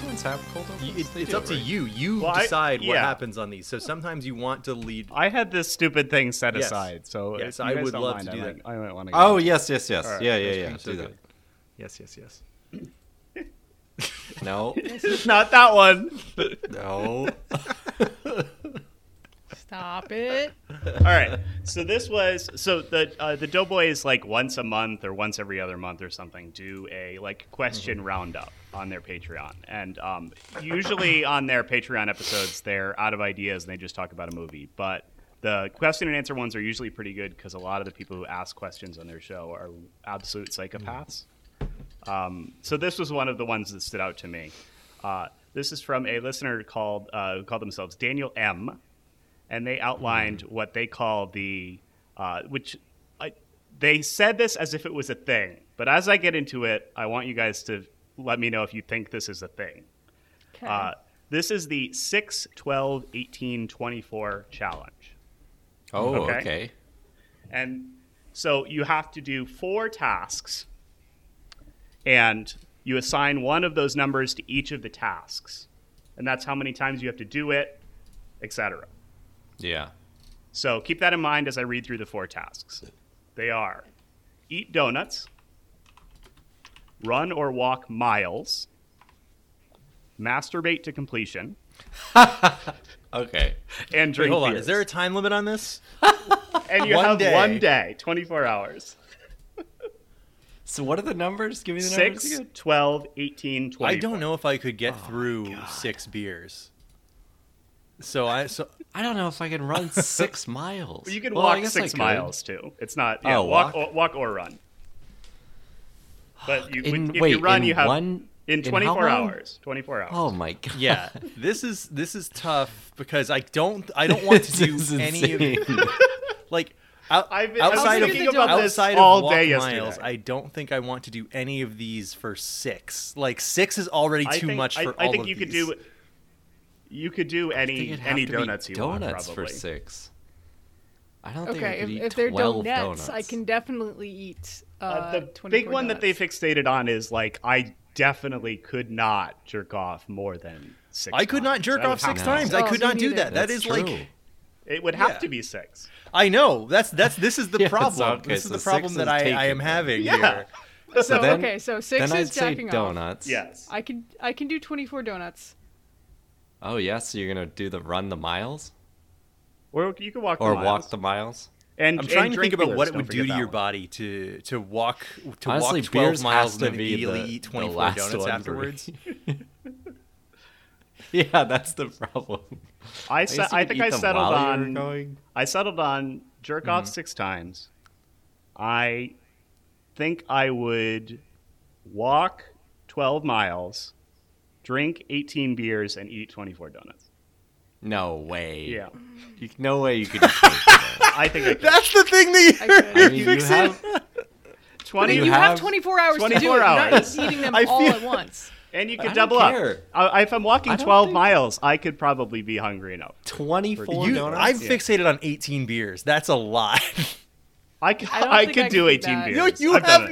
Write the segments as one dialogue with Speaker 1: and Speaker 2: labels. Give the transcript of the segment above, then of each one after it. Speaker 1: humans have cold
Speaker 2: You-
Speaker 1: opens?
Speaker 2: it-
Speaker 1: They
Speaker 2: it's
Speaker 1: do,
Speaker 2: up to
Speaker 1: right?
Speaker 2: you. You
Speaker 3: Well, I-
Speaker 2: decide what
Speaker 3: yeah.
Speaker 2: happens on these. So sometimes you want to lead.
Speaker 3: I had this stupid thing set
Speaker 2: Yes.
Speaker 3: aside, so
Speaker 2: Yes,
Speaker 3: if you
Speaker 2: I
Speaker 3: guys
Speaker 2: would
Speaker 3: don't
Speaker 2: love
Speaker 3: mind,
Speaker 2: to
Speaker 3: I
Speaker 2: do
Speaker 3: might-
Speaker 2: that.
Speaker 3: I might want to.
Speaker 1: Oh yes, yes, yes.
Speaker 3: Alright,
Speaker 1: yeah, yeah,
Speaker 2: ice
Speaker 1: yeah.
Speaker 2: cream's so
Speaker 1: Do that.
Speaker 2: good. Yes, yes, yes.
Speaker 1: No,
Speaker 3: not that one.
Speaker 1: no.
Speaker 4: Stop it.
Speaker 3: All right. So this was so the uh, the Doughboys like once a month or once every other month or something do a like question roundup on their Patreon, and um, usually on their Patreon episodes they're out of ideas and they just talk about a movie, but. The question and answer ones are usually pretty good because a lot of the people who ask questions on their show are absolute psychopaths. Um, so this was one of the ones that stood out to me. Uh, this is from a listener called uh, who called themselves Daniel M, and they outlined what they call the uh, which I, they said this as if it was a thing. But as I get into it, I want you guys to let me know if you think this is a thing.
Speaker 4: Okay.
Speaker 3: Uh, this is the 6, 12, 18, 24 challenge.
Speaker 1: Oh,
Speaker 3: Okay.
Speaker 1: okay.
Speaker 3: And so you have to do four tasks, and you assign one of those numbers to each of the tasks. And that's how many times you have to do it, etc.
Speaker 1: Yeah.
Speaker 3: So keep that in mind as I read through the four tasks. They are eat donuts, run or walk miles, masturbate to completion,
Speaker 1: Okay.
Speaker 3: and
Speaker 2: Wait,
Speaker 3: drink
Speaker 2: hold on.
Speaker 3: beers.
Speaker 2: Is there a time limit on this?
Speaker 3: and you
Speaker 2: one
Speaker 3: have
Speaker 2: day?
Speaker 3: one day, 24 hours.
Speaker 1: So what are the numbers? Give me the numbers.
Speaker 3: 6,
Speaker 1: again.
Speaker 3: 12, 18, 20.
Speaker 2: I don't know if I could get
Speaker 3: Oh,
Speaker 2: through six beers. So I so
Speaker 1: I don't know if I can run six miles.
Speaker 3: Well, you can
Speaker 1: Well, I
Speaker 3: walk
Speaker 1: guess I
Speaker 3: six
Speaker 1: could.
Speaker 3: miles too. It's not yeah,
Speaker 1: Oh,
Speaker 3: walk
Speaker 1: walk?
Speaker 3: or, walk or run. But you,
Speaker 1: In-
Speaker 3: if
Speaker 1: wait,
Speaker 3: you run,
Speaker 1: in
Speaker 3: you have
Speaker 1: one-
Speaker 3: in
Speaker 1: in how
Speaker 3: 24
Speaker 1: long?
Speaker 3: hours. 24 hours.
Speaker 1: Oh my god.
Speaker 2: yeah, this is this is tough because I don't I don't want to
Speaker 1: This
Speaker 2: do
Speaker 1: is
Speaker 2: any of
Speaker 1: insane.
Speaker 2: like out,
Speaker 3: I've been,
Speaker 2: outside
Speaker 3: I
Speaker 2: of
Speaker 3: was
Speaker 4: the
Speaker 3: thinking about this
Speaker 2: outside
Speaker 3: all
Speaker 2: of walk
Speaker 3: day
Speaker 2: miles.
Speaker 3: yesterday.
Speaker 2: I don't think I want to do any of these for six. Like six is already
Speaker 3: I
Speaker 2: too
Speaker 3: think,
Speaker 2: much
Speaker 3: I,
Speaker 2: for
Speaker 3: I
Speaker 2: all
Speaker 3: think
Speaker 2: of
Speaker 3: you could
Speaker 2: these.
Speaker 3: do you could do
Speaker 1: I think
Speaker 3: any
Speaker 1: it'd have
Speaker 3: any
Speaker 1: to be
Speaker 3: donuts you want
Speaker 1: donuts
Speaker 3: probably.
Speaker 1: for six. I don't think I
Speaker 4: okay,
Speaker 1: could
Speaker 4: if,
Speaker 1: eat
Speaker 4: if they're
Speaker 1: 12
Speaker 4: donuts,
Speaker 1: donuts,
Speaker 4: I can definitely eat uh,
Speaker 3: Uh, the
Speaker 4: 24
Speaker 3: big one that they
Speaker 4: donuts.
Speaker 3: fixated on is like I definitely could not jerk off more than six.
Speaker 2: I could not
Speaker 3: times.
Speaker 2: jerk
Speaker 3: That would
Speaker 2: off
Speaker 3: have
Speaker 2: six
Speaker 3: to-
Speaker 2: times.
Speaker 4: Oh,
Speaker 2: I could
Speaker 4: me
Speaker 2: not do
Speaker 4: neither.
Speaker 2: that. That
Speaker 1: That's
Speaker 2: is
Speaker 1: true.
Speaker 2: like
Speaker 3: It would have
Speaker 2: Yeah.
Speaker 3: to be six.
Speaker 2: I know. That's that's this is the
Speaker 1: Yeah, it's
Speaker 2: problem.
Speaker 1: okay,
Speaker 2: this is
Speaker 1: so
Speaker 2: the
Speaker 1: six
Speaker 2: problem
Speaker 1: is
Speaker 2: that I, I
Speaker 1: taken
Speaker 2: am
Speaker 1: then.
Speaker 2: having
Speaker 3: Yeah.
Speaker 2: here.
Speaker 4: So,
Speaker 1: then-
Speaker 4: okay, so six
Speaker 1: then
Speaker 4: is
Speaker 1: I'd say
Speaker 4: jacking off.
Speaker 1: donuts.
Speaker 3: Yes.
Speaker 4: I can I can do 24 donuts.
Speaker 1: Oh yeah, so you're gonna do the run the miles
Speaker 3: Or you could walk
Speaker 1: or
Speaker 3: the miles.
Speaker 1: walk the miles?
Speaker 3: And
Speaker 2: I'm
Speaker 3: and
Speaker 2: trying to
Speaker 3: drink
Speaker 2: think about
Speaker 3: beers,
Speaker 2: what it
Speaker 3: don't
Speaker 2: would
Speaker 3: forget
Speaker 2: do to
Speaker 3: that
Speaker 2: your
Speaker 3: one.
Speaker 2: body to to walk to
Speaker 1: Honestly,
Speaker 2: walk 12
Speaker 1: beers has
Speaker 2: miles and
Speaker 1: to
Speaker 2: then
Speaker 1: be
Speaker 2: immediately
Speaker 1: the,
Speaker 2: eat
Speaker 1: the
Speaker 2: 24
Speaker 1: last
Speaker 2: donuts
Speaker 1: one for me.
Speaker 2: afterwards.
Speaker 1: yeah, that's the problem.
Speaker 3: I,
Speaker 1: guess
Speaker 3: se-
Speaker 1: you
Speaker 3: I
Speaker 1: could
Speaker 3: think
Speaker 1: eat
Speaker 3: I
Speaker 1: them
Speaker 3: settled
Speaker 1: while you were
Speaker 3: on
Speaker 1: going. Mm-hmm.
Speaker 3: I settled on jerk off six times. I think I would walk twelve miles, drink eighteen beers, and eat twenty four donuts.
Speaker 1: No way.
Speaker 3: Yeah,
Speaker 1: You- no way you could. eat both of them.
Speaker 3: I think I could.
Speaker 2: That's the thing
Speaker 4: I
Speaker 2: that
Speaker 4: could.
Speaker 2: you're,
Speaker 1: I
Speaker 2: you're
Speaker 1: mean, you
Speaker 2: fixing.
Speaker 1: have
Speaker 4: But
Speaker 3: twenty.
Speaker 4: you,
Speaker 1: you
Speaker 4: have,
Speaker 1: have
Speaker 4: 24 hours to do
Speaker 3: 24
Speaker 4: it.
Speaker 3: hours.
Speaker 4: You're not eating them
Speaker 2: I
Speaker 4: all
Speaker 2: feel-
Speaker 4: at once.
Speaker 3: and you could
Speaker 1: I don't
Speaker 3: double up.
Speaker 1: care.
Speaker 3: I, if I'm walking
Speaker 1: I don't
Speaker 3: twelve
Speaker 1: think-
Speaker 3: miles, I could probably be hungry enough.
Speaker 1: twenty-four
Speaker 2: You,
Speaker 1: donuts.
Speaker 2: I've fixated on 18 beers. That's a lot.
Speaker 3: I could.
Speaker 4: I don't
Speaker 3: I,
Speaker 4: think
Speaker 3: could
Speaker 4: I
Speaker 3: do
Speaker 4: could do
Speaker 3: eighteen
Speaker 4: that.
Speaker 3: beers.
Speaker 2: no, you
Speaker 3: I've
Speaker 2: have
Speaker 3: done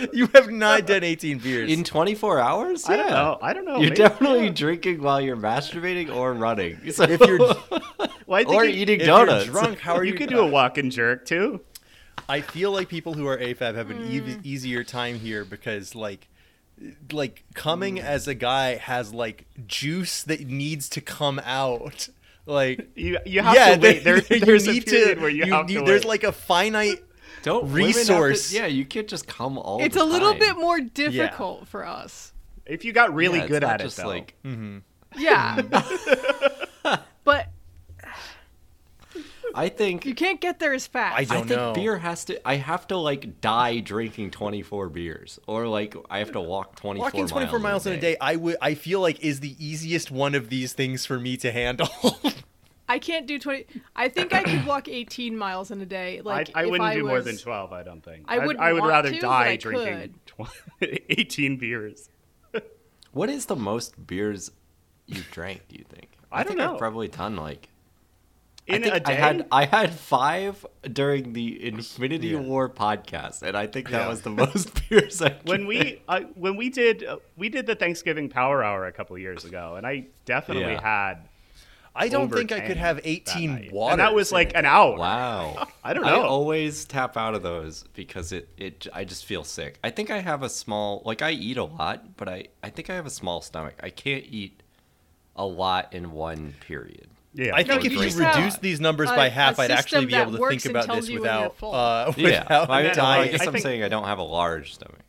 Speaker 2: not. You have not done 18 beers.
Speaker 1: in twenty-four hours.
Speaker 3: I don't
Speaker 1: Yeah.
Speaker 3: know. I don't know.
Speaker 1: You're
Speaker 3: maybe-
Speaker 1: definitely drinking while you're masturbating or running. So
Speaker 2: if you're
Speaker 3: Well, I think
Speaker 1: or
Speaker 3: you-
Speaker 1: eating
Speaker 2: if
Speaker 1: donuts.
Speaker 2: you're drunk, how are you?
Speaker 3: You could do a walk and jerk too.
Speaker 2: I feel like people who are AFAB have an ev-
Speaker 4: Mm.
Speaker 2: easier time here because like like coming
Speaker 3: Mm.
Speaker 2: as a guy has like juice that needs to come out. Like
Speaker 3: You you have
Speaker 2: yeah,
Speaker 3: to wait. There,
Speaker 2: there- you
Speaker 3: there's a
Speaker 2: need to-
Speaker 3: period where you,
Speaker 2: you
Speaker 3: have
Speaker 2: need-
Speaker 3: to
Speaker 2: There's
Speaker 3: wait.
Speaker 2: like a finite
Speaker 1: Don't women have to-
Speaker 2: resource.
Speaker 1: yeah, you can't just come all.
Speaker 4: It's
Speaker 1: the
Speaker 4: a little
Speaker 1: time.
Speaker 4: bit more difficult for us.
Speaker 3: if you got really
Speaker 1: Yeah, it's
Speaker 3: good
Speaker 1: not
Speaker 3: at it
Speaker 1: just
Speaker 3: though. Mm.
Speaker 1: Like,
Speaker 4: Yeah. but
Speaker 1: I think
Speaker 4: you can't get there as fast.
Speaker 2: I
Speaker 1: I
Speaker 2: don't
Speaker 1: think
Speaker 2: know.
Speaker 1: beer has to. I have to like die drinking 24 beers, or like I have to walk 24
Speaker 2: walking 24 miles in a day. I would I feel like is the easiest one of these things for me to handle.
Speaker 4: I can't do 20. I think I could walk 18 miles in a day. Like
Speaker 3: I, I
Speaker 4: if
Speaker 3: wouldn't do more
Speaker 4: was-
Speaker 3: than 12, I don't think.
Speaker 4: I
Speaker 3: I'd-
Speaker 4: wouldn't
Speaker 3: I would
Speaker 4: want
Speaker 3: rather
Speaker 4: to, but
Speaker 3: die
Speaker 4: I
Speaker 3: drinking tw- 18 beers.
Speaker 1: What is the most beers you've drank? Do you think?
Speaker 3: I don't
Speaker 1: think I've
Speaker 3: know.
Speaker 1: probably done like
Speaker 3: in
Speaker 1: I think
Speaker 3: a day.
Speaker 1: I had uh, I had five during the Infinity
Speaker 2: Yeah.
Speaker 1: War podcast, and I think that
Speaker 2: Yeah.
Speaker 1: was the most beers I
Speaker 3: when
Speaker 1: drank.
Speaker 3: we uh, when we did uh, we did the Thanksgiving Power Hour a couple years ago, and I definitely
Speaker 1: Yeah.
Speaker 3: had.
Speaker 2: I don't
Speaker 3: over
Speaker 2: think I could
Speaker 3: 10
Speaker 2: have
Speaker 3: that
Speaker 2: 18
Speaker 3: night.
Speaker 2: water.
Speaker 3: And that was like an hour.
Speaker 1: Wow.
Speaker 3: I don't
Speaker 1: I
Speaker 3: know.
Speaker 1: always tap out of those because it, it I just feel sick. I think I have a small like I eat a lot, but I I think I have a small stomach. I can't eat a lot in one period.
Speaker 3: Yeah,
Speaker 2: I think
Speaker 1: Or
Speaker 2: if you
Speaker 1: drink
Speaker 2: reduce
Speaker 1: a lot.
Speaker 2: these numbers
Speaker 4: A-
Speaker 2: by
Speaker 4: a
Speaker 2: half, I'd actually
Speaker 4: system
Speaker 2: be able
Speaker 4: that
Speaker 2: to
Speaker 4: works
Speaker 2: think
Speaker 4: and
Speaker 2: about
Speaker 4: tells
Speaker 2: this
Speaker 4: you when you're
Speaker 2: without
Speaker 4: full.
Speaker 2: uh,
Speaker 1: Yeah,
Speaker 2: without
Speaker 1: I,
Speaker 3: then,
Speaker 1: I
Speaker 2: dying.
Speaker 1: guess
Speaker 3: I
Speaker 1: I'm
Speaker 3: think-
Speaker 1: saying I don't have a large stomach.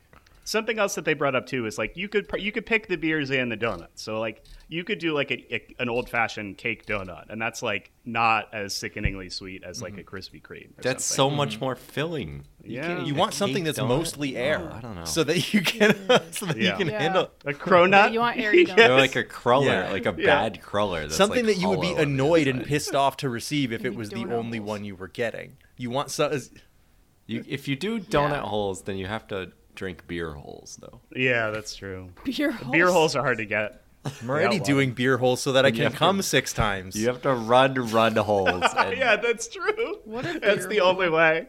Speaker 3: something else that they brought up too is like you could pr- you could pick the beers and the donuts. So like you could do like a, a- an old fashioned cake donut, and that's like not as sickeningly sweet as like a Krispy Kreme. Or
Speaker 1: That's so
Speaker 3: something. Mm-hmm.
Speaker 1: much more filling.
Speaker 3: Yeah.
Speaker 1: can't eat
Speaker 2: You
Speaker 1: a
Speaker 2: want
Speaker 1: cake
Speaker 2: something that's
Speaker 1: donut.
Speaker 2: mostly air.
Speaker 1: Oh, I don't know.
Speaker 2: So that you can so that
Speaker 3: Yeah.
Speaker 2: you can
Speaker 4: Yeah.
Speaker 2: handle
Speaker 3: a cronut.
Speaker 4: You want airy donuts.
Speaker 1: They're like a cruller,
Speaker 2: Yeah.
Speaker 1: like a
Speaker 3: Yeah.
Speaker 1: bad cruller. That's
Speaker 2: something
Speaker 1: like
Speaker 2: that you would be
Speaker 1: hollow on the
Speaker 2: annoyed and
Speaker 1: inside.
Speaker 2: pissed off to receive if it
Speaker 4: need
Speaker 2: was the
Speaker 4: donut
Speaker 2: only
Speaker 4: holes.
Speaker 2: one you were getting. You want so
Speaker 1: You, if you do donut
Speaker 4: Yeah.
Speaker 1: holes, then you have to drink beer holes, though.
Speaker 3: yeah, that's true.
Speaker 4: beer holes.
Speaker 3: Beer holes are hard to get.
Speaker 2: I'm already
Speaker 3: well.
Speaker 2: doing beer holes so that I
Speaker 1: You
Speaker 2: can
Speaker 1: have to-
Speaker 2: come six times.
Speaker 1: You have to run, run holes. And
Speaker 3: yeah, that's true.
Speaker 4: What a
Speaker 3: that's
Speaker 4: beer
Speaker 3: the
Speaker 4: hole.
Speaker 3: only way.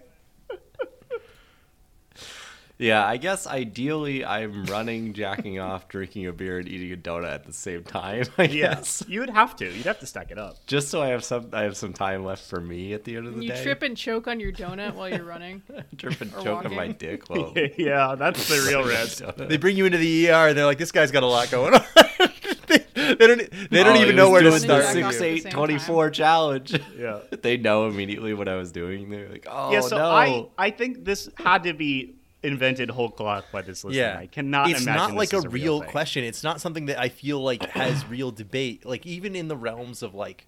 Speaker 1: Yeah, I guess ideally I'm running, jacking off, drinking a beer, and eating a donut at the same time. I
Speaker 3: Yes,
Speaker 1: guess
Speaker 3: you would have to. You'd have to stack it up.
Speaker 1: just so I have some I have some time left for me at the end of the
Speaker 4: You
Speaker 1: day.
Speaker 4: trip and choke on your donut while you're running.
Speaker 1: Trip and
Speaker 4: or
Speaker 1: choke on my
Speaker 4: walking.
Speaker 1: dick. Well,
Speaker 3: yeah, that's the real risk.
Speaker 2: They bring you into the ER and they're like, "This guy's got a lot going on." they, they don't. They don't
Speaker 1: Oh,
Speaker 2: even
Speaker 1: he
Speaker 2: know
Speaker 1: was
Speaker 2: where to
Speaker 1: doing the
Speaker 2: start.
Speaker 4: Jack off
Speaker 1: Six,
Speaker 4: at the
Speaker 1: eight,
Speaker 4: same
Speaker 1: 24 challenge.
Speaker 3: Yeah.
Speaker 1: they know immediately what I was doing. They're like, "Oh
Speaker 3: yeah, so
Speaker 1: no!"
Speaker 3: I, I think this had to be invented whole cloth by this listener.
Speaker 2: Yeah,
Speaker 3: I cannot
Speaker 2: It's
Speaker 3: imagine
Speaker 2: not like
Speaker 3: this
Speaker 2: a,
Speaker 3: is
Speaker 2: real
Speaker 3: thing.
Speaker 2: question. It's not something that I feel like has real debate. Like even in the realms of like,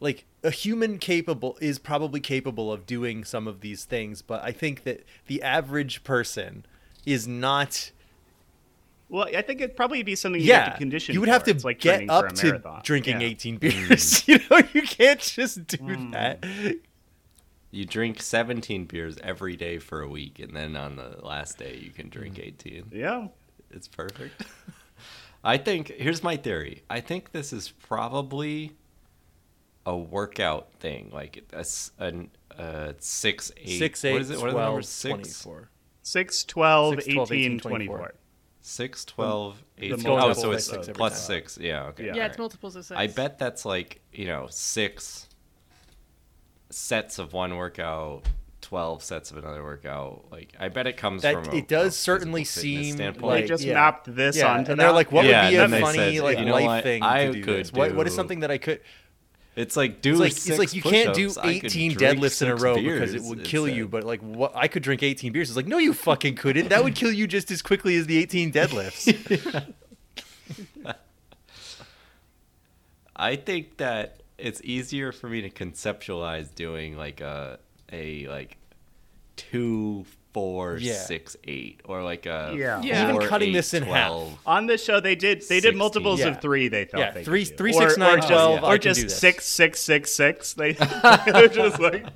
Speaker 2: like a human capable is probably capable of doing some of these things, but I think that the average person is not.
Speaker 3: Well, I think it'd probably be something you
Speaker 2: yeah,
Speaker 3: have to condition.
Speaker 2: you would have
Speaker 3: for.
Speaker 2: to
Speaker 3: It's like
Speaker 2: get
Speaker 3: training for
Speaker 2: up
Speaker 3: a
Speaker 2: to
Speaker 3: marathon.
Speaker 2: drinking
Speaker 3: Yeah. Hmm.
Speaker 2: 18
Speaker 1: Hmm.
Speaker 2: beers. you know, you can't just do that.
Speaker 1: you drink 17 beers every day for a week, and then on the last day you can drink
Speaker 2: Mm.
Speaker 1: 18.
Speaker 3: Yeah.
Speaker 1: It's perfect. I think here's my theory. I think this is probably a workout thing, like a, s- an- uh, six eight.
Speaker 2: Six, eight,
Speaker 1: What is it? What are the
Speaker 2: 12,
Speaker 1: numbers? Six,
Speaker 2: 24.
Speaker 3: 6, 12,
Speaker 2: 6, 12,
Speaker 3: 18,
Speaker 2: 18,
Speaker 3: 24.
Speaker 2: 24.
Speaker 1: six, 12,
Speaker 3: the
Speaker 1: 18.
Speaker 3: multiple
Speaker 1: Oh, so
Speaker 3: by
Speaker 1: it's
Speaker 3: six every
Speaker 1: plus
Speaker 2: time.
Speaker 1: six. Yeah. Okay.
Speaker 3: Yeah.
Speaker 4: Yeah, it's multiples of six.
Speaker 1: I bet that's like you know six sets of one workout. 12 sets of another workout like i bet it comes
Speaker 2: That-
Speaker 1: from a-
Speaker 2: it does
Speaker 1: a physical
Speaker 2: certainly
Speaker 1: fitness
Speaker 2: seem
Speaker 1: standpoint.
Speaker 3: They
Speaker 2: Like,
Speaker 3: just
Speaker 2: yeah.
Speaker 3: mapped this
Speaker 2: yeah,
Speaker 3: onto
Speaker 2: and they're
Speaker 3: that.
Speaker 2: like, "What
Speaker 1: Yeah,
Speaker 2: would be
Speaker 1: and
Speaker 2: a
Speaker 1: then they
Speaker 2: funny
Speaker 1: said,
Speaker 2: like
Speaker 1: you know
Speaker 2: life
Speaker 1: what?
Speaker 2: thing
Speaker 1: I
Speaker 2: to do
Speaker 1: could
Speaker 2: this? What, what is
Speaker 1: do-
Speaker 2: something that I could?"
Speaker 1: It's like do
Speaker 2: It's like
Speaker 1: six
Speaker 2: it's like you can't do
Speaker 1: push-ups. I could
Speaker 2: 18
Speaker 1: drink
Speaker 2: deadlifts in a
Speaker 1: six
Speaker 2: row because it
Speaker 1: beers,
Speaker 2: would
Speaker 1: it
Speaker 2: kill you.
Speaker 1: said.
Speaker 2: But like, what I could drink 18 beers. It's like, no, you fucking couldn't. That would kill you just as quickly as the 18 deadlifts.
Speaker 1: I think that it's easier for me to conceptualize doing like a a like two four six eight
Speaker 2: Yeah.
Speaker 1: or like a
Speaker 3: Yeah.
Speaker 4: Yeah. Even
Speaker 1: four,
Speaker 2: cutting
Speaker 1: eight,
Speaker 2: this in half.
Speaker 1: 12.
Speaker 3: On this show, they did they did
Speaker 1: 16.
Speaker 3: multiples
Speaker 2: Yeah.
Speaker 3: of three. They thought
Speaker 2: Yeah,
Speaker 3: they
Speaker 2: three-
Speaker 3: could do.
Speaker 2: three,
Speaker 3: or,
Speaker 2: six, nine,
Speaker 3: or just,
Speaker 2: 12, I
Speaker 3: or
Speaker 2: can
Speaker 3: just
Speaker 2: do this.
Speaker 3: six, six, six, six. They they're just like,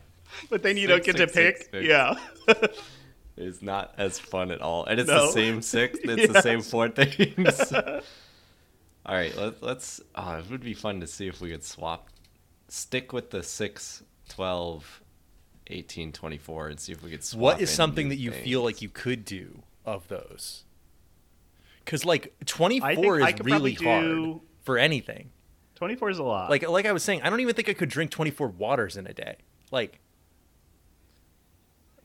Speaker 3: but then you do don't
Speaker 1: Six,
Speaker 3: get to
Speaker 1: six,
Speaker 3: pick.
Speaker 1: six, six.
Speaker 3: Yeah,
Speaker 1: It's not as fun at all, and it's the
Speaker 3: No.
Speaker 1: same six. It's the same four things. all right, let, let's. Oh, it would be fun to see if we could swap, stick with the six, 12, 18, 24, and see if we could swap.
Speaker 2: what is
Speaker 1: in
Speaker 2: something
Speaker 1: new
Speaker 2: that you
Speaker 1: things.
Speaker 2: feel like you could do of those? Because like 24
Speaker 3: I
Speaker 2: is
Speaker 3: think I could
Speaker 2: really
Speaker 3: probably
Speaker 2: hard
Speaker 3: do-
Speaker 2: for anything.
Speaker 3: twenty four is a lot.
Speaker 2: Like like I was saying, I don't even think I could drink 24 waters in a day. Like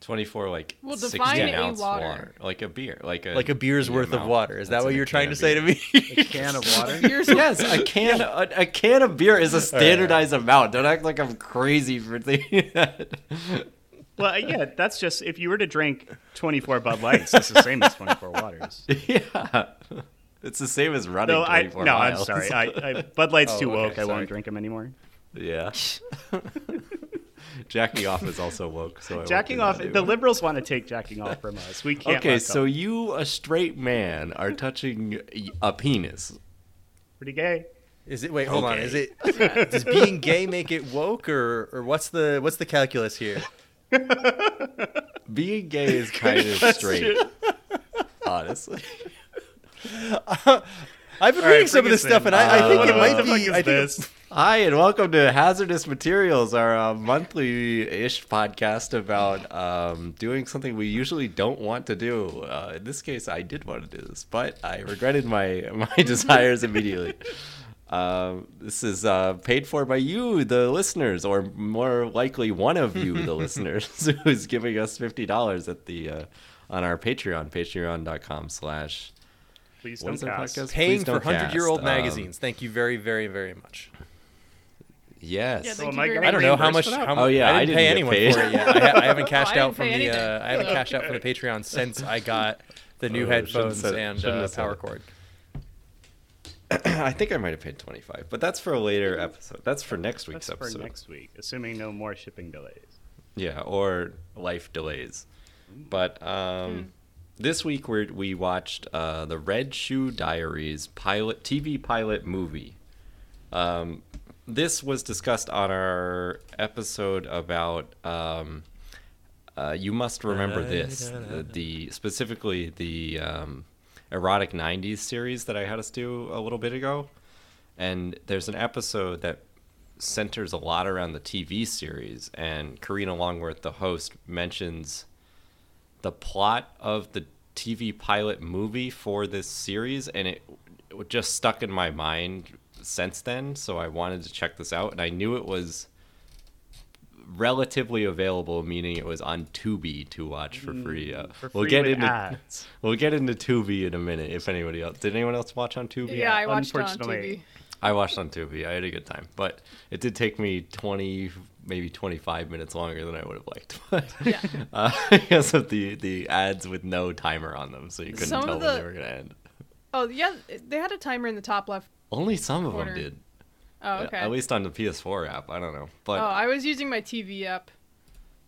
Speaker 1: 24 like
Speaker 4: Well,
Speaker 1: 16
Speaker 4: define a
Speaker 1: ounce water.
Speaker 4: water.
Speaker 1: like a beer like a
Speaker 2: like a beer's
Speaker 1: in your
Speaker 2: worth of
Speaker 1: mouth.
Speaker 2: water. Is
Speaker 1: That's
Speaker 2: that what
Speaker 1: in a
Speaker 2: you're trying
Speaker 1: can
Speaker 2: to
Speaker 1: of
Speaker 2: say to
Speaker 1: beer.
Speaker 2: me?
Speaker 5: a can of water.
Speaker 4: Here's
Speaker 1: yes a can a, a can of beer is a standardized amount don't act like i'm crazy for thinking that
Speaker 3: well, yeah, that's just if you were to drink twenty four Bud Lights, it's the same as twenty four waters.
Speaker 1: yeah it's the same as running
Speaker 3: No, I
Speaker 1: 24
Speaker 3: no,
Speaker 1: miles.
Speaker 3: I'm sorry. I, I Bud Light's
Speaker 2: Oh,
Speaker 3: too
Speaker 2: okay,
Speaker 3: woke. I
Speaker 2: sorry.
Speaker 3: won't drink them anymore.
Speaker 1: yeah jacking off is also woke so I won't
Speaker 3: Jacking
Speaker 1: do
Speaker 3: off.
Speaker 1: that
Speaker 3: The
Speaker 1: anymore.
Speaker 3: liberals want to take jacking off from us. We can't.
Speaker 1: okay
Speaker 3: let
Speaker 1: so
Speaker 3: them.
Speaker 1: you a straight man are touching y- a penis
Speaker 3: pretty gay.
Speaker 2: Is it wait, hold on.
Speaker 1: Okay.
Speaker 2: Is it does being gay make it woke or or what's the what's the calculus here?
Speaker 1: being gay is kind of straight honestly
Speaker 6: I've been
Speaker 3: All right,
Speaker 6: reading some of
Speaker 3: bring
Speaker 6: this
Speaker 3: us
Speaker 6: stuff,
Speaker 3: in.
Speaker 6: and I, I think
Speaker 1: Uh,
Speaker 6: it
Speaker 1: what
Speaker 6: might
Speaker 1: the
Speaker 6: be. I
Speaker 3: fuck
Speaker 6: think
Speaker 3: is this?
Speaker 1: Hi, and welcome to Hazardous Materials, our uh, monthly ish podcast about um, doing something we usually don't want to do. Uh, in this case, I did want to do this, but I regretted my, my desires immediately. Um, this is uh, paid for by you, the listeners, or more likely one of you, the listeners, who's giving us fifty dollars at the uh, on our Patreon, patreon.com slash
Speaker 3: Please
Speaker 1: What
Speaker 3: don't
Speaker 1: is our
Speaker 3: cast.
Speaker 1: podcast?
Speaker 6: paying
Speaker 1: Please
Speaker 6: for
Speaker 1: don't
Speaker 6: hundred-year-old
Speaker 1: cast. Um,
Speaker 6: magazines. Thank you very, very, very much.
Speaker 1: Yes.
Speaker 4: Yeah,
Speaker 3: So
Speaker 4: thank
Speaker 3: am
Speaker 4: you
Speaker 3: I
Speaker 4: very
Speaker 3: getting
Speaker 4: much.
Speaker 6: I don't know how
Speaker 3: reimbursed
Speaker 6: much.
Speaker 3: for that?
Speaker 6: How,
Speaker 1: Oh, yeah,
Speaker 6: I
Speaker 1: I
Speaker 6: didn't
Speaker 1: didn't
Speaker 6: pay
Speaker 1: get
Speaker 6: anyone
Speaker 1: paid.
Speaker 6: for it yet. I, ha- I haven't
Speaker 4: No,
Speaker 6: cashed
Speaker 2: Oh,
Speaker 4: I
Speaker 6: out
Speaker 4: didn't
Speaker 6: from
Speaker 4: pay
Speaker 6: the.
Speaker 4: anything.
Speaker 6: Uh, I haven't cashed out from the Patreon since I got the new
Speaker 1: Oh, shouldn't
Speaker 6: headphones
Speaker 1: said-
Speaker 6: and
Speaker 1: shouldn't
Speaker 6: uh,
Speaker 1: have said
Speaker 6: power
Speaker 1: it.
Speaker 6: cord.
Speaker 1: I think I might have paid 25, but that's for a later episode. That's for next week's
Speaker 3: Mm-hmm. That's for
Speaker 1: episode.
Speaker 3: next week, assuming no more shipping delays.
Speaker 1: Yeah, or life delays. But um,
Speaker 3: Hmm.
Speaker 1: this week we we watched uh, the Red Shoe Diaries pilot TV pilot movie. Um, this was discussed on our episode about um, uh, you must remember this the, the specifically the um, erotic 90s series that I had us do a little bit ago and there's an episode that centers a lot around the TV series and Karina Longworth the host mentions the plot of the TV pilot movie for this series, and it, it just stuck in my mind since then. So I wanted to check this out, and I knew it was relatively available, meaning it was on Tubi to watch for free. Uh,
Speaker 3: Mm, for
Speaker 1: we'll
Speaker 3: free
Speaker 1: get
Speaker 3: with
Speaker 1: into
Speaker 3: ads.
Speaker 1: we'll get into Tubi in a minute. If anybody else did, anyone else watch on Tubi?
Speaker 4: Yeah, I watched it on TV.
Speaker 3: unfortunately.
Speaker 1: I watched on Tubi. I had a good time, but it did take me 20, maybe 25 minutes longer than I would have liked. But
Speaker 4: Yeah.
Speaker 1: uh, because of the, the ads with no timer on them, so you couldn't
Speaker 4: Some
Speaker 1: tell
Speaker 4: of
Speaker 1: when they
Speaker 4: the-
Speaker 1: were going to end.
Speaker 4: Oh yeah, they had a timer in the top left.
Speaker 1: Only some of
Speaker 4: Corner.
Speaker 1: them did.
Speaker 4: Oh
Speaker 1: uh,
Speaker 4: okay.
Speaker 1: At least on the PS4 app. I don't know.
Speaker 4: oh,
Speaker 1: But
Speaker 4: I was using my TV app.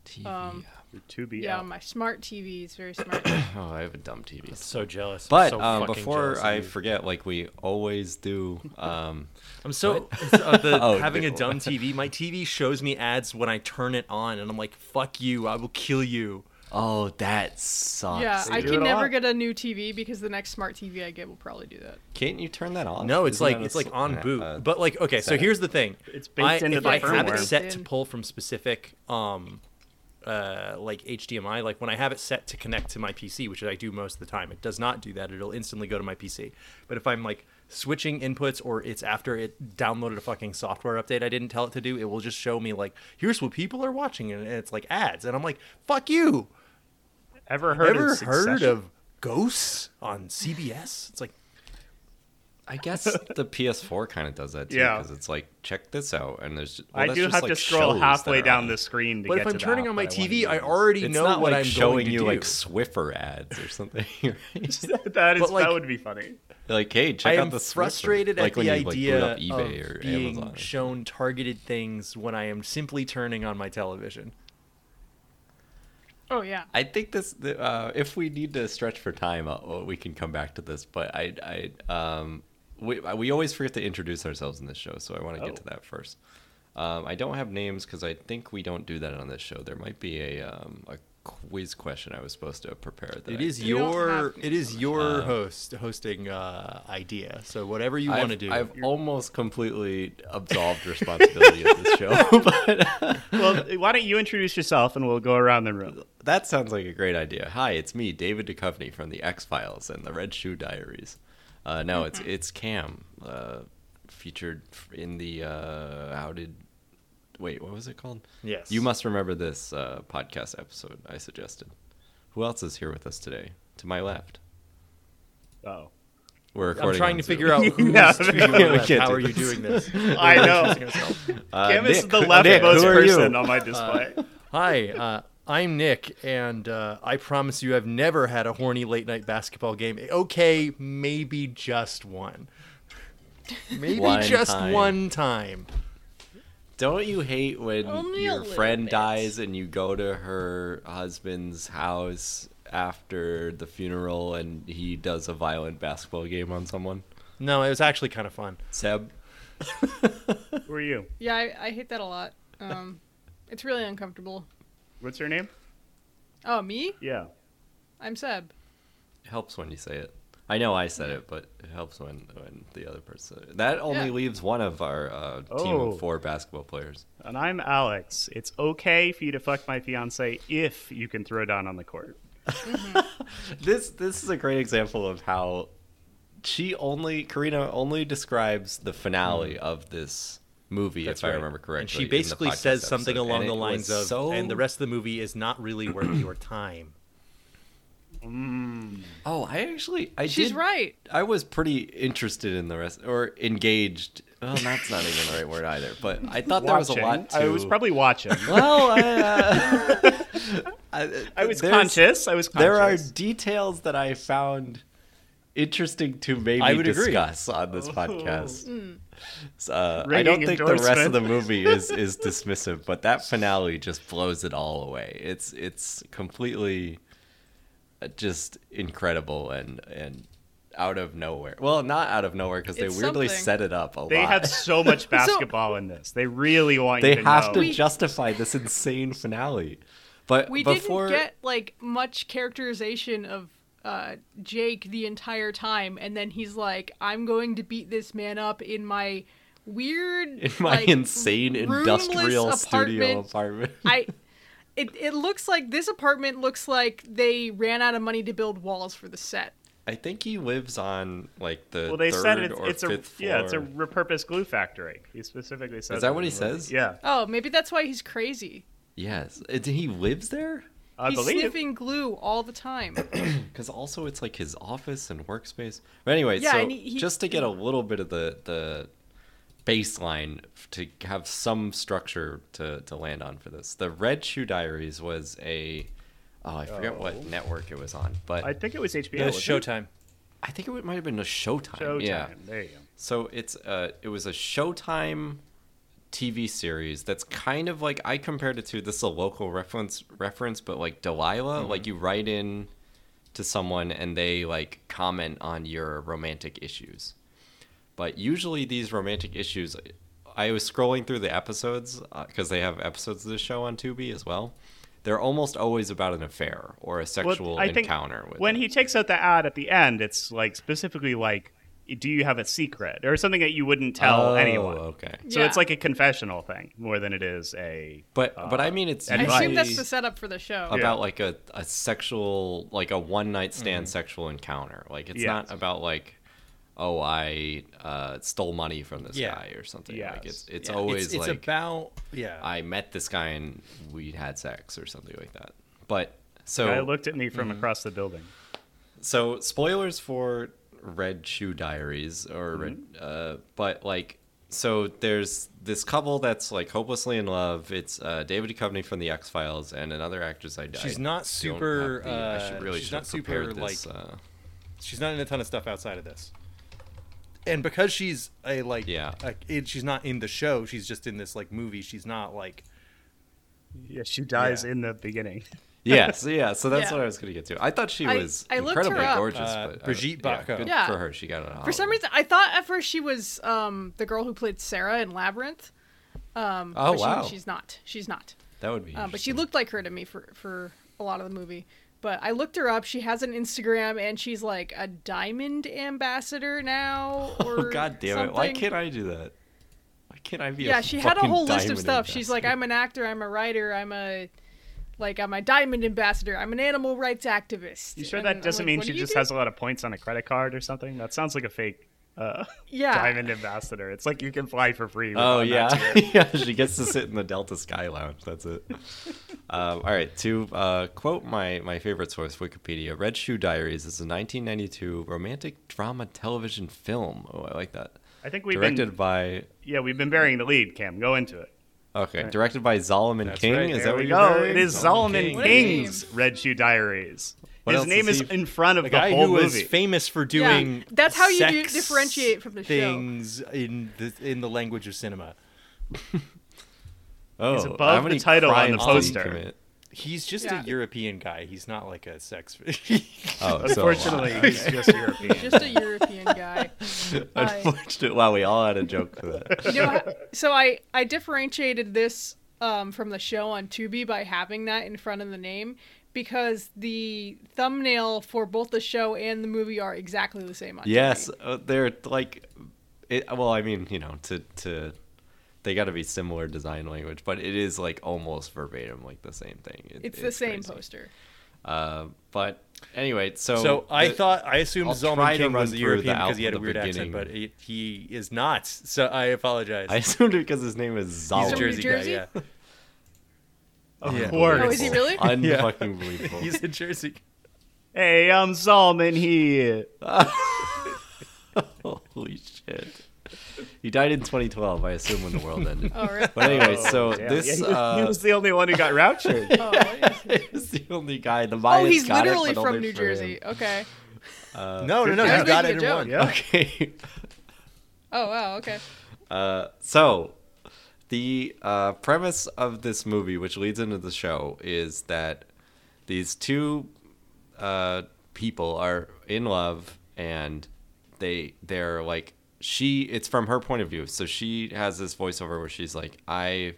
Speaker 1: TV.
Speaker 4: um,
Speaker 3: Your To be
Speaker 4: Yeah,
Speaker 3: out.
Speaker 4: my smart TV is very smart.
Speaker 1: oh, I have a dumb TV.
Speaker 2: So jealous. I'm
Speaker 1: But
Speaker 2: so
Speaker 1: um,
Speaker 2: fucking jealous
Speaker 1: before
Speaker 2: of
Speaker 1: I
Speaker 2: you.
Speaker 1: forget, like we always do, um,
Speaker 2: I'm so uh, the,
Speaker 1: Oh,
Speaker 2: having a
Speaker 1: no.
Speaker 2: dumb TV. My TV shows me ads when I turn it on, and I'm like, "Fuck you! I will kill you."
Speaker 1: oh, that sucks.
Speaker 4: yeah, I
Speaker 3: do
Speaker 4: can
Speaker 3: it a
Speaker 4: never
Speaker 3: lot.
Speaker 4: get a new TV because the next smart TV I get will probably do that.
Speaker 1: Can't you turn that off?
Speaker 2: No, it's
Speaker 1: Isn't
Speaker 2: like
Speaker 1: that a
Speaker 2: it's like
Speaker 1: s-
Speaker 2: on boot.
Speaker 1: uh,
Speaker 2: but like, okay, so
Speaker 1: setting.
Speaker 2: here's the thing.
Speaker 3: It's baked
Speaker 2: I,
Speaker 3: into
Speaker 2: if
Speaker 3: the
Speaker 2: I have
Speaker 3: firmware.
Speaker 2: it set to
Speaker 4: Baked in.
Speaker 2: pull from specific, um, uh, like HDMI, like when I have it set to connect to my PC, which I do most of the time, it does not do that. It'll instantly go to my PC. But if I'm like switching inputs or it's after it downloaded a fucking software update I didn't tell it to do, it will just show me like, here's what people are watching, and it's like ads, and I'm like, fuck you.
Speaker 3: Ever heard
Speaker 2: Ever
Speaker 3: of
Speaker 2: heard
Speaker 3: Succession?
Speaker 2: of Ghosts on CBS? It's like
Speaker 1: I guess the PS4 kind of does that too,
Speaker 3: Yeah.
Speaker 1: because it's like check this out, and there's just, well,
Speaker 3: I
Speaker 1: that's
Speaker 3: do
Speaker 1: just,
Speaker 3: have
Speaker 1: like,
Speaker 3: to scroll
Speaker 1: shows that
Speaker 3: halfway
Speaker 1: are
Speaker 3: down
Speaker 1: on.
Speaker 3: the screen to
Speaker 2: But
Speaker 3: get
Speaker 2: if I'm
Speaker 3: to the
Speaker 2: turning
Speaker 3: app
Speaker 2: on my
Speaker 3: that I wanna
Speaker 2: TV, I
Speaker 3: use.
Speaker 2: already
Speaker 1: It's
Speaker 2: know
Speaker 1: not
Speaker 2: what
Speaker 1: like
Speaker 2: I'm
Speaker 1: showing
Speaker 2: going to
Speaker 1: you
Speaker 2: do.
Speaker 1: like Swiffer ads or something. right?
Speaker 3: that is
Speaker 2: But, like,
Speaker 3: that would be funny.
Speaker 1: like, hey, check
Speaker 2: I
Speaker 1: out
Speaker 2: am
Speaker 1: the Swiffer.
Speaker 2: frustrated
Speaker 1: like
Speaker 2: at
Speaker 1: when
Speaker 2: the
Speaker 1: you, like, boot
Speaker 2: idea
Speaker 1: up eBay
Speaker 2: of
Speaker 1: or
Speaker 2: being
Speaker 1: Amazon.
Speaker 2: shown targeted things when I am simply turning on my television.
Speaker 4: Oh yeah.
Speaker 1: I think this. the, Uh, if we need to stretch for time, uh, well, we can come back to this. But I, I, um, we we always forget to introduce ourselves in this show, so I want to
Speaker 3: Oh.
Speaker 1: get to that first. Um, I don't have names because I think we don't do that on this show. There might be a um, a quiz question I was supposed to prepare. That
Speaker 2: It
Speaker 1: I
Speaker 2: is
Speaker 4: You don't
Speaker 2: your
Speaker 4: have to
Speaker 2: it is your
Speaker 1: Uh,
Speaker 2: host hosting uh, idea. So whatever you want to
Speaker 1: I've-
Speaker 2: do.
Speaker 1: I've almost completely absolved responsibility of this show, but
Speaker 3: Well, why don't you introduce yourself and we'll go around the room.
Speaker 1: that sounds like a great idea. Hi, it's me, David Duchovny from the X Files and the Red Shoe Diaries. Uh, no, it's
Speaker 2: Mm-hmm.
Speaker 1: it's Cam, uh, featured in the uh, how did wait what was it called?
Speaker 2: Yes.
Speaker 1: you must remember this uh, podcast episode I suggested. Who else is here with us today? To my left,
Speaker 3: Oh,
Speaker 1: we're
Speaker 2: I'm
Speaker 1: recording.
Speaker 2: trying
Speaker 1: on
Speaker 2: to
Speaker 1: Zoom.
Speaker 2: figure out who's
Speaker 3: Yeah,
Speaker 2: to
Speaker 3: we
Speaker 2: your left.
Speaker 1: can't
Speaker 2: How
Speaker 1: do
Speaker 2: are you
Speaker 1: this.
Speaker 2: doing this?
Speaker 3: I know.
Speaker 1: Uh,
Speaker 3: Kim is
Speaker 1: Nick,
Speaker 3: the
Speaker 1: who-
Speaker 3: leftmost
Speaker 1: Nick, who are you? Uh,
Speaker 3: person on my display.
Speaker 2: Hi, uh, I'm Nick, and uh, I promise you, I've never had a horny late night basketball game. Okay, maybe just one. Maybe
Speaker 1: One
Speaker 2: just
Speaker 1: time.
Speaker 2: one time.
Speaker 1: Don't you hate when
Speaker 4: Only a
Speaker 1: your
Speaker 4: little
Speaker 1: friend
Speaker 4: bit.
Speaker 1: dies and you go to her husband's house after the funeral and he does a violent basketball game on someone?
Speaker 2: No, it was actually kind of fun.
Speaker 1: Seb?
Speaker 3: Who are you?
Speaker 4: Yeah, I, I hate that a lot. Um, it's really uncomfortable.
Speaker 3: What's your name?
Speaker 4: Oh me?
Speaker 3: Yeah.
Speaker 4: I'm Seb.
Speaker 1: It helps when you say it. I know I said it, but it helps when, when the other person. That only
Speaker 4: Yeah.
Speaker 1: leaves one of our uh, team
Speaker 3: Oh.
Speaker 1: of four basketball players.
Speaker 3: And I'm Alex. It's okay for you to fuck my fiance if you can throw down on the court.
Speaker 1: This this is a great example of how she only Karina only describes the finale of this movie,
Speaker 2: Mm. That's
Speaker 1: if I
Speaker 2: right.
Speaker 1: remember correctly.
Speaker 2: And she
Speaker 1: in the
Speaker 2: basically
Speaker 1: podcast
Speaker 2: says something
Speaker 1: episode, and
Speaker 2: along
Speaker 1: it
Speaker 2: the
Speaker 1: was
Speaker 2: lines of,
Speaker 1: so...
Speaker 2: and the rest of the movie is not really worth your time.
Speaker 1: Oh, I actually I
Speaker 4: She's
Speaker 1: did-
Speaker 4: right.
Speaker 1: I was pretty interested in the rest or engaged. Well, that's not even the right word either. But I thought there was a
Speaker 3: Watching.
Speaker 1: lot. To...
Speaker 3: I was probably watching.
Speaker 1: well. I, uh,
Speaker 3: I was
Speaker 1: there's-
Speaker 3: conscious. I was conscious.
Speaker 1: There are details that I found interesting to maybe
Speaker 6: I would agree. Oh.
Speaker 1: discuss on this podcast.
Speaker 4: Hmm.
Speaker 1: So, Uh, I
Speaker 3: Ringing
Speaker 1: don't think the rest of
Speaker 3: endorsement.
Speaker 1: the movie is is dismissive, but that finale just blows it all away. It's it's completely uh, just incredible and and out of nowhere. Well, not out of nowhere because they
Speaker 4: It's
Speaker 1: weirdly
Speaker 4: something.
Speaker 1: set it up a
Speaker 3: They
Speaker 1: lot.
Speaker 3: have so much basketball in this. They really want
Speaker 1: they
Speaker 3: you to
Speaker 1: have
Speaker 3: know.
Speaker 1: to justify this insane finale. But
Speaker 4: We
Speaker 1: before
Speaker 4: didn't get like much characterization of uh, Jake the entire time, and then he's like, "I'm going to beat this man up in my weird,
Speaker 1: in my
Speaker 4: like,
Speaker 1: insane
Speaker 4: roomless
Speaker 1: industrial studio
Speaker 4: apartment."
Speaker 1: apartment.
Speaker 4: I, it it looks like this apartment looks like they ran out of money to build walls for the set.
Speaker 1: I think he lives on like the
Speaker 3: well, they
Speaker 1: third
Speaker 3: said it's,
Speaker 1: or
Speaker 3: it's a
Speaker 1: fifth floor.
Speaker 3: yeah, it's a repurposed glue factory. He specifically says.
Speaker 1: that what he says?
Speaker 3: Yeah,
Speaker 4: Oh, maybe that's why he's crazy.
Speaker 1: yes. Uh, did he lives there?
Speaker 3: I
Speaker 4: he's
Speaker 3: believe.
Speaker 4: sniffing glue all the time.
Speaker 1: Because also it's like his office and workspace. But anyway,
Speaker 4: Yeah,
Speaker 1: so
Speaker 4: and he- he-
Speaker 1: just to get a little bit of the the baseline f- to have some structure to to land on for this, the Red Shoe Diaries was a oh I forget what network it was on, but
Speaker 3: I
Speaker 1: I,
Speaker 3: think it was HBO.
Speaker 2: It was
Speaker 3: wasn't it?
Speaker 2: Showtime.
Speaker 1: think it w- might have been a Showtime.
Speaker 3: Showtime.
Speaker 1: Yeah.
Speaker 3: There you go.
Speaker 1: So it's uh, it was a Showtime TV series that's kind of like I compared it to this is a local reference reference, but like Delilah, like you write in to someone and they like comment on your romantic issues. But usually these romantic issues, I was scrolling through the episodes because they have episodes of this show on Tubi as well. They're almost always about an affair or a
Speaker 3: Well,
Speaker 1: sexual
Speaker 3: I think
Speaker 1: encounter. With
Speaker 3: when
Speaker 1: it.
Speaker 3: he takes out the ad at the end, it's like specifically like, do you have a secret or something that you wouldn't tell
Speaker 1: Oh,
Speaker 3: anyone?
Speaker 1: okay.
Speaker 3: So it's
Speaker 4: Yeah.
Speaker 3: like a confessional thing more than it is a.
Speaker 1: But but I mean, it's
Speaker 3: I
Speaker 4: I
Speaker 3: Uh, Advice.
Speaker 4: assume that's
Speaker 1: usually-
Speaker 4: the setup for the show.
Speaker 3: Yeah.
Speaker 1: about like a, a sexual like a one night stand sexual encounter like it's
Speaker 3: Yes.
Speaker 1: not about like oh i uh, stole money from this
Speaker 2: Yeah.
Speaker 1: guy or something like it's
Speaker 3: Yes.
Speaker 1: it's
Speaker 2: Yeah,
Speaker 1: always
Speaker 2: it's, it's
Speaker 1: like
Speaker 2: about yeah.
Speaker 1: i met this guy and we had sex or something like that but so mm-hmm.
Speaker 3: Guy looked at me from across the building.
Speaker 1: so spoilers for Red Shoe Diaries or Red, uh, but like so there's this couple that's like hopelessly in love. It's uh, David Duchovny from the X Files and another actress I
Speaker 2: She's
Speaker 1: I
Speaker 2: not
Speaker 1: don't
Speaker 2: super,
Speaker 1: have the- I
Speaker 2: uh,
Speaker 1: should really
Speaker 2: she's
Speaker 1: should
Speaker 2: not
Speaker 1: have prepared
Speaker 2: super,
Speaker 1: this,
Speaker 2: like-
Speaker 1: uh,
Speaker 2: She's not in a ton of stuff outside of this.
Speaker 6: and because she's a like
Speaker 1: Yeah.
Speaker 6: a, it, she's not in the show she's just in this like movie she's not like
Speaker 3: Yeah, she dies
Speaker 6: Yeah.
Speaker 3: in the beginning.
Speaker 1: yes, yeah. So that's
Speaker 4: Yeah.
Speaker 1: what I was gonna get to. I thought she
Speaker 4: I-
Speaker 1: was
Speaker 4: I looked her
Speaker 1: incredibly
Speaker 4: up.
Speaker 1: gorgeous.
Speaker 6: Uh,
Speaker 1: but I-
Speaker 6: Brigitte
Speaker 1: Yeah,
Speaker 6: Bardot.
Speaker 1: good
Speaker 4: Yeah.
Speaker 1: for her. She got an.
Speaker 4: For some reason, I thought at first she was um, the girl who played Sarah in Labyrinth. Um,
Speaker 1: Oh,
Speaker 4: but she-
Speaker 1: wow.
Speaker 4: she's not. She's not.
Speaker 1: that would be.
Speaker 4: Um, but she
Speaker 1: interesting.
Speaker 4: looked like her to me for for a lot of the movie. But I looked her up. She has an Instagram, and she's like a diamond ambassador now. Or
Speaker 1: Oh god damn it! Why
Speaker 4: something.
Speaker 1: can't I do that? Why can't I be?
Speaker 4: Yeah,
Speaker 1: a
Speaker 4: she had a
Speaker 1: fucking
Speaker 4: whole list of
Speaker 1: diamond
Speaker 4: stuff. She's like,
Speaker 1: ambassador?
Speaker 4: I'm an actor. I'm a writer. I'm a like I'm a diamond ambassador. I'm an animal rights activist.
Speaker 3: You sure
Speaker 4: And
Speaker 3: that
Speaker 4: I'm
Speaker 3: doesn't
Speaker 4: like,
Speaker 3: mean
Speaker 4: "What
Speaker 3: she
Speaker 4: do you
Speaker 3: just
Speaker 4: do?"
Speaker 3: has a lot of points on a credit card or something? That sounds like a fake uh,
Speaker 4: yeah.
Speaker 3: diamond ambassador. It's like you can fly for free. with
Speaker 1: Oh
Speaker 3: one
Speaker 1: yeah,
Speaker 3: nut.
Speaker 1: yeah. She gets to sit in the Delta Sky Lounge. That's it. Um, all right. To uh, quote my my favorite source, Wikipedia, "Red Shoe Diaries" is a 1992 romantic drama television film. Oh, I like that.
Speaker 3: I think we've
Speaker 1: directed
Speaker 3: been
Speaker 1: by
Speaker 3: yeah we've been burying the lead. Cam, go into it.
Speaker 1: okay, directed by Solomon
Speaker 2: That's
Speaker 1: King.
Speaker 2: right,
Speaker 1: is that
Speaker 2: there
Speaker 3: There
Speaker 1: what
Speaker 3: we
Speaker 1: you
Speaker 3: go.
Speaker 1: were?
Speaker 3: It is Solomon
Speaker 1: King.
Speaker 4: What a
Speaker 3: King's Red Shoe Diaries.
Speaker 1: What
Speaker 3: His
Speaker 1: else
Speaker 3: name
Speaker 1: is
Speaker 3: is
Speaker 1: he-
Speaker 3: in front of
Speaker 2: The
Speaker 3: the,
Speaker 2: guy
Speaker 3: whole
Speaker 2: who was
Speaker 3: movie.
Speaker 2: famous for doing
Speaker 4: that's how you do-
Speaker 2: sex
Speaker 4: differentiate from the show.
Speaker 2: things in the in the language of cinema.
Speaker 1: Oh,
Speaker 3: He's
Speaker 1: how
Speaker 3: above the
Speaker 1: many
Speaker 3: title on the
Speaker 1: crimes did he
Speaker 3: poster.
Speaker 1: commit?
Speaker 2: He's just
Speaker 4: Yeah.
Speaker 2: a European guy. He's not like a sex.
Speaker 1: Oh, so a lot.
Speaker 3: Unfortunately, he's just European.
Speaker 4: just a European guy.
Speaker 1: unfortunate. Wow, we all had a joke for that.
Speaker 4: You know, I- so I I differentiated this um, from the show on Tubi by having that in front of the name because the thumbnail for both the show and the movie are exactly the same. On
Speaker 1: Yes,
Speaker 4: TV.
Speaker 1: uh, they're like, it, well, I mean, you know, to to they got to be similar design language, but it is like almost verbatim, like the same thing. It-
Speaker 4: it's the same
Speaker 1: crazy.
Speaker 4: poster.
Speaker 1: Uh, but anyway, so
Speaker 2: So I
Speaker 1: the-
Speaker 2: thought I assumed
Speaker 1: I'll try
Speaker 2: Zalman
Speaker 1: to
Speaker 2: King
Speaker 1: run
Speaker 2: was a
Speaker 1: through
Speaker 2: European
Speaker 1: the
Speaker 2: because he had a
Speaker 1: output
Speaker 2: weird
Speaker 1: at the
Speaker 2: accent, but
Speaker 1: beginning.
Speaker 2: he, he is not. So I apologize.
Speaker 1: I assumed it because his name is Zalman.
Speaker 2: He's
Speaker 4: from
Speaker 2: a
Speaker 4: New
Speaker 2: Jersey,
Speaker 4: Jersey?
Speaker 2: guy. Yeah,
Speaker 3: Of
Speaker 2: Yeah.
Speaker 3: course.
Speaker 4: Oh, is he really?
Speaker 2: Yeah.
Speaker 1: Unfucking believable.
Speaker 2: he's a Jersey. guy.
Speaker 3: Hey, I'm Zalman here.
Speaker 1: Holy shit. He died in 2012, I assume, when the world ended.
Speaker 4: All right.
Speaker 1: But anyway, so
Speaker 3: Oh, Damn, yeah,
Speaker 1: this
Speaker 3: he, was, he
Speaker 1: uh,
Speaker 3: was the only one who got raptured.
Speaker 4: Oh, what is-
Speaker 1: is the only guy. The Mayans
Speaker 4: oh he's
Speaker 1: got it,
Speaker 4: literally
Speaker 1: but
Speaker 4: from
Speaker 1: only
Speaker 4: New
Speaker 1: for him.
Speaker 4: Jersey. Okay.
Speaker 1: Uh,
Speaker 6: no, no, no.
Speaker 4: I
Speaker 6: You
Speaker 4: was
Speaker 6: got
Speaker 4: making
Speaker 6: it
Speaker 4: a
Speaker 6: in
Speaker 4: joke.
Speaker 6: one.
Speaker 3: Yeah.
Speaker 1: Okay.
Speaker 4: Oh wow. Okay.
Speaker 1: Uh, so the uh, premise of this movie, which leads into the show, is that these two uh, people are in love, and they they're like she. It's from her point of view, so she has this voiceover where she's like, "I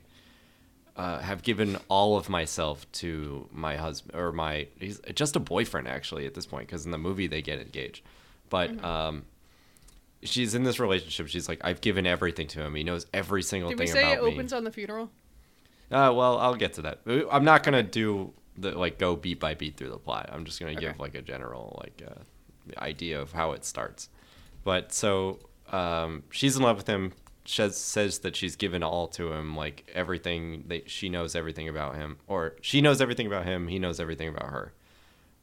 Speaker 1: uh, have given all of myself to my husband or my he's just a boyfriend actually at this point because in the movie they get engaged, but
Speaker 4: Mm-hmm.
Speaker 1: um, she's in this relationship. She's like, I've given everything to him. He knows every single
Speaker 4: Did we
Speaker 1: thing
Speaker 4: say it
Speaker 1: about me.
Speaker 4: opens on the funeral?
Speaker 1: Uh, well, I'll get to that. Uh, I'm not gonna do the like go beat by beat through the plot. I'm just gonna give
Speaker 4: Okay.
Speaker 1: like a general like uh, idea of how it starts. But so um, she's in love with him. She says that she's given all to him, like everything. That she knows everything about him, or she knows everything about him. He knows everything about her.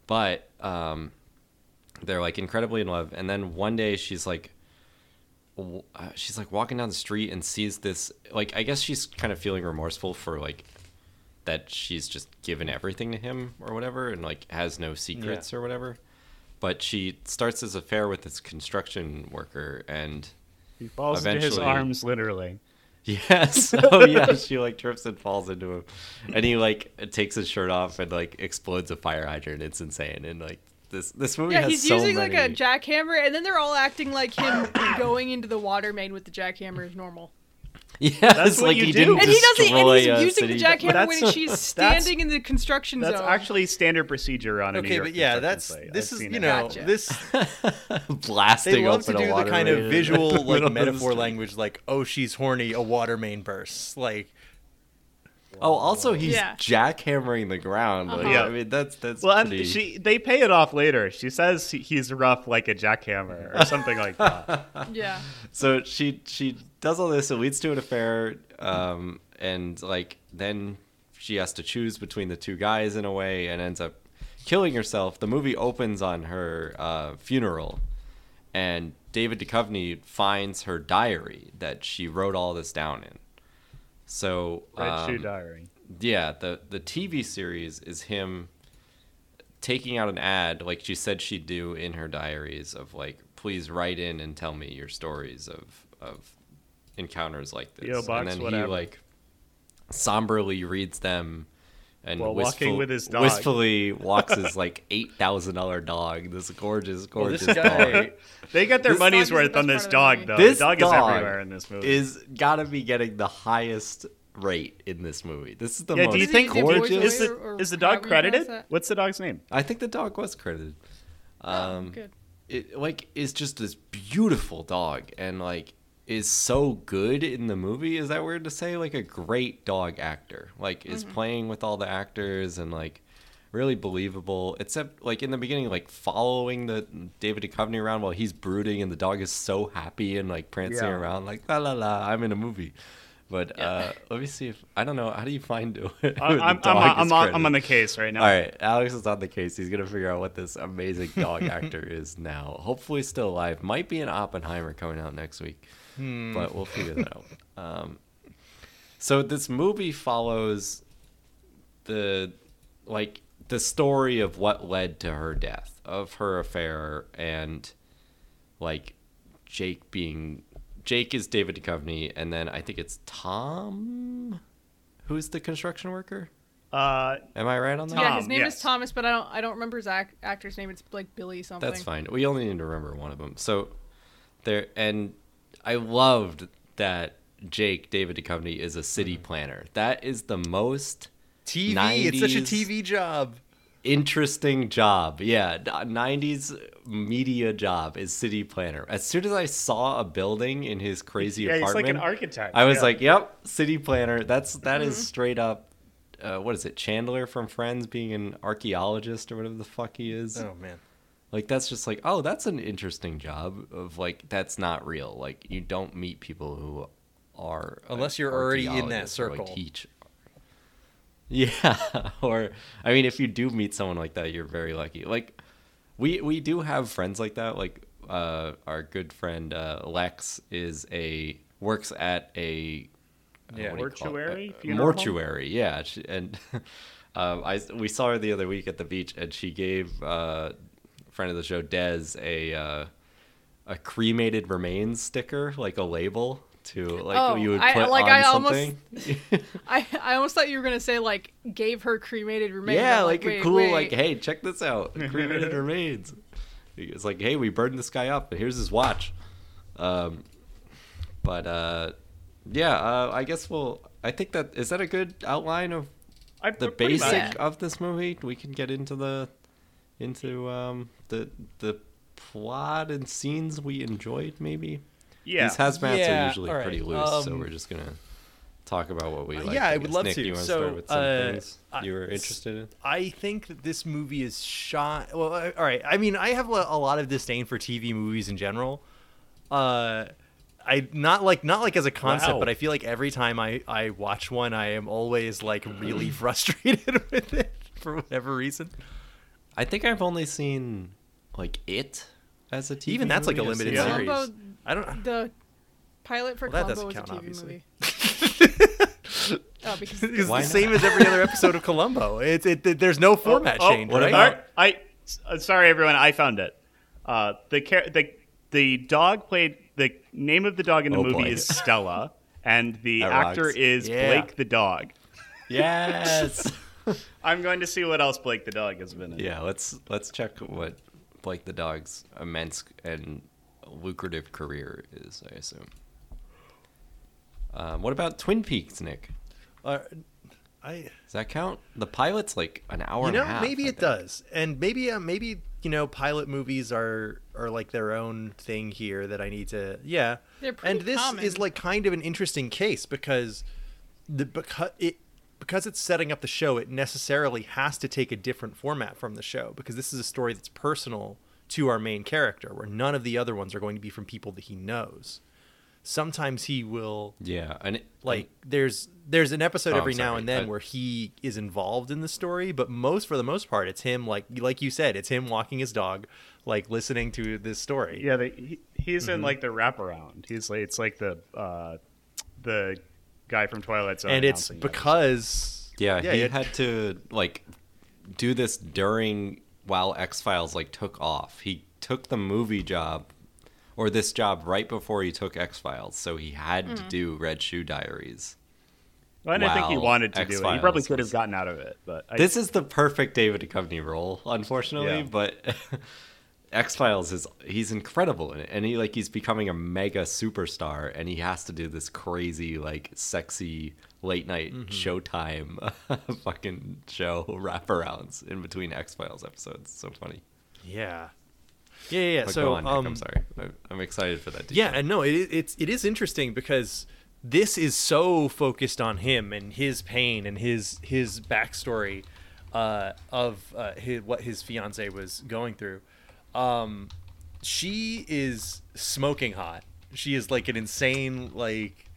Speaker 1: But um, they're like incredibly in love, and then one day she's like, w- uh, she's like walking down the street and sees this like i guess she's kind of feeling remorseful for like that she's just given everything to him or whatever and like has no secrets or whatever but she starts this affair with this construction worker and
Speaker 3: He falls into his
Speaker 1: Eventually.
Speaker 3: arms, literally.
Speaker 1: Yes. Oh yeah. She like trips and falls into him, and he like takes his shirt off and like explodes a fire hydrant. It's insane. And like this this movie
Speaker 4: Yeah,
Speaker 1: has
Speaker 4: he's
Speaker 1: so
Speaker 4: using
Speaker 1: many.
Speaker 4: like a jackhammer, and then they're all acting like him going into the water main with the jackhammer is normal.
Speaker 1: yes,
Speaker 3: That's what
Speaker 1: like
Speaker 3: you
Speaker 1: he
Speaker 3: do.
Speaker 1: didn't
Speaker 4: And he doesn't.
Speaker 1: destroy
Speaker 4: And
Speaker 1: a
Speaker 4: he's using
Speaker 1: city.
Speaker 4: the jackhammer when
Speaker 3: That's-
Speaker 4: she's standing in the construction
Speaker 3: That's
Speaker 4: zone.
Speaker 3: actually standard procedure on a New
Speaker 6: Okay,
Speaker 3: York
Speaker 6: but yeah,
Speaker 3: construction
Speaker 6: that's
Speaker 3: site. I've
Speaker 6: this is
Speaker 3: seen
Speaker 6: you
Speaker 3: it.
Speaker 6: know
Speaker 4: Gotcha.
Speaker 6: this
Speaker 1: blasting
Speaker 6: they love to
Speaker 1: open
Speaker 6: do
Speaker 1: a
Speaker 6: the
Speaker 1: water
Speaker 6: kind
Speaker 1: main
Speaker 6: of
Speaker 1: in the
Speaker 6: visual
Speaker 1: middle
Speaker 6: like
Speaker 1: of the
Speaker 6: metaphor
Speaker 1: street.
Speaker 6: language like oh she's horny a water main bursts like
Speaker 1: Oh, also he's
Speaker 4: Yeah.
Speaker 1: jackhammering the ground. Like,
Speaker 4: Uh-huh.
Speaker 1: I mean, that's that's
Speaker 3: Well, and
Speaker 1: pretty.
Speaker 3: she they pay it off later. She says he- he's rough like a jackhammer or something like that.
Speaker 4: yeah.
Speaker 1: so she she does all this. It leads to an affair, um, and like then she has to choose between the two guys in a way, and ends up killing herself. The movie opens on her uh, funeral, and David Duchovny finds her diary that she wrote all this down in. So
Speaker 3: Red Shoe
Speaker 1: um,
Speaker 3: Diary.
Speaker 1: yeah, the the TV series is him taking out an ad like she said she'd do in her diaries of like please write in and tell me your stories of of encounters like this.
Speaker 3: P.O. box,
Speaker 1: and then
Speaker 3: whatever.
Speaker 1: he like somberly reads them and
Speaker 3: While walking
Speaker 1: wistful-
Speaker 3: with his dog.
Speaker 1: wistfully walks his like eight thousand dollar dog, this gorgeous,
Speaker 6: well, this
Speaker 1: gorgeous dog
Speaker 6: guy
Speaker 3: They get their
Speaker 1: This
Speaker 3: money's
Speaker 4: dog is the
Speaker 3: worth on
Speaker 4: best
Speaker 3: this
Speaker 4: part
Speaker 3: dog,
Speaker 4: of the
Speaker 3: though.
Speaker 1: this
Speaker 3: the dog,
Speaker 1: dog
Speaker 3: is everywhere in this movie.
Speaker 1: is gotta be getting the highest rate in this movie. This is the
Speaker 3: yeah,
Speaker 1: most
Speaker 3: do you
Speaker 4: Is it
Speaker 3: think
Speaker 4: the voice
Speaker 1: gorgeous.
Speaker 3: is
Speaker 4: away
Speaker 3: the,
Speaker 4: or- or
Speaker 3: is the dog
Speaker 4: however you pronounce
Speaker 3: credited?
Speaker 4: that?
Speaker 3: What's the dog's name?
Speaker 1: I think the dog was credited. Um,
Speaker 4: Good.
Speaker 1: It like is just this beautiful dog, and like is so good in the movie. Is that weird to say? Like a great dog actor. Like is
Speaker 3: Mm-hmm.
Speaker 1: playing with all the actors and like really believable. Except like in the beginning, like following the David Duchovny around while he's brooding, and the dog is so happy and like prancing
Speaker 3: Yeah.
Speaker 1: around, like la la la. I'm in a movie. But uh, let me see if I don't know. How do you find who the
Speaker 3: I- I'm, I'm,
Speaker 1: dog
Speaker 3: on-
Speaker 1: is
Speaker 3: I'm on, I'm
Speaker 1: credited?
Speaker 3: on the case right now.
Speaker 1: All right, Alex is on the case. He's gonna figure out what this amazing dog actor is now. Hopefully, still alive. Might be an Oppenheimer coming out next week, but we'll figure that out. Um, so this movie follows the like the story of what led to her death, of her affair, and like Jake being Jake is David Duchovny, and then I think it's Tom, who's the construction worker.
Speaker 3: Uh,
Speaker 1: Am I right on that?
Speaker 4: yeah, his
Speaker 3: Tom,
Speaker 4: name
Speaker 3: yes.
Speaker 4: is Thomas, but I don't. I don't remember his ac- actor's name. It's like Billy something.
Speaker 1: That's fine. We only need to remember one of them. So there, and I loved that Jake David Duchovny
Speaker 7: Mm-hmm.
Speaker 1: is a city planner. That is the most
Speaker 6: TV it's such a
Speaker 1: 90s.
Speaker 6: TV job
Speaker 1: interesting job. Yeah, n- 90s media job is city planner. As soon as I saw a building in his crazy
Speaker 7: Yeah, he's
Speaker 1: apartment,
Speaker 7: like an architect.
Speaker 1: I was
Speaker 7: yeah. Mm-hmm.
Speaker 1: like, "Yep, city planner. That's that is straight up uh, what is it? Chandler from Friends being an archaeologist or whatever the fuck he is.
Speaker 2: Oh man.
Speaker 1: Like that's just like, "Oh, that's an interesting job of like that's not real. Like you don't meet people who are an
Speaker 2: Unless you're already in that
Speaker 1: archaeologist or, like,
Speaker 2: circle.
Speaker 1: teach yeah, or I mean, if you do meet someone like that, you're very lucky. Like, we we do have friends like that. Like, uh, our good friend uh, Lex is a works at a uh,
Speaker 2: Yeah.
Speaker 1: what do you call it?
Speaker 7: Mortuary?
Speaker 1: A- a
Speaker 7: Funeral home?
Speaker 1: mortuary. Yeah, she, and um, I we saw her the other week at the beach, and she gave uh, friend of the show Dez a uh, a cremated remains sticker, like a label to like
Speaker 4: Oh,
Speaker 1: you would
Speaker 4: I-
Speaker 1: put
Speaker 4: like,
Speaker 1: on
Speaker 4: I almost-
Speaker 1: something.
Speaker 4: I, I almost thought you were gonna say like gave her cremated remains.
Speaker 1: Yeah,
Speaker 4: I'm
Speaker 1: like, a
Speaker 4: wait,
Speaker 1: cool,
Speaker 4: wait.
Speaker 1: like, hey, check this out. Cremated remains. It's like, hey, we burned this guy up, but here's his watch. Um, but uh, yeah, uh, I guess we'll. I think that is that a good outline of
Speaker 7: I,
Speaker 1: the
Speaker 7: pretty much.
Speaker 1: basic
Speaker 4: Yeah.
Speaker 1: of this movie. We can get into the into um, the the plot and scenes we enjoyed. Maybe
Speaker 3: Yeah.
Speaker 1: these hazmats
Speaker 2: Yeah,
Speaker 1: are usually
Speaker 2: all
Speaker 1: pretty
Speaker 2: right,
Speaker 1: loose, so
Speaker 2: um,
Speaker 1: we're just gonna talk about what we
Speaker 2: uh,
Speaker 1: like.
Speaker 2: yeah, I would
Speaker 1: guess.
Speaker 2: love
Speaker 1: Nick,
Speaker 2: to.
Speaker 1: You wanna
Speaker 2: So,
Speaker 1: start with some
Speaker 2: uh,
Speaker 1: things
Speaker 2: I-
Speaker 1: you were interested in?
Speaker 2: I think that this movie is shot. Well, I- all right. I mean, I have a a lot of disdain for TV movies in general. Uh, I not like not like as a concept,
Speaker 7: Wow.
Speaker 2: but I feel like every time I I watch one, I am always like really frustrated with it for whatever reason.
Speaker 1: I think I've only seen like it as a TV.
Speaker 2: Even that's like a
Speaker 1: movie. I've
Speaker 2: limited
Speaker 1: seen
Speaker 2: series.
Speaker 1: that.
Speaker 4: How about
Speaker 2: I don't.
Speaker 4: the pilot for
Speaker 2: Well, that
Speaker 4: Columbo was
Speaker 2: doesn't
Speaker 4: a TV
Speaker 2: count,
Speaker 4: movie. Oh, because
Speaker 2: It's
Speaker 1: Why
Speaker 2: the
Speaker 1: not?
Speaker 2: same as every other episode of Columbo. It's it, There's no format
Speaker 3: oh,
Speaker 2: change.
Speaker 1: what
Speaker 2: right?
Speaker 1: about-
Speaker 3: Sorry, I s- uh, sorry everyone, I found it. Uh, the char- the the dog played the name of the dog in the
Speaker 1: Oh,
Speaker 3: movie
Speaker 1: boy.
Speaker 3: is Stella, and the
Speaker 1: That
Speaker 3: actor
Speaker 1: rocks.
Speaker 3: is
Speaker 2: Yeah.
Speaker 3: Blake the dog.
Speaker 1: Yes.
Speaker 3: I'm going to see what else Blake the dog has been in.
Speaker 1: yeah. Let's let's check what Blake the dog's immense and lucrative career is. I assume. Um, what about Twin Peaks, Nick?
Speaker 2: Uh, I.
Speaker 1: Does that count? The pilot's like an hour.
Speaker 2: you
Speaker 1: and a
Speaker 2: know
Speaker 1: half,
Speaker 2: maybe
Speaker 1: I
Speaker 2: it
Speaker 1: think.
Speaker 2: does and maybe uh, maybe you know pilot movies are are like their own thing here that i need to yeah
Speaker 4: They're pretty
Speaker 2: and this
Speaker 4: common.
Speaker 2: is like kind of an interesting case because the because it because it's setting up the show it necessarily has to take a different format from the show because this is a story that's personal to our main character where none of the other ones are going to be from people that he knows sometimes he will
Speaker 1: Yeah, and it,
Speaker 2: like there's there's an episode
Speaker 1: Oh, I'm
Speaker 2: every now
Speaker 1: sorry.
Speaker 2: and then
Speaker 1: I-
Speaker 2: where he is involved in the story but most for the most part it's him like like you said it's him walking his dog like listening to this story
Speaker 7: yeah, they,
Speaker 3: He, he's
Speaker 1: Mm-hmm.
Speaker 3: in like the wraparound. He's like it's like the uh, the guy from Twilight Zone.
Speaker 2: and it's
Speaker 3: announcing it.
Speaker 2: because
Speaker 1: Yeah, he
Speaker 2: it-
Speaker 1: had to like do this during while X Files like took off. He took the movie job or this job right before he took X Files, so he had to do Red Shoe Diaries.
Speaker 3: Well, I don't think he
Speaker 1: wow,
Speaker 3: wanted to do it. He
Speaker 1: X-Files
Speaker 3: probably could
Speaker 1: was-
Speaker 3: have gotten out of it, but I,
Speaker 1: This is the perfect David Duchovny role, unfortunately,
Speaker 3: Yeah.
Speaker 1: but X Files is he's incredible in it, and he like he's becoming a mega superstar, and he has to do this crazy like sexy late night
Speaker 2: Mm-hmm.
Speaker 1: Showtime fucking show wraparounds in between X Files episodes. So funny.
Speaker 2: yeah yeah yeah, yeah.
Speaker 1: But
Speaker 2: so
Speaker 1: go on, Nick,
Speaker 2: um,
Speaker 1: I'm sorry, I'm, I'm excited for that.
Speaker 2: yeah and no it, it's it is interesting because this is so focused on him and his pain and his his backstory uh, of uh, his, what his fiance was going through um, she is smoking hot she is like an insane like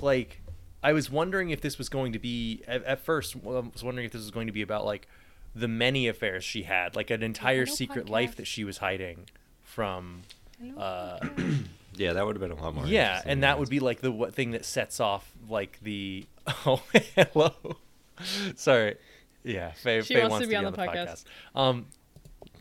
Speaker 2: like I was wondering if this was going to be at, at first I was wondering if this was going to be about like the many affairs she had like an entire
Speaker 4: Hello,
Speaker 2: secret
Speaker 4: podcast.
Speaker 2: life that she was hiding from uh,
Speaker 1: yeah, that would have been a lot more.
Speaker 2: yeah
Speaker 1: interesting
Speaker 2: and
Speaker 1: than
Speaker 2: that would be like the what thing that sets off like the oh hello sorry yeah Faye,
Speaker 4: She
Speaker 2: Faye
Speaker 4: wants to be on
Speaker 2: on
Speaker 4: the
Speaker 2: the
Speaker 4: podcast.
Speaker 2: um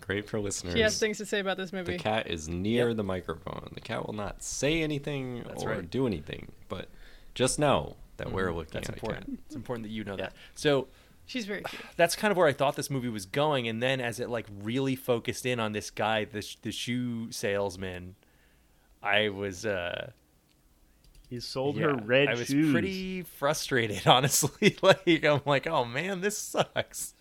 Speaker 1: great for listeners.
Speaker 4: she has things to say about this
Speaker 1: the
Speaker 4: movie.
Speaker 1: cat is near
Speaker 2: Yep.
Speaker 1: the microphone. The cat will not say anything
Speaker 2: That's
Speaker 1: or
Speaker 2: right.
Speaker 1: do anything, but just know that we're
Speaker 4: Mm-hmm.
Speaker 1: looking
Speaker 2: that's
Speaker 1: at a cat.
Speaker 2: important it's important that you know that so
Speaker 4: She's very cute.
Speaker 2: that's kind of where I thought this movie was going, and then as it like really focused in on this guy, the sh- the shoe salesman, I was uh,
Speaker 7: he sold
Speaker 3: sold
Speaker 2: yeah,
Speaker 3: her red
Speaker 2: I was
Speaker 3: shoes.
Speaker 2: pretty frustrated, honestly. like I'm like, oh man, this sucks.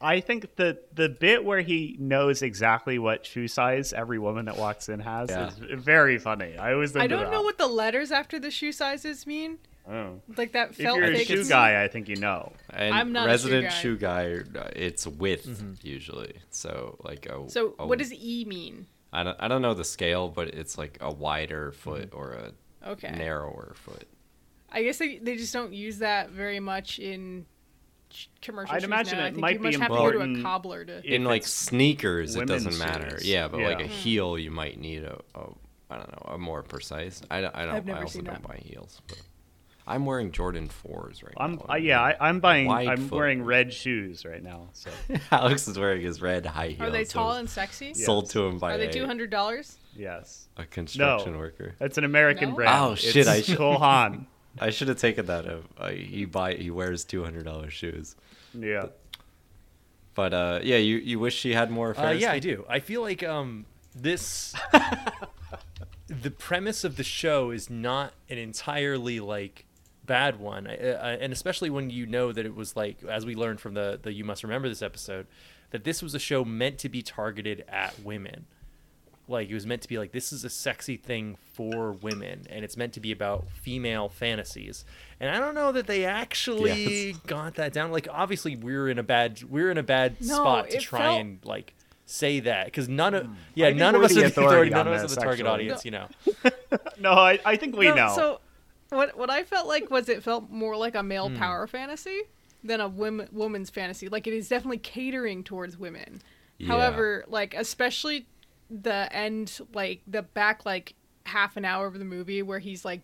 Speaker 3: I think the the bit where he knows exactly what shoe size every woman that walks in has
Speaker 1: Yeah.
Speaker 3: is very funny. I always think
Speaker 4: I
Speaker 3: of
Speaker 4: don't
Speaker 3: that.
Speaker 4: know what the letters after the shoe sizes mean.
Speaker 3: Oh.
Speaker 4: Like that
Speaker 3: If
Speaker 4: felt
Speaker 3: you're a
Speaker 4: fake-
Speaker 3: shoe guy, I think you know.
Speaker 1: And
Speaker 4: I'm not a shoe
Speaker 1: resident
Speaker 4: guy. Mm-hmm.
Speaker 1: shoe guy. uh, It's width usually. So like a.
Speaker 4: So
Speaker 1: a-
Speaker 4: what does E mean?
Speaker 1: I don't, I don't know the scale, but it's like a wider foot or a
Speaker 4: Mm-hmm. Okay.
Speaker 1: narrower foot.
Speaker 4: I guess they, they just don't use that very much in sh- commercial
Speaker 3: I'd
Speaker 4: shoes
Speaker 3: imagine
Speaker 4: now. I
Speaker 3: it
Speaker 4: think
Speaker 3: might
Speaker 4: you
Speaker 3: be
Speaker 4: must have to go to a
Speaker 3: important
Speaker 4: cobbler to.
Speaker 3: if
Speaker 1: In like
Speaker 3: it's
Speaker 1: sneakers, it
Speaker 3: women's
Speaker 1: doesn't matter.
Speaker 3: shoes.
Speaker 1: Yeah, but like a
Speaker 3: Yeah.
Speaker 4: Mm.
Speaker 1: heel, you might need a, a I don't know, a more precise. I don't. I, don't,
Speaker 4: I've never
Speaker 1: I also
Speaker 4: seen
Speaker 1: don't
Speaker 4: that.
Speaker 1: buy heels, but I'm wearing Jordan fours right
Speaker 3: I'm
Speaker 1: now.
Speaker 3: uh, yeah, I, I'm buying.
Speaker 1: Wide
Speaker 3: I'm
Speaker 1: foot.
Speaker 3: wearing red shoes right now. So
Speaker 1: Alex is wearing his red high heels.
Speaker 4: Are they
Speaker 1: that
Speaker 4: tall
Speaker 1: was
Speaker 4: and sexy?
Speaker 1: Sold to him by
Speaker 4: Are they
Speaker 1: a-
Speaker 4: two hundred dollars?
Speaker 3: yes,
Speaker 1: a construction worker.
Speaker 3: it's an American
Speaker 4: No?
Speaker 3: brand.
Speaker 1: Oh, shit,
Speaker 3: It's
Speaker 1: I should-
Speaker 3: Kohan.
Speaker 1: I should have taken that. Uh, uh, he buy he wears two hundred dollars shoes.
Speaker 3: Yeah.
Speaker 1: But uh, yeah, you, you wish she had more
Speaker 6: Uh,
Speaker 1: affairs.
Speaker 6: yeah, I do. I feel like um, this the premise of the show is not an entirely like bad one, I, I, and especially when you know that it was like as we learned from the the you must remember this episode that this was a show meant to be targeted at women. Like it was meant to be like this is a sexy thing for women, and it's meant to be about female fantasies. And I don't know that they actually got that down. Like obviously we're in a bad we're in a bad
Speaker 4: No,
Speaker 6: spot to
Speaker 4: it
Speaker 6: try
Speaker 4: felt-
Speaker 6: and like say that because none
Speaker 2: Hmm.
Speaker 6: of
Speaker 3: I
Speaker 6: yeah
Speaker 3: think
Speaker 6: none of
Speaker 3: we're
Speaker 6: us
Speaker 3: the
Speaker 6: are the
Speaker 3: authority
Speaker 6: authority,
Speaker 3: on
Speaker 6: none of us are
Speaker 3: this,
Speaker 6: the target
Speaker 3: actually.
Speaker 6: audience you know
Speaker 3: No, I, I think we
Speaker 4: No,
Speaker 3: know.
Speaker 4: So what what I felt like was it felt more like a male
Speaker 3: Hmm.
Speaker 4: power fantasy than a women woman's fantasy. Like it is definitely catering towards women.
Speaker 1: Yeah.
Speaker 4: However, like especially the end, like the back like half an hour of the movie where he's like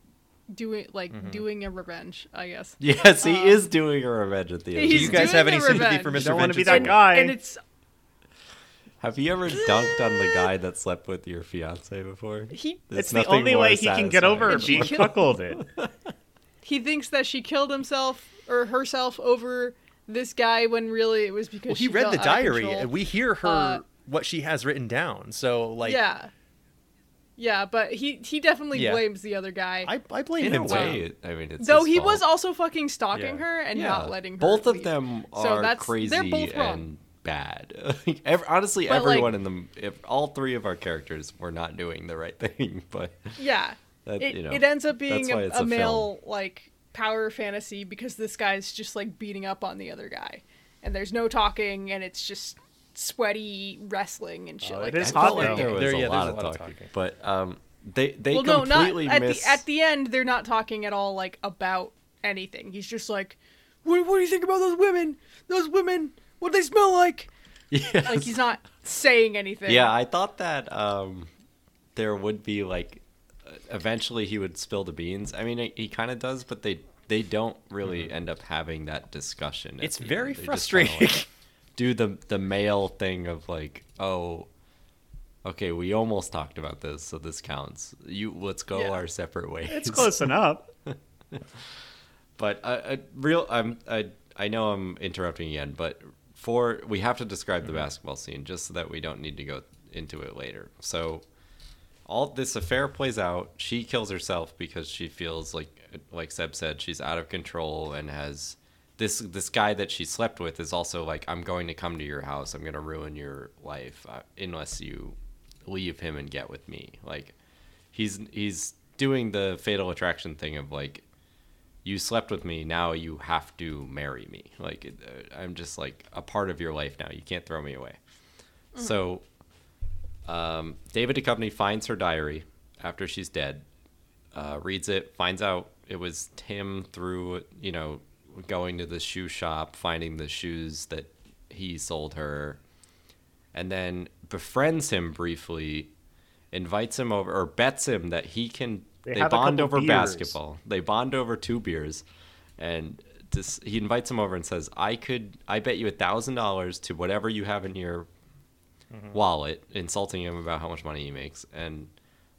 Speaker 4: doing like
Speaker 3: Mm-hmm.
Speaker 4: doing a revenge, I guess.
Speaker 1: Yes, he is doing a revenge at the end.
Speaker 4: Uh, he's
Speaker 6: you
Speaker 1: You guys-
Speaker 6: guys have
Speaker 4: doing
Speaker 6: any
Speaker 4: the
Speaker 6: sympathy for
Speaker 4: revenge.
Speaker 6: mr
Speaker 3: Don't want to be
Speaker 6: Vengeance
Speaker 3: that
Speaker 6: at all?
Speaker 3: guy.
Speaker 4: And it's
Speaker 1: have you ever dunked on the guy that slept with your fiance before?
Speaker 4: he
Speaker 1: There's
Speaker 3: it's the
Speaker 1: nothing
Speaker 3: only
Speaker 1: more
Speaker 3: way he can get over
Speaker 1: satisfying.
Speaker 4: Did she
Speaker 3: being
Speaker 4: kill-
Speaker 3: cuckolded.
Speaker 4: he thinks that she killed himself or herself over this guy when really it was because
Speaker 6: well he
Speaker 4: she
Speaker 6: read
Speaker 4: felt
Speaker 6: the
Speaker 4: out of
Speaker 6: diary
Speaker 4: control.
Speaker 6: and we hear her
Speaker 4: Uh,
Speaker 6: what she has written down so like
Speaker 4: yeah yeah but he he definitely
Speaker 6: Yeah.
Speaker 4: blames the other guy
Speaker 6: I, I blame
Speaker 1: In a
Speaker 6: him
Speaker 1: way, it- I mean, it's
Speaker 4: though
Speaker 1: his
Speaker 4: he
Speaker 1: fault.
Speaker 4: was also fucking stalking
Speaker 6: Yeah.
Speaker 4: her and
Speaker 1: Yeah.
Speaker 4: not letting her
Speaker 1: Both of
Speaker 4: leave.
Speaker 1: them
Speaker 4: So
Speaker 1: are
Speaker 4: that's-
Speaker 1: crazy
Speaker 4: they're both wrong.
Speaker 1: and bad. Like, ev- honestly,
Speaker 4: But, like-
Speaker 1: everyone in the if all three of our characters were not doing the right thing, but
Speaker 4: yeah
Speaker 1: That-
Speaker 4: it,
Speaker 1: you know,
Speaker 4: it ends up
Speaker 1: that's
Speaker 4: being
Speaker 1: why
Speaker 4: a,
Speaker 1: it's
Speaker 4: a
Speaker 1: a
Speaker 4: male like power fantasy because this guy's just like beating up on the other guy and there's no talking and it's just sweaty wrestling and shit
Speaker 3: Oh,
Speaker 4: like
Speaker 3: it is
Speaker 4: that.
Speaker 1: I felt
Speaker 3: hot,
Speaker 1: like
Speaker 3: though.
Speaker 1: there was
Speaker 6: There- yeah,
Speaker 1: a,
Speaker 6: there's
Speaker 1: lot of talking. But um, they they
Speaker 4: well no not
Speaker 1: completely
Speaker 4: at
Speaker 1: miss
Speaker 4: the at the end they're not talking at all like about anything he's just like what, what do you think about those women those women what do they smell like
Speaker 1: Yes.
Speaker 4: like he's not saying anything
Speaker 1: Yeah, I thought that um, there would be like uh, eventually he would spill the beans. I mean, he- he kind of does, but they they don't really end up having that discussion. at
Speaker 6: It's
Speaker 1: the
Speaker 6: very
Speaker 1: end. They just
Speaker 6: frustrating.
Speaker 1: Kinda, like, do the the male thing of like, oh, okay, we almost talked about this, so this counts. You let's go
Speaker 4: Yeah.
Speaker 1: our separate ways.
Speaker 3: It's close enough.
Speaker 1: But a, a real, I'm, I, I know I'm interrupting again, but for we have to describe the basketball scene just so that we don't need to go into it later. So all this affair plays out. She kills herself because she feels like, like Seb said, she's out of control and has this this guy that she slept with is also like, I'm going to come to your house. I'm going to ruin your life uh, unless you leave him and get with me. Like he's he's doing the fatal attraction thing of like you slept with me now you have to marry me like it- uh, i'm just like a part of your life now you can't throw me away
Speaker 3: Mm-hmm.
Speaker 1: so um, david Duchovny finds her diary after she's dead uh, reads it finds out it was tim through you know going to the shoe shop finding the shoes that he sold her and then befriends him briefly invites him over or bets him that he can
Speaker 3: They
Speaker 1: they,
Speaker 3: have a
Speaker 1: bond over
Speaker 3: couple beers.
Speaker 1: basketball well, They bond over two beers, and this, he invites him over and says, "I could, I bet you a thousand dollars to whatever you have in your wallet," insulting him about how much money he makes, and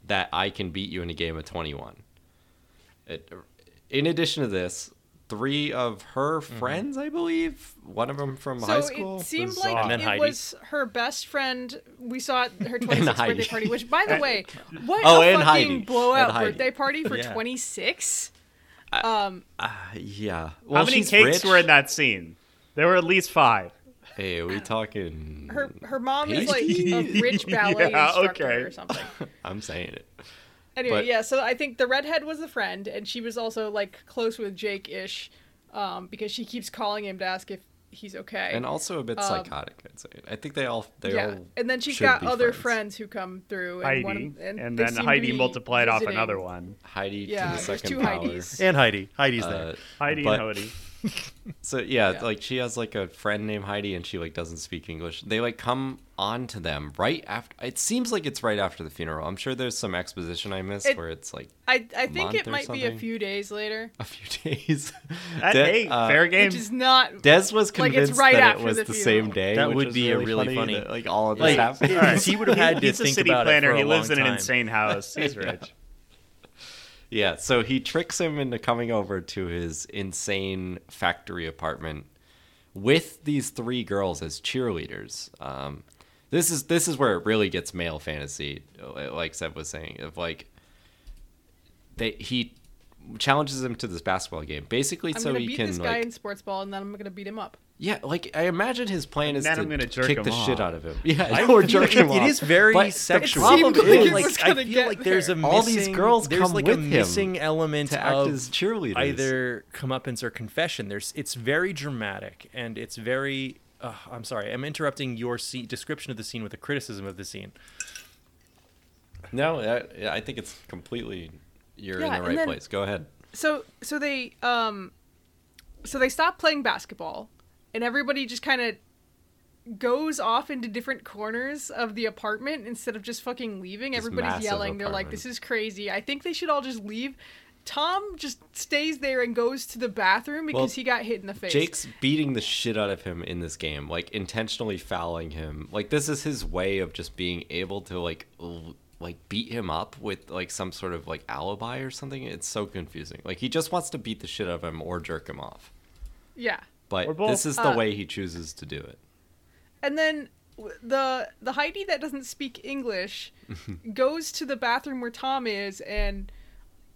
Speaker 1: that I can beat you in a game of twenty-one. It, in addition to this, three of her
Speaker 7: Mm-hmm.
Speaker 1: friends, I believe, one of them from
Speaker 4: so
Speaker 1: high school,
Speaker 4: it seemed
Speaker 1: was-
Speaker 4: like
Speaker 6: And then
Speaker 4: it
Speaker 6: Heidi.
Speaker 4: was her best friend we saw at her 26th
Speaker 1: Heidi.
Speaker 4: birthday party which by the way what
Speaker 1: Oh,
Speaker 4: a
Speaker 1: and
Speaker 4: fucking
Speaker 1: Heidi.
Speaker 4: blowout
Speaker 1: And Heidi.
Speaker 4: birthday party for
Speaker 6: Yeah.
Speaker 4: 26
Speaker 1: yeah.
Speaker 3: How
Speaker 1: Well,
Speaker 3: many
Speaker 1: Ah, she's
Speaker 3: cakes
Speaker 1: rich.
Speaker 3: were in that scene? There were at least five.
Speaker 1: Hey, are we talking?
Speaker 4: Her her mom is like a rich ballet
Speaker 3: Yeah,
Speaker 4: instructor
Speaker 3: okay.
Speaker 4: or something.
Speaker 1: I'm saying it.
Speaker 4: Anyway,
Speaker 1: But-
Speaker 4: yeah, so I think the redhead was a friend, and she was also like close with Jake ish, um, because she keeps calling him to ask if he's okay.
Speaker 1: And also a bit psychotic. I'd say. I think they all they
Speaker 4: um, yeah,
Speaker 1: all.
Speaker 4: and then she's
Speaker 1: should
Speaker 4: got
Speaker 1: be
Speaker 4: other
Speaker 1: friends.
Speaker 4: friends. who come through, and
Speaker 7: Heidi,
Speaker 4: one,
Speaker 7: and,
Speaker 4: and, they
Speaker 7: then
Speaker 4: seem to
Speaker 7: Heidi
Speaker 4: be
Speaker 7: multiplied off
Speaker 4: visiting-
Speaker 7: another one.
Speaker 1: Heidi
Speaker 4: Yeah,
Speaker 1: to the
Speaker 4: there's
Speaker 1: second
Speaker 4: two
Speaker 1: power.
Speaker 4: Heidis.
Speaker 2: And Heidi. Heidi's
Speaker 1: Uh,
Speaker 2: there.
Speaker 7: Heidi
Speaker 1: but-
Speaker 7: and Heidi.
Speaker 1: So yeah,
Speaker 4: Yeah.
Speaker 1: like she has like a friend named Heidi, and she like doesn't speak English. They like come on to them right after. It seems like it's right after the funeral. I'm sure there's some exposition I missed
Speaker 4: It-
Speaker 1: where it's like
Speaker 4: I I think
Speaker 1: month
Speaker 4: it
Speaker 1: or
Speaker 4: might be a
Speaker 1: something.
Speaker 4: few days later,
Speaker 1: a few days.
Speaker 3: That,
Speaker 1: De-
Speaker 3: hey,
Speaker 1: uh,
Speaker 3: fair game.
Speaker 4: which is not
Speaker 1: Des was
Speaker 4: Like, it's
Speaker 1: convinced
Speaker 4: right
Speaker 1: that it
Speaker 4: after
Speaker 1: was
Speaker 4: the
Speaker 1: the, same
Speaker 4: funeral.
Speaker 1: day.
Speaker 2: That
Speaker 1: which
Speaker 2: would
Speaker 1: is
Speaker 2: be a really funny-
Speaker 1: that, like all of this
Speaker 2: Like,
Speaker 1: happened.
Speaker 2: he would have had to
Speaker 3: He's a
Speaker 2: think
Speaker 3: city
Speaker 2: about it
Speaker 3: planner.
Speaker 2: for a
Speaker 3: He lives
Speaker 2: long
Speaker 3: in an
Speaker 2: time.
Speaker 3: insane house. He's rich.
Speaker 1: Yeah, so he tricks him into coming over to his insane factory apartment with these three girls as cheerleaders. Um, this is this is where it really gets male fantasy, uh, like Seb was saying, of like they he challenges him to this basketball game, basically
Speaker 4: I'm
Speaker 1: so
Speaker 4: gonna
Speaker 1: he
Speaker 4: beat
Speaker 1: can
Speaker 4: this guy
Speaker 1: like
Speaker 4: in sports ball, and then I'm gonna beat him up.
Speaker 1: yeah, like I imagine his plan is
Speaker 3: then
Speaker 1: to
Speaker 3: I'm gonna jerk
Speaker 1: kick
Speaker 3: him
Speaker 1: the shit
Speaker 3: off.
Speaker 1: out of him. Yeah, or jerk him
Speaker 2: It
Speaker 1: off.
Speaker 2: is very
Speaker 1: But the
Speaker 2: sexual.
Speaker 1: problem
Speaker 4: It seemed like
Speaker 1: is,
Speaker 4: it
Speaker 1: like,
Speaker 4: was
Speaker 2: I
Speaker 4: gonna
Speaker 2: feel
Speaker 4: get
Speaker 2: like there's a
Speaker 4: there.
Speaker 2: missing,
Speaker 1: All these girls
Speaker 2: there's
Speaker 1: come
Speaker 2: like
Speaker 1: with
Speaker 2: a
Speaker 1: him
Speaker 2: missing element
Speaker 1: to act
Speaker 2: of
Speaker 1: as cheerleaders.
Speaker 2: either comeuppance or confession. There's it's very dramatic and it's very. Uh, I'm sorry, I'm interrupting your scene, description of the scene with a criticism of the scene.
Speaker 1: No, I, I think it's completely. You're
Speaker 4: Yeah,
Speaker 1: in
Speaker 4: and
Speaker 1: the right
Speaker 4: then-
Speaker 1: place. Go ahead.
Speaker 4: so so they um so they stop playing basketball and everybody just kind of goes off into different corners of the apartment instead of just fucking leaving everybody's
Speaker 1: massive
Speaker 4: yelling they're like
Speaker 1: apartment.
Speaker 4: this is crazy i think they should all just leave tom just stays there and goes to the bathroom because
Speaker 1: Well,
Speaker 4: he got hit in the face
Speaker 1: Jake's beating the shit out of him in this game, like intentionally fouling him. Like this is his way of just being able to like l- like beat him up with like some sort of like alibi or something. It's so confusing. Like he just wants to beat the shit out of him or jerk him off.
Speaker 4: yeah
Speaker 1: But
Speaker 7: Or both.
Speaker 1: this is the
Speaker 4: Uh,
Speaker 1: way he chooses to do it.
Speaker 4: and then w- the the Heidi that doesn't speak English goes to the bathroom where Tom is and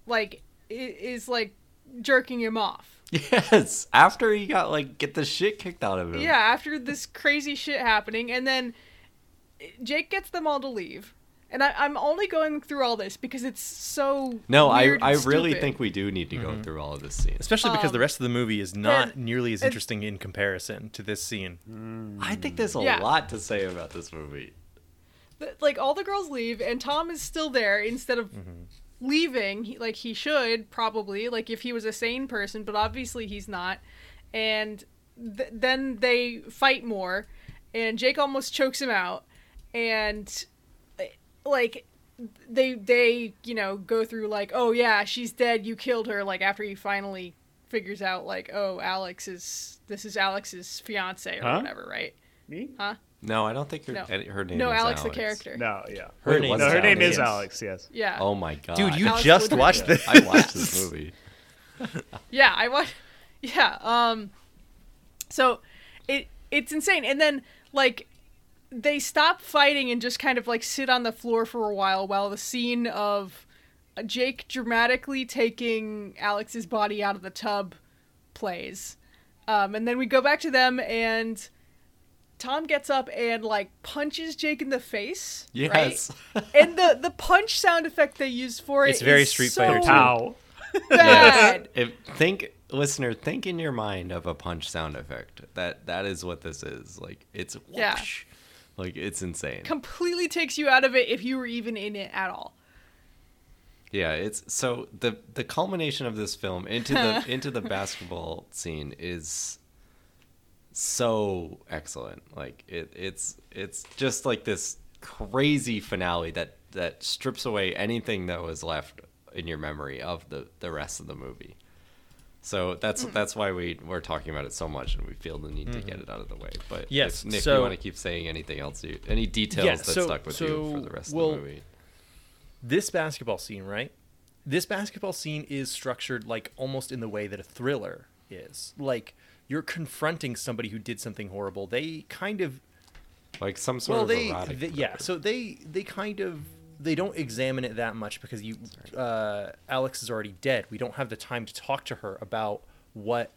Speaker 4: like i- is like jerking him off.
Speaker 1: Yes, after he got like get the shit kicked out of him.
Speaker 4: Yeah, after this crazy shit happening, and then Jake gets them all to leave. And I, I'm only going through all this because it's so
Speaker 1: No,
Speaker 4: weird
Speaker 1: I I
Speaker 4: and
Speaker 1: really
Speaker 4: stupid.
Speaker 1: think we do need to
Speaker 7: Mm-hmm.
Speaker 1: go through all of this scene.
Speaker 2: Especially because the
Speaker 4: Um,
Speaker 2: rest of the movie is not nearly as
Speaker 4: it-
Speaker 2: interesting in comparison to this scene.
Speaker 1: I think there's a
Speaker 4: Yeah.
Speaker 1: lot to say about this movie.
Speaker 4: Th- like all the girls leave and Tom is still there instead of leaving he, like he should probably like if he was a sane person but obviously he's not and th- then they fight more and Jake almost chokes him out and eh, like they they you know go through like oh yeah she's dead you killed her like after he finally figures out like oh Alex is this is Alex's fiance or
Speaker 7: Huh?
Speaker 4: whatever right
Speaker 7: Me?
Speaker 1: No, I don't think her,
Speaker 4: No.
Speaker 1: her name
Speaker 4: no
Speaker 1: is
Speaker 4: Alex, the character
Speaker 7: No, yeah.
Speaker 1: Her
Speaker 2: Wait,
Speaker 1: name
Speaker 2: what's
Speaker 1: is
Speaker 7: No, her name
Speaker 1: Alex.
Speaker 7: is Alex. Yes.
Speaker 4: yeah
Speaker 1: Oh my god.
Speaker 2: Dude, you
Speaker 4: Alex
Speaker 2: just
Speaker 4: Woodruff.
Speaker 2: watched this.
Speaker 1: I watched this movie.
Speaker 4: Yeah, I watch. Yeah. Um. So, it it's insane. And then like, they stop fighting and just kind of like sit on the floor for a while while the scene of Jake dramatically taking Alex's body out of the tub plays. Um, and then we go back to them and. Tom gets up and like punches Jake in the face. right?
Speaker 1: Yes.
Speaker 4: And the the punch sound effect they use for it
Speaker 2: It's very
Speaker 4: is
Speaker 2: Street
Speaker 4: so
Speaker 2: Fighter II.
Speaker 7: Pow.
Speaker 4: Bad.
Speaker 1: If, think listener, think in your mind of a punch sound effect. That that is what this is. Like it's
Speaker 4: Yeah.
Speaker 1: whoosh. Like it's insane.
Speaker 4: completely takes you out of it if you were even in it at all.
Speaker 1: Yeah, it's so the the culmination of this film into the into the basketball scene is so excellent. Like it it's it's just like this crazy finale that that strips away anything that was left in your memory of the the rest of the movie. So that's that's why we we're talking about it so much, and we feel the need to get it out of the way. But if,
Speaker 2: Mm-hmm. Yes,
Speaker 1: Nick, you
Speaker 2: so-
Speaker 1: want to keep saying anything else? You, any details
Speaker 2: Yeah,
Speaker 1: that
Speaker 2: so-
Speaker 1: stuck with you for
Speaker 2: so,
Speaker 1: the rest
Speaker 2: well,
Speaker 1: of the movie?
Speaker 2: this basketball scene, right? This basketball scene is structured like almost in the way that a thriller is. Like you're confronting somebody who did something horrible. They kind of
Speaker 1: Like some sort
Speaker 2: well,
Speaker 1: of
Speaker 2: they,
Speaker 1: erotic
Speaker 2: they yeah. So they they kind of they don't examine it that much because you uh, Alex is already dead. We don't have the time to talk to her about what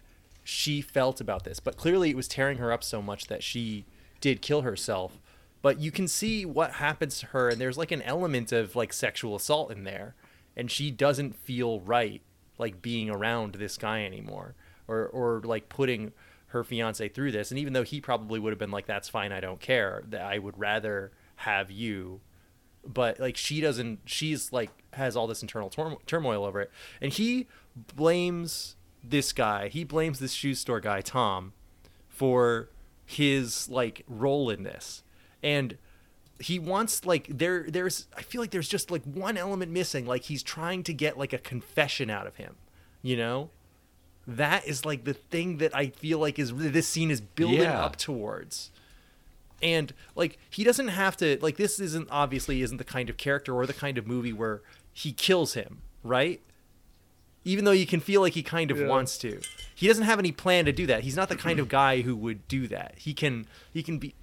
Speaker 2: she felt about this. But clearly, it was tearing her up so much that she did kill herself. But you can see what happens to her, and there's like an element of like sexual assault in there, and she doesn't feel right like being around this guy anymore, or or like putting her fiance through this. And even though he probably would have been like, "That's fine, I don't care," that I would rather have you but like she doesn't she's like has all this internal tur- turmoil over it and he blames this guy he blames this shoe store guy tom for his like role in this and he wants like there there's i feel like there's just like one element missing like he's trying to get like a confession out of him you know that is like the thing that i feel like is this scene is building
Speaker 1: Yeah.
Speaker 2: up towards and like he doesn't have to like this isn't obviously isn't the kind of character or the kind of movie where he kills him right even though you can feel like he kind of wants to he doesn't have any plan to do that he's not the kind of guy who would do that he can he can be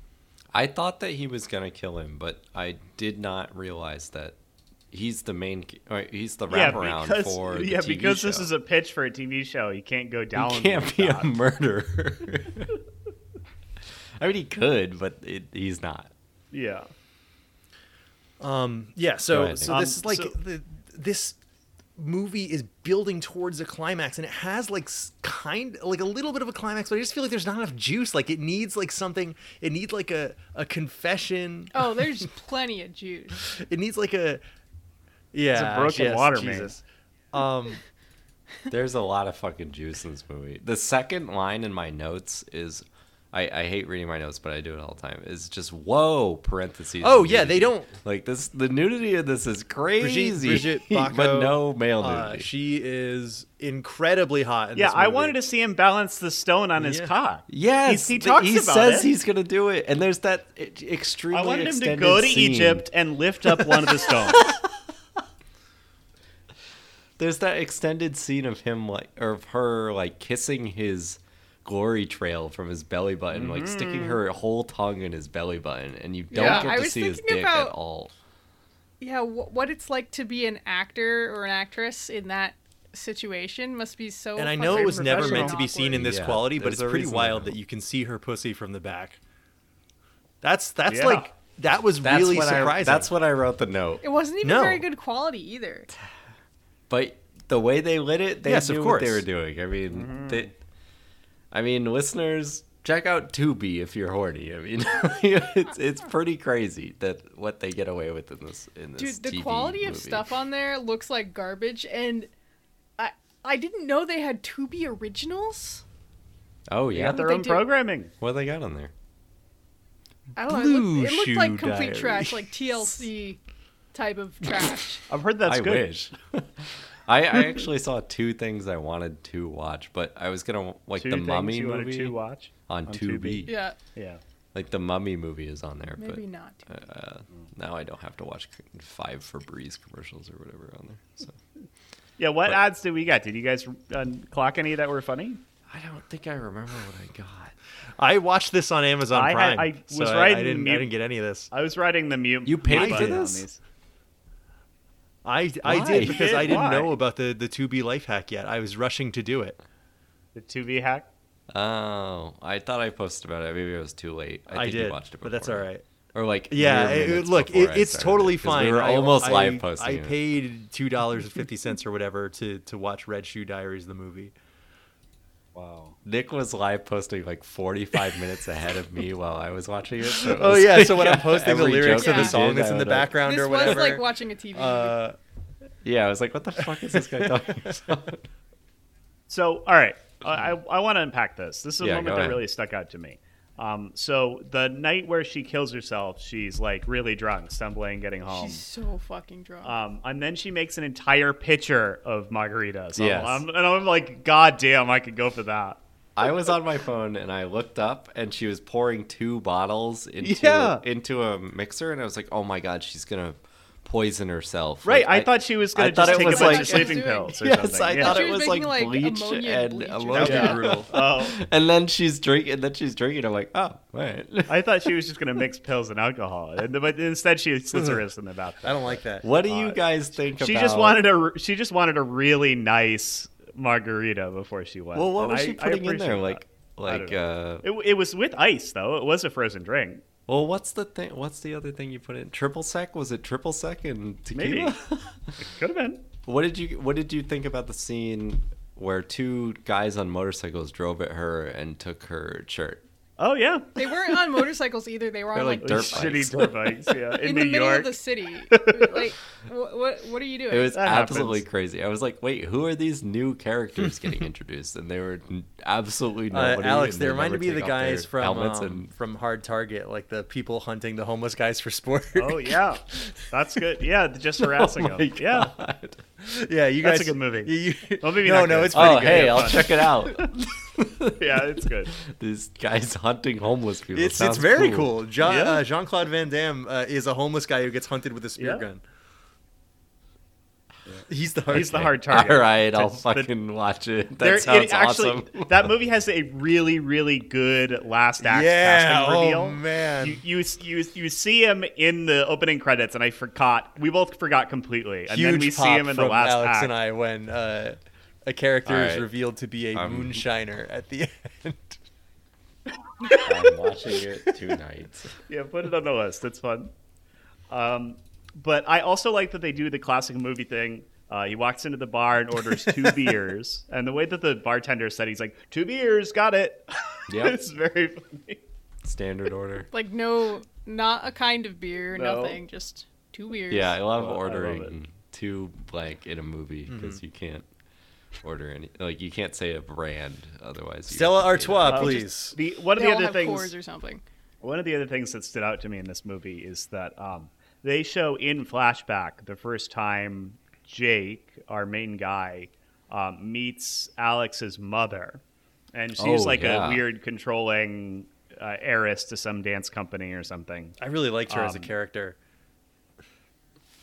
Speaker 1: I thought that he was gonna kill him, but I did not realize that he's the main. Or he's the
Speaker 3: yeah,
Speaker 1: wraparound
Speaker 3: because,
Speaker 1: for the
Speaker 3: yeah,
Speaker 1: TV
Speaker 3: because this
Speaker 1: show.
Speaker 3: is a pitch for a TV show. You can't go down.
Speaker 1: He can't
Speaker 3: like
Speaker 1: be
Speaker 3: that.
Speaker 1: a murderer. I mean, he could, but it, he's not.
Speaker 3: yeah.
Speaker 2: yeah
Speaker 1: Go
Speaker 2: so
Speaker 1: ahead,
Speaker 2: um, so
Speaker 1: Nick.
Speaker 2: this
Speaker 3: Um,
Speaker 2: is like
Speaker 3: so-
Speaker 2: the, this movie is building towards a climax and it has like s- kind like a little bit of a climax but i just feel like there's not enough juice like it needs like something it needs like a a confession
Speaker 4: Oh, there's plenty of juice.
Speaker 2: It needs like a yeah,
Speaker 3: broken
Speaker 2: yes,
Speaker 3: water main.
Speaker 2: Jesus. Um,
Speaker 1: There's a lot of fucking juice in this movie. The second line in my notes is, I, I hate reading my notes, but I do it all the time. Is just whoa parentheses.
Speaker 2: Oh, yeah,
Speaker 1: nudity."
Speaker 2: they don't-
Speaker 1: like this. The nudity of this is crazy,
Speaker 2: Brigitte
Speaker 1: but
Speaker 2: Bardot,
Speaker 1: no male
Speaker 2: uh,
Speaker 1: nudity.
Speaker 2: she is incredibly hot. In
Speaker 3: Yeah,
Speaker 2: this
Speaker 3: I
Speaker 2: movie.
Speaker 3: wanted to see him balance the stone on his
Speaker 2: Yeah.
Speaker 3: cock.
Speaker 1: Yes,
Speaker 3: he, he
Speaker 1: th-
Speaker 3: talks
Speaker 1: he
Speaker 3: about
Speaker 1: says
Speaker 3: it.
Speaker 1: he's gonna do it, and there's that e- extremely.
Speaker 3: I wanted him to
Speaker 1: extended
Speaker 3: go to
Speaker 1: scene.
Speaker 3: Egypt and lift up one of the stones.
Speaker 1: There's that extended scene of him like, or of her like kissing his glory trail from his belly button,
Speaker 3: Mm-hmm.
Speaker 1: like sticking her whole tongue in his belly button, and you don't
Speaker 4: Yeah, I
Speaker 1: get to
Speaker 4: was
Speaker 1: see his
Speaker 4: thinking
Speaker 1: dick at
Speaker 4: about-
Speaker 1: all.
Speaker 4: Yeah, wh- what it's like to be an actor or an actress in that situation must be so.
Speaker 3: Oh,
Speaker 2: and I know it was
Speaker 4: fucking
Speaker 2: never meant to
Speaker 4: professional
Speaker 2: be
Speaker 4: and
Speaker 2: seen in
Speaker 4: awkward.
Speaker 2: this
Speaker 1: Yeah,
Speaker 2: quality, but
Speaker 1: there's
Speaker 2: it's
Speaker 1: a
Speaker 2: pretty
Speaker 1: reason
Speaker 2: wild
Speaker 1: they
Speaker 2: that you can see her pussy from the back. That's that's
Speaker 3: Yeah.
Speaker 2: like that was
Speaker 1: That's
Speaker 2: really
Speaker 1: what I,
Speaker 2: surprising.
Speaker 1: that's what I wrote the note.
Speaker 4: It wasn't even
Speaker 2: No.
Speaker 4: very good quality either.
Speaker 1: But the way they lit it, they
Speaker 2: Yes, of
Speaker 1: knew what they
Speaker 2: course.
Speaker 1: were doing. I mean,
Speaker 4: Mm-hmm.
Speaker 1: they, I mean, listeners, check out Tubi if you're horny. I mean, it's it's pretty crazy that what they get away with in this in this.
Speaker 4: Dude, the
Speaker 1: TV
Speaker 4: quality of
Speaker 1: movie.
Speaker 4: stuff on there looks like garbage, and I I didn't know they had Tubi originals.
Speaker 1: Oh
Speaker 3: They
Speaker 1: yeah,
Speaker 3: got their
Speaker 4: They
Speaker 3: own
Speaker 4: do.
Speaker 3: programming.
Speaker 1: what they got on there?
Speaker 4: I don't know.
Speaker 2: Blue
Speaker 4: It looked, it looked like
Speaker 2: Shoe
Speaker 4: complete trash,
Speaker 2: Diaries.
Speaker 4: like TLC type of trash.
Speaker 3: I've heard that's
Speaker 1: I
Speaker 3: good.
Speaker 1: wish. I, I actually saw two things I wanted to watch, but I was gonna like
Speaker 3: Two
Speaker 1: the
Speaker 3: things
Speaker 1: Mummy
Speaker 3: you wanted
Speaker 1: movie
Speaker 3: to watch.
Speaker 1: on,
Speaker 3: on
Speaker 1: Tubi.
Speaker 3: Tubi.
Speaker 4: yeah,
Speaker 3: Yeah.
Speaker 1: Like the Mummy movie is on there,
Speaker 4: maybe
Speaker 1: but
Speaker 4: not.
Speaker 1: uh, now I don't have to watch five Febreze commercials or whatever on there. So
Speaker 3: Yeah, what
Speaker 1: But-
Speaker 3: odds did we get? Did you guys uh, clock any that were funny?
Speaker 1: I don't think I remember what I got.
Speaker 2: I watched this on Amazon
Speaker 3: I had-
Speaker 2: Prime.
Speaker 3: I
Speaker 2: so
Speaker 3: was
Speaker 2: I-
Speaker 3: right
Speaker 2: I,
Speaker 3: in
Speaker 2: didn't, I
Speaker 3: mute. Uh,
Speaker 2: didn't get any of this.
Speaker 3: I was writing the mute.
Speaker 1: You paid
Speaker 3: mute
Speaker 1: for
Speaker 3: button on
Speaker 1: this?
Speaker 3: these.
Speaker 2: I, I
Speaker 1: Why?
Speaker 2: did because I didn't
Speaker 3: Why?
Speaker 2: know about the the 2B life hack yet. I was rushing to do it.
Speaker 3: The Tubi hack.
Speaker 1: Oh, I thought I posted about it. Maybe it was too late. I,
Speaker 2: I,
Speaker 1: think
Speaker 2: did,
Speaker 1: you watched it,
Speaker 2: but that's all
Speaker 1: before.
Speaker 2: right.
Speaker 1: Or like,
Speaker 2: Yeah,
Speaker 1: mere
Speaker 2: it-
Speaker 1: minutes
Speaker 2: look,
Speaker 1: before
Speaker 2: it,
Speaker 1: I
Speaker 2: it's
Speaker 1: started
Speaker 2: totally
Speaker 1: 'cause
Speaker 2: fine.
Speaker 1: We were
Speaker 2: I-
Speaker 1: almost
Speaker 2: I-
Speaker 1: live posting.
Speaker 2: I
Speaker 1: it.
Speaker 2: paid two dollars and fifty cents or whatever to to watch Red Shoe Diaries, the movie.
Speaker 3: Wow.
Speaker 1: Nick was live posting like 45 minutes ahead of me while I was watching it. so it
Speaker 2: Oh
Speaker 1: was
Speaker 2: yeah, so
Speaker 1: like,
Speaker 2: when I'm posting the
Speaker 1: every
Speaker 2: lyrics
Speaker 1: joke
Speaker 2: of the
Speaker 1: I
Speaker 2: song
Speaker 1: did,
Speaker 2: that's
Speaker 1: I
Speaker 2: in the
Speaker 1: would, like-
Speaker 2: background
Speaker 4: This
Speaker 2: or
Speaker 4: was
Speaker 2: whatever.
Speaker 4: like watching a TV movie.
Speaker 2: uh,
Speaker 1: Yeah, I was like, what the fuck is this guy talking about?
Speaker 3: So, all right, I, I, I want to unpack this. This is
Speaker 1: Mm-hmm. Yeah,
Speaker 3: a moment
Speaker 1: go
Speaker 3: that
Speaker 1: ahead.
Speaker 3: really stuck out to me. Um, so the night where she kills herself, she's like really drunk, stumbling, getting home.
Speaker 4: She's so fucking drunk.
Speaker 1: uh,
Speaker 3: Um, and then she makes an entire pitcher of margaritas. So
Speaker 1: Yes.
Speaker 3: I'm, and I'm like, God damn, I could go for that.
Speaker 1: I was on my phone and I looked up and she was pouring two bottles into
Speaker 3: Yeah.
Speaker 1: into a mixer and I was like, oh my god, she's gonna poison herself.
Speaker 3: Right.
Speaker 1: Like,
Speaker 3: I, thought she was going
Speaker 1: I
Speaker 3: to
Speaker 1: thought
Speaker 3: just
Speaker 1: it
Speaker 3: take a
Speaker 1: was
Speaker 3: bunch
Speaker 1: like-
Speaker 3: of sleeping
Speaker 4: Yes,
Speaker 3: pills or
Speaker 1: Yes,
Speaker 3: something.
Speaker 1: I
Speaker 3: yeah.
Speaker 1: thought
Speaker 4: She
Speaker 1: it
Speaker 4: was
Speaker 1: was like
Speaker 4: making, like,
Speaker 1: bleach
Speaker 4: ammonia
Speaker 1: and
Speaker 4: bleach or
Speaker 1: ammonia.
Speaker 4: something.
Speaker 2: That'd be brutal.
Speaker 3: Oh,
Speaker 1: And then she's drinking. And then she's drinking. I'm like, oh, wait.
Speaker 3: I thought she was just going to mix pills and alcohol, and, but instead she slits her wrist in the bathroom.
Speaker 2: I don't like that. Uh,
Speaker 1: What do you guys think about?
Speaker 3: She just wanted a. She just wanted a really nice margarita before she went.
Speaker 1: Well, what
Speaker 3: and
Speaker 1: was
Speaker 3: I-
Speaker 1: she
Speaker 3: I
Speaker 1: putting in there?
Speaker 3: appreciate
Speaker 1: Like,
Speaker 3: that. I
Speaker 1: like,
Speaker 3: don't know.
Speaker 1: uh,
Speaker 3: it, it was with ice though. It was a frozen drink.
Speaker 1: well, what's the thing? What's the other thing you put in? Triple sec? Was it triple sec and
Speaker 3: Maybe.
Speaker 1: tequila?
Speaker 3: Could have been.
Speaker 1: what did you What did you think about the scene where two guys on motorcycles drove at her and took her shirt?
Speaker 3: Oh yeah.
Speaker 4: They weren't on motorcycles either. They were
Speaker 1: They're
Speaker 4: on
Speaker 1: like
Speaker 4: like,
Speaker 1: dirt bikes.
Speaker 3: Shitty dirt bikes. Yeah, in,
Speaker 4: in
Speaker 3: New
Speaker 4: the middle
Speaker 3: York.
Speaker 4: of the city. like, what, what what are you doing?
Speaker 1: It was
Speaker 3: That
Speaker 1: absolutely
Speaker 3: happens.
Speaker 1: crazy. I was like, "Wait, who are these new characters getting introduced?" And they were n- absolutely
Speaker 2: Uh,
Speaker 1: nobody.
Speaker 2: Alex,
Speaker 1: and
Speaker 2: they
Speaker 1: never
Speaker 2: reminded me of the
Speaker 1: take off their
Speaker 2: guys from
Speaker 1: helmets
Speaker 2: um,
Speaker 1: and
Speaker 2: from Hard Target, like the people hunting the homeless guys for sport.
Speaker 3: Oh yeah, that's good. Yeah, just harassing
Speaker 1: Oh
Speaker 3: them.
Speaker 1: my
Speaker 3: Yeah,
Speaker 1: God.
Speaker 2: yeah, you
Speaker 3: That's
Speaker 2: guys.
Speaker 3: a good movie.
Speaker 2: You, you-
Speaker 3: Well, maybe
Speaker 2: no,
Speaker 3: not
Speaker 2: no,
Speaker 3: good.
Speaker 2: it's pretty
Speaker 1: Oh,
Speaker 2: good.
Speaker 1: hey, I'll
Speaker 3: fun.
Speaker 1: check it out.
Speaker 3: yeah, it's good.
Speaker 1: These guys hunting homeless people.
Speaker 2: It's
Speaker 1: Sounds
Speaker 2: it's very cool. Jean
Speaker 3: Yeah.
Speaker 2: uh, Jean Claude Van Damme uh, is a homeless guy who gets hunted with a spear
Speaker 3: Yeah.
Speaker 2: gun. He's the hard.
Speaker 3: He's the
Speaker 2: guy.
Speaker 3: hard target.
Speaker 1: All right, I'll
Speaker 3: That's the-
Speaker 1: fucking watch it. That
Speaker 3: There-
Speaker 1: sounds
Speaker 3: it actually,
Speaker 1: awesome.
Speaker 3: that movie has a really, really good last act
Speaker 2: Yeah.
Speaker 3: casting reveal.
Speaker 2: Oh man.
Speaker 3: You, you you you see him in the opening credits, and I forgot. We both forgot completely, and
Speaker 2: Huge
Speaker 3: then we see
Speaker 2: pop
Speaker 3: him in the
Speaker 2: from
Speaker 3: last
Speaker 2: Alex
Speaker 3: act.
Speaker 2: and I when uh, a character
Speaker 1: All
Speaker 2: is
Speaker 1: right.
Speaker 2: revealed to be a
Speaker 1: Um,
Speaker 2: moonshiner at the end.
Speaker 1: I'm watching it tonight.
Speaker 3: Yeah, put it on the list. It's fun. Um, but I also like that they do the classic movie thing. Uh, he walks into the bar and orders two beers, and the way that the bartender said, he's like, two beers, got it."
Speaker 1: Yep.
Speaker 3: it's very funny.
Speaker 1: Standard order.
Speaker 4: like no, not a kind of beer,
Speaker 3: No.
Speaker 4: nothing, just two beers.
Speaker 1: Yeah, I love
Speaker 3: Oh, I love
Speaker 1: ordering
Speaker 3: it.
Speaker 1: two blank in a movie because
Speaker 2: Mm-hmm.
Speaker 1: you can't order any. Like you can't say a brand otherwise. you
Speaker 2: Stella
Speaker 1: have to say
Speaker 2: Artois,
Speaker 3: Uh,
Speaker 2: please.
Speaker 3: The one of
Speaker 4: They
Speaker 3: the
Speaker 4: all
Speaker 3: other
Speaker 4: have
Speaker 3: things
Speaker 4: cores or something.
Speaker 3: One of the other things that stood out to me in this movie is that um, they show in flashback the first time Jake, our main guy, um, meets Alex's mother, and she's
Speaker 1: Oh,
Speaker 3: like
Speaker 1: yeah.
Speaker 3: a weird controlling uh, heiress to some dance company or something.
Speaker 2: I really liked her as a
Speaker 3: Um,
Speaker 2: character.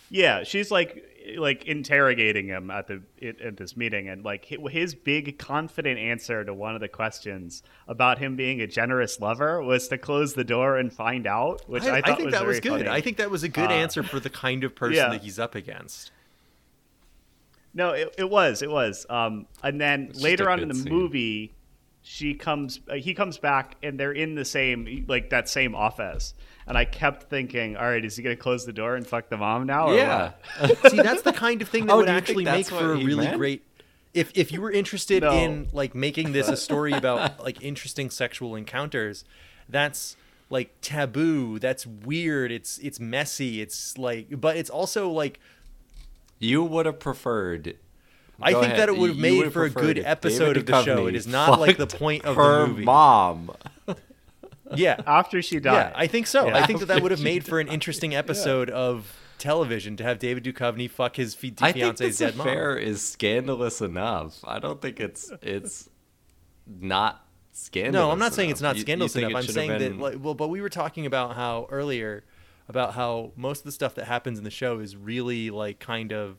Speaker 3: Yeah, she's like like interrogating him at the at at this meeting, and like hi- his big confident answer to one of the questions about him being a generous lover was to close the door and find out, which I,
Speaker 2: I, I
Speaker 3: thought
Speaker 2: think
Speaker 3: was
Speaker 2: that was
Speaker 3: very
Speaker 2: good.
Speaker 3: funny.
Speaker 2: I think that was a good
Speaker 3: Uh,
Speaker 2: answer for the kind of person
Speaker 3: yeah.
Speaker 2: that he's up against.
Speaker 3: No, it, it was, it was. Um, and then
Speaker 1: just
Speaker 3: later
Speaker 1: a
Speaker 3: on in the
Speaker 1: good scene.
Speaker 3: movie, she comes, uh, he comes back, and they're in the same, like that same office. And I kept thinking, all right, is he gonna close the door and fuck the mom
Speaker 2: Oh,
Speaker 3: now? Or
Speaker 1: Yeah.
Speaker 3: what?
Speaker 2: See, that's the kind of thing that
Speaker 1: Oh,
Speaker 2: would
Speaker 1: do you think
Speaker 2: actually make
Speaker 1: that's
Speaker 2: for a
Speaker 1: what he
Speaker 2: really
Speaker 1: meant?
Speaker 2: great. If if you were interested
Speaker 3: No.
Speaker 2: in like making this a story about like interesting sexual encounters, that's like taboo. That's weird. It's it's messy. It's like, but it's also like
Speaker 1: You would have preferred.
Speaker 2: I
Speaker 1: Go
Speaker 2: think
Speaker 1: ahead.
Speaker 2: that it would have
Speaker 1: You
Speaker 2: made
Speaker 1: would've
Speaker 2: for a
Speaker 1: preferred
Speaker 2: good
Speaker 1: if
Speaker 2: episode
Speaker 1: David
Speaker 2: of the show.
Speaker 1: Duchovny
Speaker 2: It is not like the
Speaker 1: fucked
Speaker 2: point of
Speaker 1: her
Speaker 2: the movie.
Speaker 1: mom.
Speaker 2: Yeah,
Speaker 3: After she
Speaker 2: yeah,
Speaker 3: died,
Speaker 2: I think so.
Speaker 3: Yeah.
Speaker 2: I think that that would have made for an interesting episode of television to have David Duchovny fuck his fi-
Speaker 1: I think this
Speaker 2: fiance's dead mom.
Speaker 1: affair is scandalous enough. I don't think it's it's not scandalous.
Speaker 2: No, I'm not saying it's
Speaker 1: enough.
Speaker 2: not
Speaker 1: You- you
Speaker 2: scandalous
Speaker 1: think
Speaker 2: enough.
Speaker 1: it
Speaker 2: I'm
Speaker 1: should have
Speaker 2: saying that
Speaker 1: been-
Speaker 2: like well, but we were talking about how earlier about how most of the stuff that happens in the show is really like kind of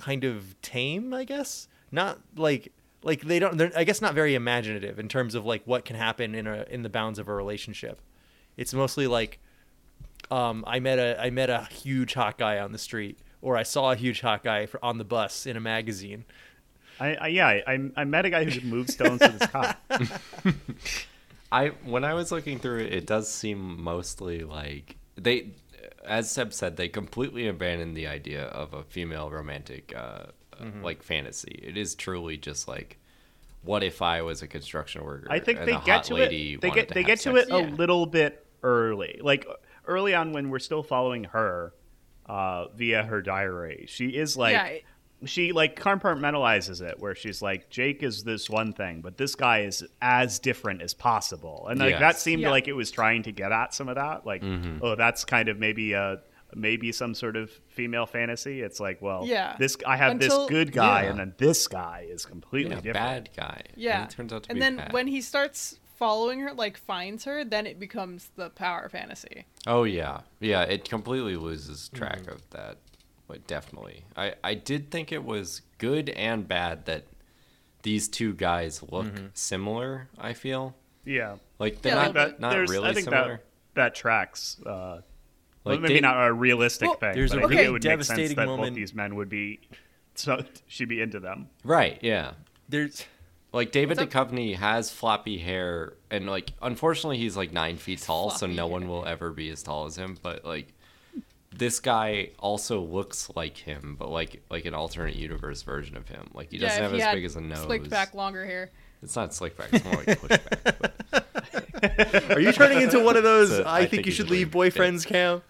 Speaker 2: kind of tame, I guess. Not like like they don't they're I guess not very imaginative in terms of like what can happen in a in the bounds of a relationship. It's mostly like um, I met a I met a huge hot guy on the street, or I saw a huge hot guy for, on the bus in a magazine.
Speaker 3: I, I yeah, I, I met a guy who could move stones with his cock.
Speaker 1: I when I was looking through it, it does seem mostly like they, as Seb said, they completely abandoned the idea of a female romantic uh, uh,
Speaker 3: Mm-hmm.
Speaker 1: like fantasy. It is truly just like, what if I was a construction worker?
Speaker 3: I think
Speaker 1: and
Speaker 3: they
Speaker 1: a
Speaker 3: get
Speaker 1: hot
Speaker 3: to
Speaker 1: lady
Speaker 3: it. They
Speaker 1: wanted
Speaker 3: get they
Speaker 1: have
Speaker 3: get to
Speaker 1: sex
Speaker 3: it a
Speaker 1: with me?"
Speaker 3: little bit early, like early on when we're still following her uh, via her diary. She is like
Speaker 4: Yeah, it-
Speaker 3: she like compartmentalizes it, where she's like Jake is this one thing, but this guy is as different as possible, and like that
Speaker 1: Yes. Mm-hmm.
Speaker 3: seemed
Speaker 4: Yeah.
Speaker 3: like it was trying to get at some of that. Like, oh, that's kind of maybe a. Maybe some sort of female fantasy. It's like, well,
Speaker 4: Yeah.
Speaker 3: this I have
Speaker 4: Until-
Speaker 3: this good guy,
Speaker 1: Yeah.
Speaker 3: and then this guy is completely
Speaker 1: Yeah,
Speaker 3: different.
Speaker 1: bad guy.
Speaker 4: Yeah.
Speaker 1: and it turns out to
Speaker 4: and
Speaker 1: be
Speaker 4: then
Speaker 1: bad.
Speaker 4: when he starts following her, like finds her, then it becomes the power fantasy.
Speaker 1: Oh yeah, yeah. It completely loses track of that, but definitely. I I did think it was good and bad that these two guys look similar. I feel
Speaker 3: Yeah,
Speaker 1: like they're
Speaker 4: Yeah,
Speaker 1: not
Speaker 4: that-
Speaker 1: not
Speaker 3: there's-
Speaker 1: really
Speaker 3: I think
Speaker 1: similar.
Speaker 3: That, that tracks. Uh, well,
Speaker 1: Like,
Speaker 3: maybe
Speaker 1: they-
Speaker 3: not a realistic
Speaker 4: Well,
Speaker 3: thing.
Speaker 2: there's
Speaker 3: but
Speaker 2: a
Speaker 3: I think
Speaker 4: really
Speaker 3: it would make sense
Speaker 2: devastating
Speaker 3: that both
Speaker 2: moment-
Speaker 3: these men would be so she'd be into them.
Speaker 1: Right. Yeah.
Speaker 2: There's
Speaker 1: Like David
Speaker 4: What's
Speaker 1: Duchovny has floppy hair, and like unfortunately he's like nine feet tall, so
Speaker 4: floppy
Speaker 1: no one will ever be as tall as him. But like this guy also looks like him, but like like an alternate universe version of him. Like he doesn't
Speaker 4: yeah, if
Speaker 1: have
Speaker 4: he
Speaker 1: as
Speaker 4: had
Speaker 1: big as a nose.
Speaker 4: Slicked back, longer hair.
Speaker 1: It's not slick back. It's more like pushback. but
Speaker 6: Are you turning into one of those?
Speaker 1: So,
Speaker 6: I, think, you
Speaker 1: he's
Speaker 6: should
Speaker 1: a
Speaker 6: leave
Speaker 1: weird dick.
Speaker 6: boyfriends, Cam.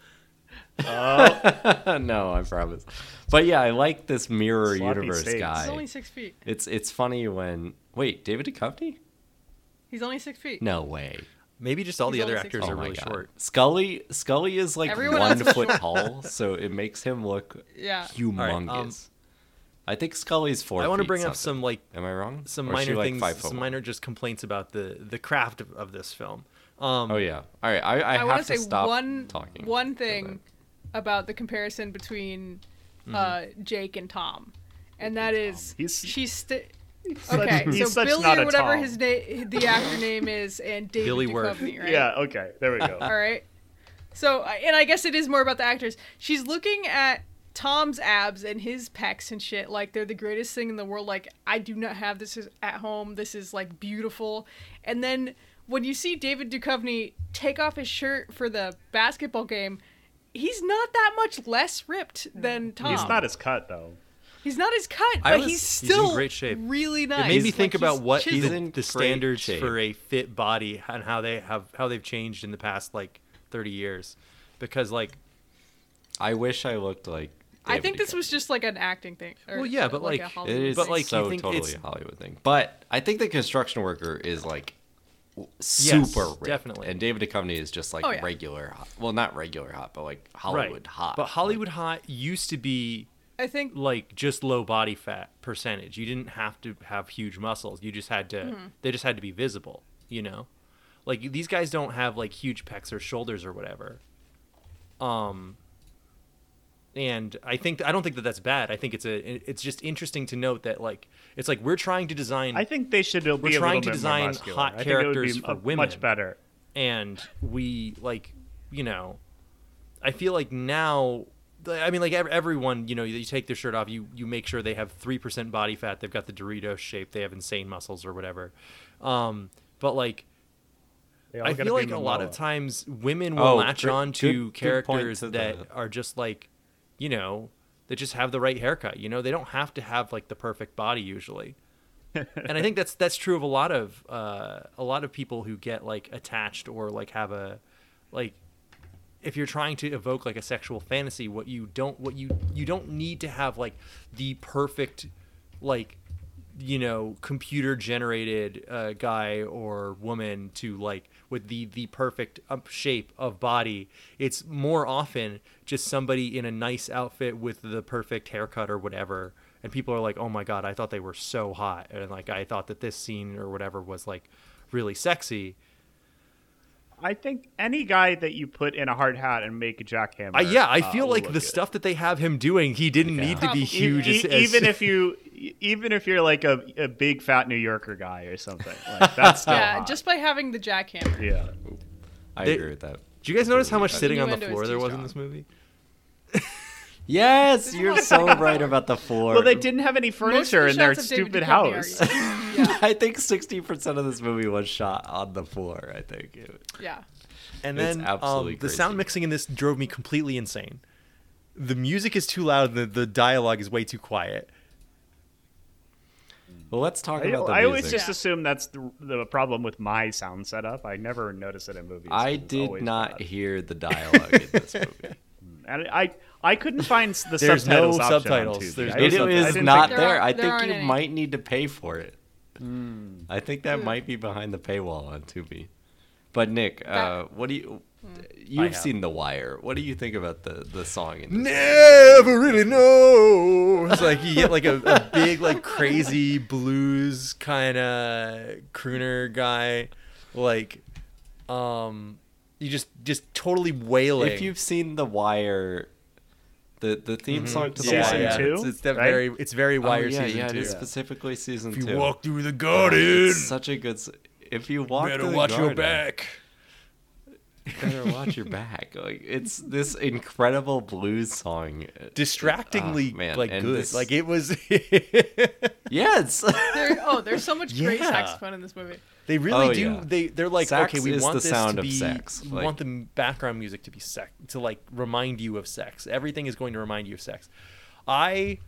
Speaker 1: Uh, no, I promise. But yeah, I like this mirror
Speaker 7: Sloppy
Speaker 1: universe
Speaker 7: steaks.
Speaker 1: guy.
Speaker 4: He's only six feet.
Speaker 1: It's it's funny when wait David Duchovny?
Speaker 4: He's only six feet.
Speaker 1: No way.
Speaker 2: maybe just all
Speaker 4: He's
Speaker 2: the other
Speaker 4: only six
Speaker 2: actors
Speaker 4: feet.
Speaker 1: Oh
Speaker 2: are
Speaker 1: my
Speaker 2: really
Speaker 1: god.
Speaker 2: short.
Speaker 1: Scully Scully is like
Speaker 4: Everyone
Speaker 1: one
Speaker 4: else is
Speaker 1: foot
Speaker 4: short. Uh,
Speaker 1: tall, so it makes him look
Speaker 4: Yeah.
Speaker 1: humongous.
Speaker 2: All right, um,
Speaker 1: I think Scully's four.
Speaker 2: I want to
Speaker 1: feet
Speaker 2: bring up
Speaker 1: something.
Speaker 2: some like
Speaker 1: Am I wrong?
Speaker 2: some
Speaker 1: Or is she,
Speaker 2: minor
Speaker 1: like,
Speaker 2: things,
Speaker 1: five foot
Speaker 2: some
Speaker 1: one?
Speaker 2: minor just complaints about the the craft of, of this film. Um,
Speaker 1: Oh yeah. All right. I, I,
Speaker 4: I, want
Speaker 1: have
Speaker 4: to say
Speaker 1: to stop
Speaker 4: one
Speaker 1: talking.
Speaker 4: one
Speaker 1: about
Speaker 4: thing about the comparison between uh, Jake and Tom, and that is
Speaker 3: He's-
Speaker 4: she's sti-
Speaker 3: such-
Speaker 4: okay.
Speaker 3: he's
Speaker 4: so
Speaker 3: such
Speaker 4: Billy
Speaker 3: not
Speaker 4: or
Speaker 3: a
Speaker 4: whatever
Speaker 3: Tom.
Speaker 4: his name, the actor name is, and David
Speaker 2: Billy Wirth.
Speaker 4: Duchovny, right?
Speaker 3: Yeah. Okay. There we go.
Speaker 4: All right. So, I- and I guess it is more about the actors. She's looking at Tom's abs and his pecs and shit like they're the greatest thing in the world. Like, I do not have this is at home. This is like beautiful. And then when you see David Duchovny take off his shirt for the basketball game, he's not that much less ripped than Tom.
Speaker 3: He's not his cut though.
Speaker 4: He's not as cut,
Speaker 2: I
Speaker 4: but
Speaker 2: was-
Speaker 4: he's
Speaker 2: he's in
Speaker 4: still
Speaker 2: great shape.
Speaker 4: really nice.
Speaker 2: it made me
Speaker 4: Like,
Speaker 2: think
Speaker 4: he's
Speaker 2: about what
Speaker 1: Oh, He's
Speaker 4: chiseled.
Speaker 2: the,
Speaker 1: in
Speaker 2: the
Speaker 1: great
Speaker 2: standards
Speaker 1: shape.
Speaker 2: for a fit body and how they have how they've changed in the past like 30 years, because like
Speaker 1: I wish I looked like.
Speaker 4: I
Speaker 1: David
Speaker 4: think this
Speaker 1: Duchovny.
Speaker 4: was just like an acting thing. or,
Speaker 2: Well, yeah, but,
Speaker 4: a
Speaker 2: like, it
Speaker 1: It
Speaker 4: Hollywood
Speaker 1: is,
Speaker 2: But, like, you
Speaker 1: so
Speaker 2: think
Speaker 1: totally
Speaker 2: it's-
Speaker 1: a Hollywood thing. But I think the construction worker is like w- super ripped,
Speaker 2: definitely.
Speaker 1: and David Duchovny is just like
Speaker 4: Oh, yeah.
Speaker 1: regular hot. Well, not regular hot, but like Hollywood hot.
Speaker 2: but Hollywood hot used to be
Speaker 4: I think
Speaker 2: like just low body fat percentage. You didn't have to have huge muscles. You just had to they just had to be visible, you know? Like these guys don't have like huge pecs or shoulders or whatever. Um and I think I don't think that that's bad. I think it's a it's just interesting to note that like it's like we're trying to design
Speaker 3: I think they should be a little
Speaker 2: Hmm. trying
Speaker 3: bit
Speaker 2: to
Speaker 3: more
Speaker 2: design
Speaker 3: muscular.
Speaker 2: hot
Speaker 3: I think it would be
Speaker 2: characters for
Speaker 3: a-
Speaker 2: women.
Speaker 3: Much better.
Speaker 2: and we like you know i feel like now i mean like ev- everyone you know you take their shirt off you you make sure they have 3% body fat they've got the dorito shape they have insane muscles or whatever um but like
Speaker 7: They all
Speaker 2: i
Speaker 7: gotta
Speaker 2: feel
Speaker 7: be
Speaker 2: like a lot of
Speaker 7: Momoa.
Speaker 2: times women will
Speaker 1: Oh,
Speaker 2: latch
Speaker 1: gr-
Speaker 2: on
Speaker 1: good-
Speaker 2: to
Speaker 1: good point
Speaker 2: characters
Speaker 1: to
Speaker 2: that
Speaker 1: that.
Speaker 2: are just like you know that just have the right haircut you know they don't have to have like the perfect body usually and I think that's that's true of a lot of uh, a lot of people who get like attached or like have a like if you're trying to evoke like a sexual fantasy, what you don't what you you don't need to have like the perfect like you know computer generated uh, guy or woman to like with the the perfect up shape of body it's more often just somebody in a nice outfit with the perfect haircut or whatever and people are like oh my god i thought they were so hot and like i thought that this scene or whatever was like really sexy
Speaker 3: I think any guy that you put in a hard hat and make a jackhammer.
Speaker 2: I, yeah i
Speaker 3: uh,
Speaker 2: feel
Speaker 3: will
Speaker 2: like
Speaker 3: look
Speaker 2: the
Speaker 3: good.
Speaker 2: stuff that they have him doing he didn't need to
Speaker 4: Probably.
Speaker 2: be huge
Speaker 3: E-
Speaker 2: as,
Speaker 3: e-
Speaker 2: as-
Speaker 3: even if you, e- even if you're like a, a big fat New Yorker guy or something, like that's still
Speaker 4: yeah,
Speaker 3: hot.
Speaker 4: just by having the jackhammer.
Speaker 3: yeah.
Speaker 1: I
Speaker 2: they-
Speaker 1: agree with that.
Speaker 2: did you guys notice how much
Speaker 1: Innuendo
Speaker 2: sitting on the
Speaker 4: is
Speaker 2: floor
Speaker 4: too
Speaker 2: there was
Speaker 4: strong.
Speaker 2: in this movie
Speaker 1: Yes,
Speaker 4: a
Speaker 1: you're
Speaker 4: lot of
Speaker 1: so right about the floor.
Speaker 3: Well, they didn't have any
Speaker 4: Most of
Speaker 3: furniture
Speaker 4: the
Speaker 3: in their
Speaker 4: shots of David
Speaker 3: stupid
Speaker 4: Duchovny are-
Speaker 3: house.
Speaker 4: yeah,
Speaker 1: I think sixty percent of this movie was shot on the floor. I think. It-
Speaker 4: yeah.
Speaker 2: And
Speaker 1: It's
Speaker 2: then
Speaker 1: absolutely
Speaker 2: um, the sound
Speaker 1: crazy.
Speaker 2: mixing in this drove me completely insane.
Speaker 6: The music is too loud. The the dialogue is way too quiet.
Speaker 1: Well, let's talk
Speaker 3: I,
Speaker 1: about the
Speaker 3: I always
Speaker 1: music.
Speaker 3: just
Speaker 4: Yeah.
Speaker 3: assume that's the, the problem with my sound setup. I never notice it in movies.
Speaker 1: I
Speaker 3: 'cause it's
Speaker 1: did
Speaker 3: always
Speaker 1: not
Speaker 3: bad.
Speaker 1: hear the dialogue in this movie.
Speaker 3: And I, I couldn't find s- the
Speaker 2: There's no
Speaker 3: subtitles. option on
Speaker 2: subtitles.
Speaker 3: Tubi.
Speaker 2: There's
Speaker 3: I
Speaker 2: no
Speaker 1: It
Speaker 3: didn't- I
Speaker 1: is
Speaker 3: didn't
Speaker 1: not
Speaker 3: think-
Speaker 4: there
Speaker 1: there.
Speaker 4: are-
Speaker 1: I
Speaker 4: there
Speaker 1: think
Speaker 4: aren't
Speaker 1: you
Speaker 4: any. Hmm.
Speaker 1: might need to pay for it. I think that might be behind the paywall on Tubi. But Nick, uh, what do you?
Speaker 4: Hmm.
Speaker 1: You've
Speaker 2: have.
Speaker 1: seen The Wire. What do you think about the the song? In this?
Speaker 6: Never really know. It's like you get like a, a big like crazy blues
Speaker 2: Kind of crooner guy, like, um, you just just totally wailing.
Speaker 1: If you've seen The Wire, the the theme song to The
Speaker 3: Season
Speaker 1: Wire.
Speaker 3: two?
Speaker 2: It's, it's that
Speaker 3: right?
Speaker 2: very it's very
Speaker 1: Oh,
Speaker 2: wire
Speaker 1: yeah,
Speaker 2: season
Speaker 1: yeah,
Speaker 2: two.
Speaker 1: it is specifically season
Speaker 2: If you
Speaker 1: two.
Speaker 2: walk through the
Speaker 1: Oh,
Speaker 2: garden,
Speaker 1: it's such a good. s- If you walk,
Speaker 2: better
Speaker 1: through the
Speaker 2: watch your
Speaker 1: garden-
Speaker 2: back.
Speaker 1: better watch your back. Like it's this incredible blues song.
Speaker 2: distractingly
Speaker 1: Ah, man,
Speaker 2: like
Speaker 1: and
Speaker 2: good.
Speaker 1: this-
Speaker 2: Like it was.
Speaker 1: Yeah, it's
Speaker 4: There, oh, there's so much great
Speaker 2: Yeah.
Speaker 4: saxophone in this movie.
Speaker 2: they really
Speaker 1: Oh,
Speaker 2: do.
Speaker 1: yeah.
Speaker 2: They they're like
Speaker 1: Sax
Speaker 2: okay, we
Speaker 1: is
Speaker 2: want
Speaker 1: the
Speaker 2: this
Speaker 1: sound
Speaker 2: to
Speaker 1: of
Speaker 2: be.
Speaker 1: sex,
Speaker 2: We
Speaker 1: like-
Speaker 2: want the m- background music to be sex to like remind you of sex. Everything is going to remind you of sex. I.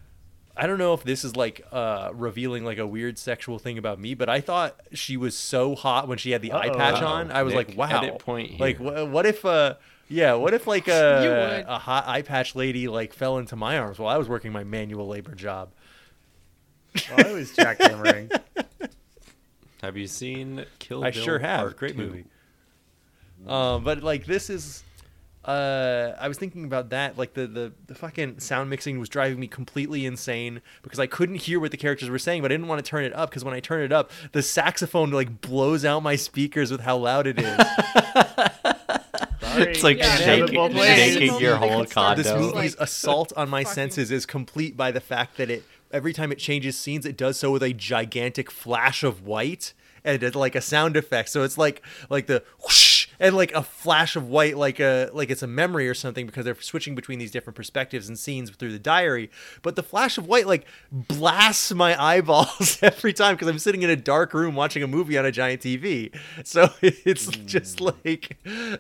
Speaker 2: I don't know if this is like uh, revealing like a weird sexual thing about me, but I thought she was so hot when she had the eye
Speaker 8: Uh-oh.
Speaker 2: patch
Speaker 1: Uh-oh.
Speaker 2: on. I was
Speaker 1: Nick,
Speaker 2: like, wow.
Speaker 1: edit point
Speaker 2: Like,
Speaker 1: here.
Speaker 2: wha- what if uh, yeah, what if like a
Speaker 4: would.
Speaker 2: a hot eye patch lady like fell into my arms while I was working my manual labor job?
Speaker 8: Well, I was jackhammering.
Speaker 1: Have you seen Kill
Speaker 2: I
Speaker 1: Bill
Speaker 2: sure have.
Speaker 1: Part
Speaker 2: Great
Speaker 1: Two?
Speaker 2: movie. Um, but like this is, uh, I was thinking about that. Like the, the the fucking sound mixing was driving me completely insane because I couldn't hear what the characters were saying, but I didn't want to turn it up because when I turn it up, the saxophone like blows out my speakers with how loud it is.
Speaker 3: Sorry.
Speaker 1: It's like
Speaker 4: Yeah,
Speaker 1: shaking,
Speaker 4: and then-
Speaker 1: shaking
Speaker 4: and
Speaker 1: your
Speaker 4: then they
Speaker 1: whole
Speaker 4: could start
Speaker 1: condo.
Speaker 2: this
Speaker 4: know.
Speaker 2: movie's
Speaker 4: Like,
Speaker 2: assault on my
Speaker 4: fucking-
Speaker 2: senses is complete by the fact that it every time it changes scenes it does so with a gigantic flash of white and it's like a sound effect so it's like like the whoosh and like a flash of white like a like it's a memory or something because they're switching between these different perspectives and scenes through the diary but the flash of white like blasts my eyeballs every time because i'm sitting in a dark room watching a movie on a giant tv so it's just like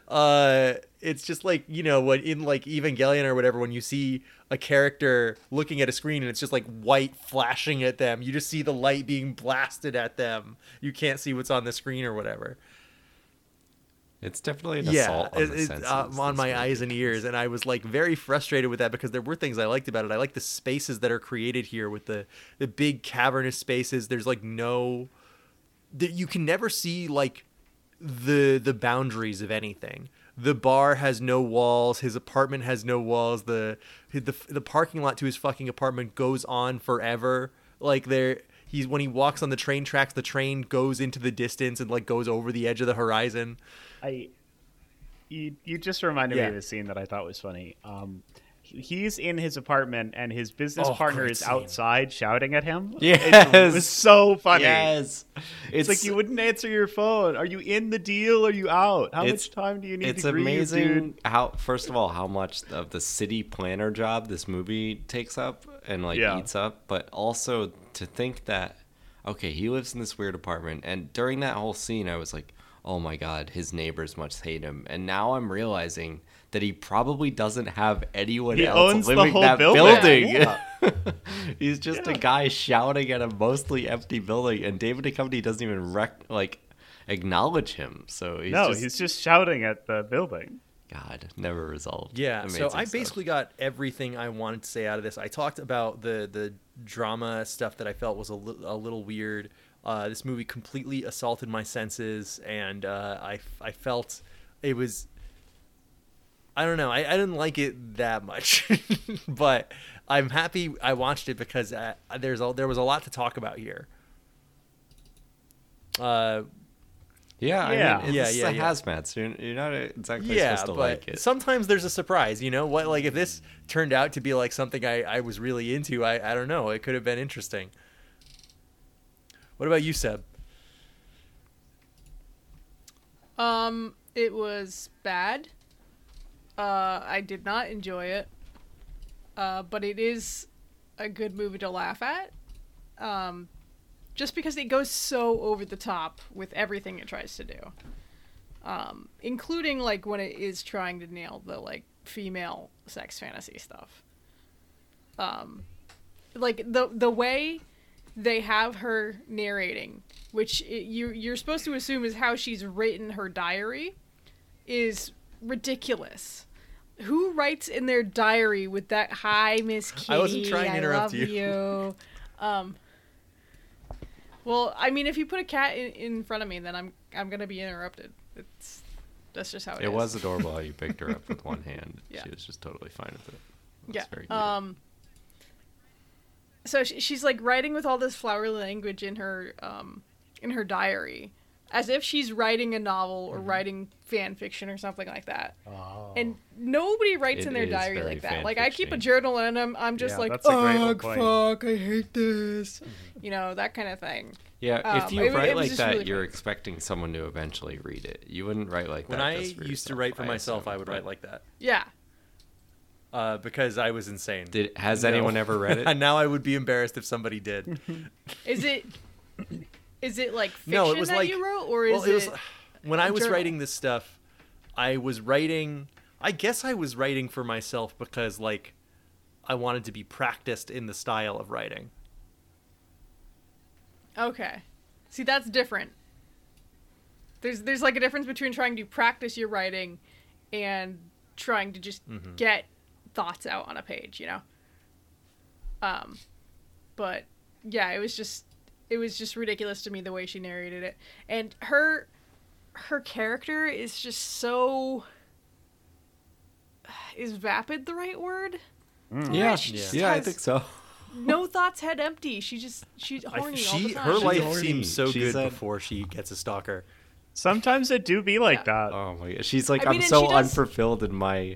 Speaker 2: uh it's just like you know what in like evangelion or whatever when you see a character looking at a screen and it's just like white flashing at them you just see the light being blasted at them you can't see what's on the screen or whatever
Speaker 1: It's definitely an
Speaker 2: yeah
Speaker 1: assault on
Speaker 2: it-
Speaker 1: the
Speaker 2: it-
Speaker 1: senses.
Speaker 2: uh, on
Speaker 1: this
Speaker 2: my
Speaker 1: movie.
Speaker 2: eyes and ears and i was like very frustrated with that because there were things i liked about it i like the spaces that are created here with the the big cavernous spaces there's like no that you can never see like the the boundaries of anything. The bar has no walls. His apartment has no walls. The the the parking lot to his fucking apartment goes on forever. Like there, he's when he walks on the train tracks, the train goes into the distance and like goes over the edge of the horizon.
Speaker 3: I you, you just reminded
Speaker 2: Yeah.
Speaker 3: me of a scene that I thought was funny. Um, he- he's in his apartment and his business
Speaker 2: Oh,
Speaker 3: partner
Speaker 2: great
Speaker 3: is
Speaker 2: scene.
Speaker 3: outside shouting at him. it
Speaker 1: Yes.
Speaker 3: was so funny.
Speaker 1: Yes, it's,
Speaker 3: It's, like you wouldn't answer your phone. Are you in the deal? Are you out? How
Speaker 1: It's-
Speaker 3: much time do you need?
Speaker 1: It's
Speaker 3: to grieve,
Speaker 1: amazing
Speaker 3: dude?
Speaker 1: how first of all how much of the city planner job this movie takes up and like
Speaker 3: Yeah.
Speaker 1: eats up, but also to think that okay, he lives in this weird apartment and during that whole scene I was like, "Oh my god, his neighbors must hate him." And now I'm realizing that he probably doesn't have anyone
Speaker 3: He
Speaker 1: else
Speaker 3: owns the
Speaker 1: living in
Speaker 3: whole
Speaker 1: that
Speaker 3: building.
Speaker 1: building. He's just a
Speaker 3: Yeah.
Speaker 1: guy shouting at a mostly empty building and David Duchovny doesn't even rec- like acknowledge him. So he's
Speaker 3: no,
Speaker 1: just
Speaker 3: he's just shouting at the building.
Speaker 1: God, never resolved.
Speaker 9: Yeah, so
Speaker 1: Amazing
Speaker 9: I
Speaker 1: stuff.
Speaker 9: basically got everything I wanted to say out of this. I talked about the the drama stuff that I felt was a, li- a little weird. Uh, this movie completely assaulted my senses, and uh, I f- I felt it was. I don't know. I, I didn't like it that much, but I'm happy I watched it because uh, there's a, there was a lot to talk about here. Uh,
Speaker 1: yeah,
Speaker 3: Yeah.
Speaker 1: I mean,
Speaker 9: Yeah,
Speaker 1: yeah,
Speaker 9: yeah,
Speaker 1: yeah, a
Speaker 9: yeah.
Speaker 1: hazmat, so you're, you're not exactly supposed to like it.
Speaker 9: sometimes there's a surprise. You know what? Like if this turned out to be like something I, I was really into, I, I don't know. It could have been interesting. What about you, Seb?
Speaker 4: Um, it was bad. Uh, I did not enjoy it. Uh, but it is a good movie to laugh at. Um, just because it goes so over the top with everything it tries to do. Um, including like when it is trying to nail the like female sex fantasy stuff. Um, like the the way they have her narrating, which i you you're supposed to assume is how she's written her diary, is ridiculous. Who writes in their diary with that "Hi, Miss Kitty"?
Speaker 9: I wasn't trying to
Speaker 4: I
Speaker 9: interrupt
Speaker 4: love
Speaker 9: you."
Speaker 4: you." Um. Well, I mean, if you put a cat in, in front of me, then I'm I'm gonna be interrupted. It's that's just how it is.
Speaker 1: It was adorable how you picked her up with one hand.
Speaker 4: Yeah.
Speaker 1: She was just totally fine with it. That's
Speaker 4: yeah.
Speaker 1: very cute.
Speaker 4: um. So she, she's like writing with all this flowery language in her um in her diary, as if she's writing a novel or writing fan fiction or something like that.
Speaker 1: Oh.
Speaker 4: And nobody writes
Speaker 1: It
Speaker 4: in their
Speaker 1: is
Speaker 4: diary
Speaker 1: very
Speaker 4: like that. Like I keep a
Speaker 1: fanfiction-y.
Speaker 4: journal and I'm I'm just
Speaker 7: Yeah,
Speaker 4: like,
Speaker 7: that's a great
Speaker 4: oh
Speaker 7: old point."
Speaker 4: fuck, I hate this, you know that kind of thing.
Speaker 1: Yeah, if
Speaker 4: Um,
Speaker 1: you
Speaker 4: it- it
Speaker 1: write
Speaker 4: was
Speaker 1: like
Speaker 4: just
Speaker 1: that,
Speaker 4: really
Speaker 1: you're
Speaker 4: funny.
Speaker 1: expecting someone to eventually read it. You wouldn't write like
Speaker 2: When
Speaker 1: that.
Speaker 2: I
Speaker 1: just for
Speaker 2: used to
Speaker 1: yourself,
Speaker 2: write for myself,
Speaker 1: assume,
Speaker 2: I would
Speaker 1: but
Speaker 2: write like that
Speaker 4: Yeah,
Speaker 2: uh, because I was insane.
Speaker 1: Did has
Speaker 2: No.
Speaker 1: anyone ever read it?
Speaker 2: and now I would be embarrassed if somebody did.
Speaker 4: is it is it like fiction
Speaker 2: No, it was
Speaker 4: that
Speaker 2: like-
Speaker 4: you wrote or is
Speaker 2: well, it was
Speaker 4: it
Speaker 2: when I was
Speaker 4: journal?
Speaker 2: writing this stuff, I was writing. I guess I was writing for myself because like I wanted to be practiced in the style of writing.
Speaker 4: Okay. See, that's different. There's there's like a difference between trying to practice your writing and trying to just
Speaker 2: Mm-hmm.
Speaker 4: get thoughts out on a page, you know. Um but yeah, it was just it was just ridiculous to me the way she narrated it. And her her character is just so is vapid the right word?
Speaker 1: yeah,
Speaker 4: she
Speaker 1: Mm. yeah,
Speaker 4: just
Speaker 1: I
Speaker 4: has-
Speaker 1: think so.
Speaker 4: No thoughts head empty. She just she's
Speaker 2: I-
Speaker 4: horny all the
Speaker 2: she
Speaker 4: time.
Speaker 2: her
Speaker 1: She's
Speaker 2: life
Speaker 1: horny.
Speaker 2: seems so
Speaker 1: She
Speaker 2: good
Speaker 1: said-
Speaker 2: before she gets a stalker.
Speaker 7: Sometimes it do be like that.
Speaker 1: Oh my god, she's like
Speaker 4: I mean,
Speaker 1: I'm
Speaker 4: and
Speaker 1: so
Speaker 4: she does-
Speaker 1: unfulfilled in my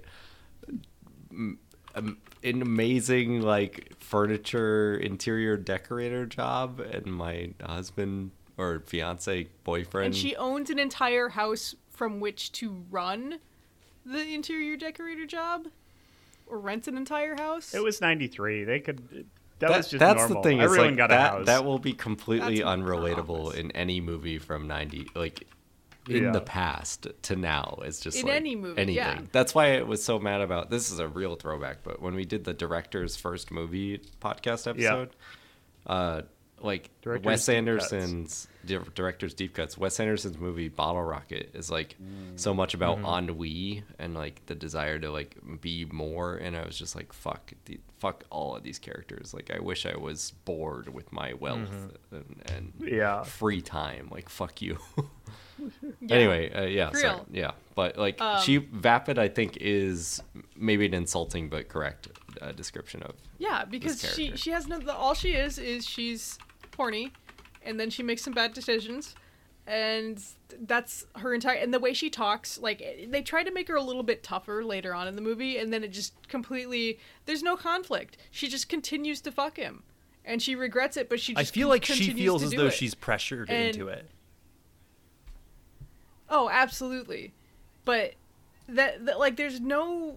Speaker 1: m- am- an amazing like furniture interior decorator job and my husband or fiance boyfriend.
Speaker 4: and she owns an entire house from which to run the interior decorator job or rents an entire house
Speaker 3: It was 93. They could. That,
Speaker 1: That-
Speaker 3: was just
Speaker 1: that's
Speaker 3: normal.
Speaker 1: the thing. Is
Speaker 3: Everyone
Speaker 1: like
Speaker 3: got
Speaker 1: that,
Speaker 3: a house.
Speaker 1: that will be completely
Speaker 4: That's an
Speaker 1: unrelatable
Speaker 4: office.
Speaker 1: in any movie from ninety, like in
Speaker 7: Yeah.
Speaker 1: the past to now. It's just
Speaker 4: In
Speaker 1: like
Speaker 4: any movie,
Speaker 1: anything.
Speaker 4: yeah.
Speaker 1: That's why I was so mad about. This is a real throwback, but when we did the director's first movie podcast episode, uh, like
Speaker 7: Director's
Speaker 1: Wes
Speaker 7: deep
Speaker 1: Anderson's di- director's deep cuts. Wes Anderson's movie Bottle Rocket is like
Speaker 4: Mm.
Speaker 1: so much about
Speaker 4: Mm-hmm.
Speaker 1: ennui and like the desire to like be more. And I was just like, fuck, the, fuck all of these characters. Like, I wish I was bored with my wealth
Speaker 4: Mm-hmm.
Speaker 1: and, and
Speaker 7: Yeah.
Speaker 1: free time. Like, fuck you.
Speaker 4: Yeah.
Speaker 1: Anyway, uh, yeah,
Speaker 4: For
Speaker 1: sorry.
Speaker 4: real.
Speaker 1: yeah, but like
Speaker 4: Um,
Speaker 1: she vapid, I think is maybe an insulting but correct uh, description of
Speaker 4: yeah because she
Speaker 1: character.
Speaker 4: she has no the, all she is is she's horny and then she makes some bad decisions and that's her entire and the way she talks like eh, they try to make her a little bit tougher later on in the movie and then it just completely there's no conflict she just continues to fuck him and she regrets it but she
Speaker 2: I
Speaker 4: just
Speaker 2: feel like she
Speaker 4: continues
Speaker 2: feels
Speaker 4: to
Speaker 2: as
Speaker 4: do
Speaker 2: though
Speaker 4: it.
Speaker 2: she's pressured
Speaker 4: And-
Speaker 2: into it.
Speaker 4: Oh, absolutely. But that, that like there's no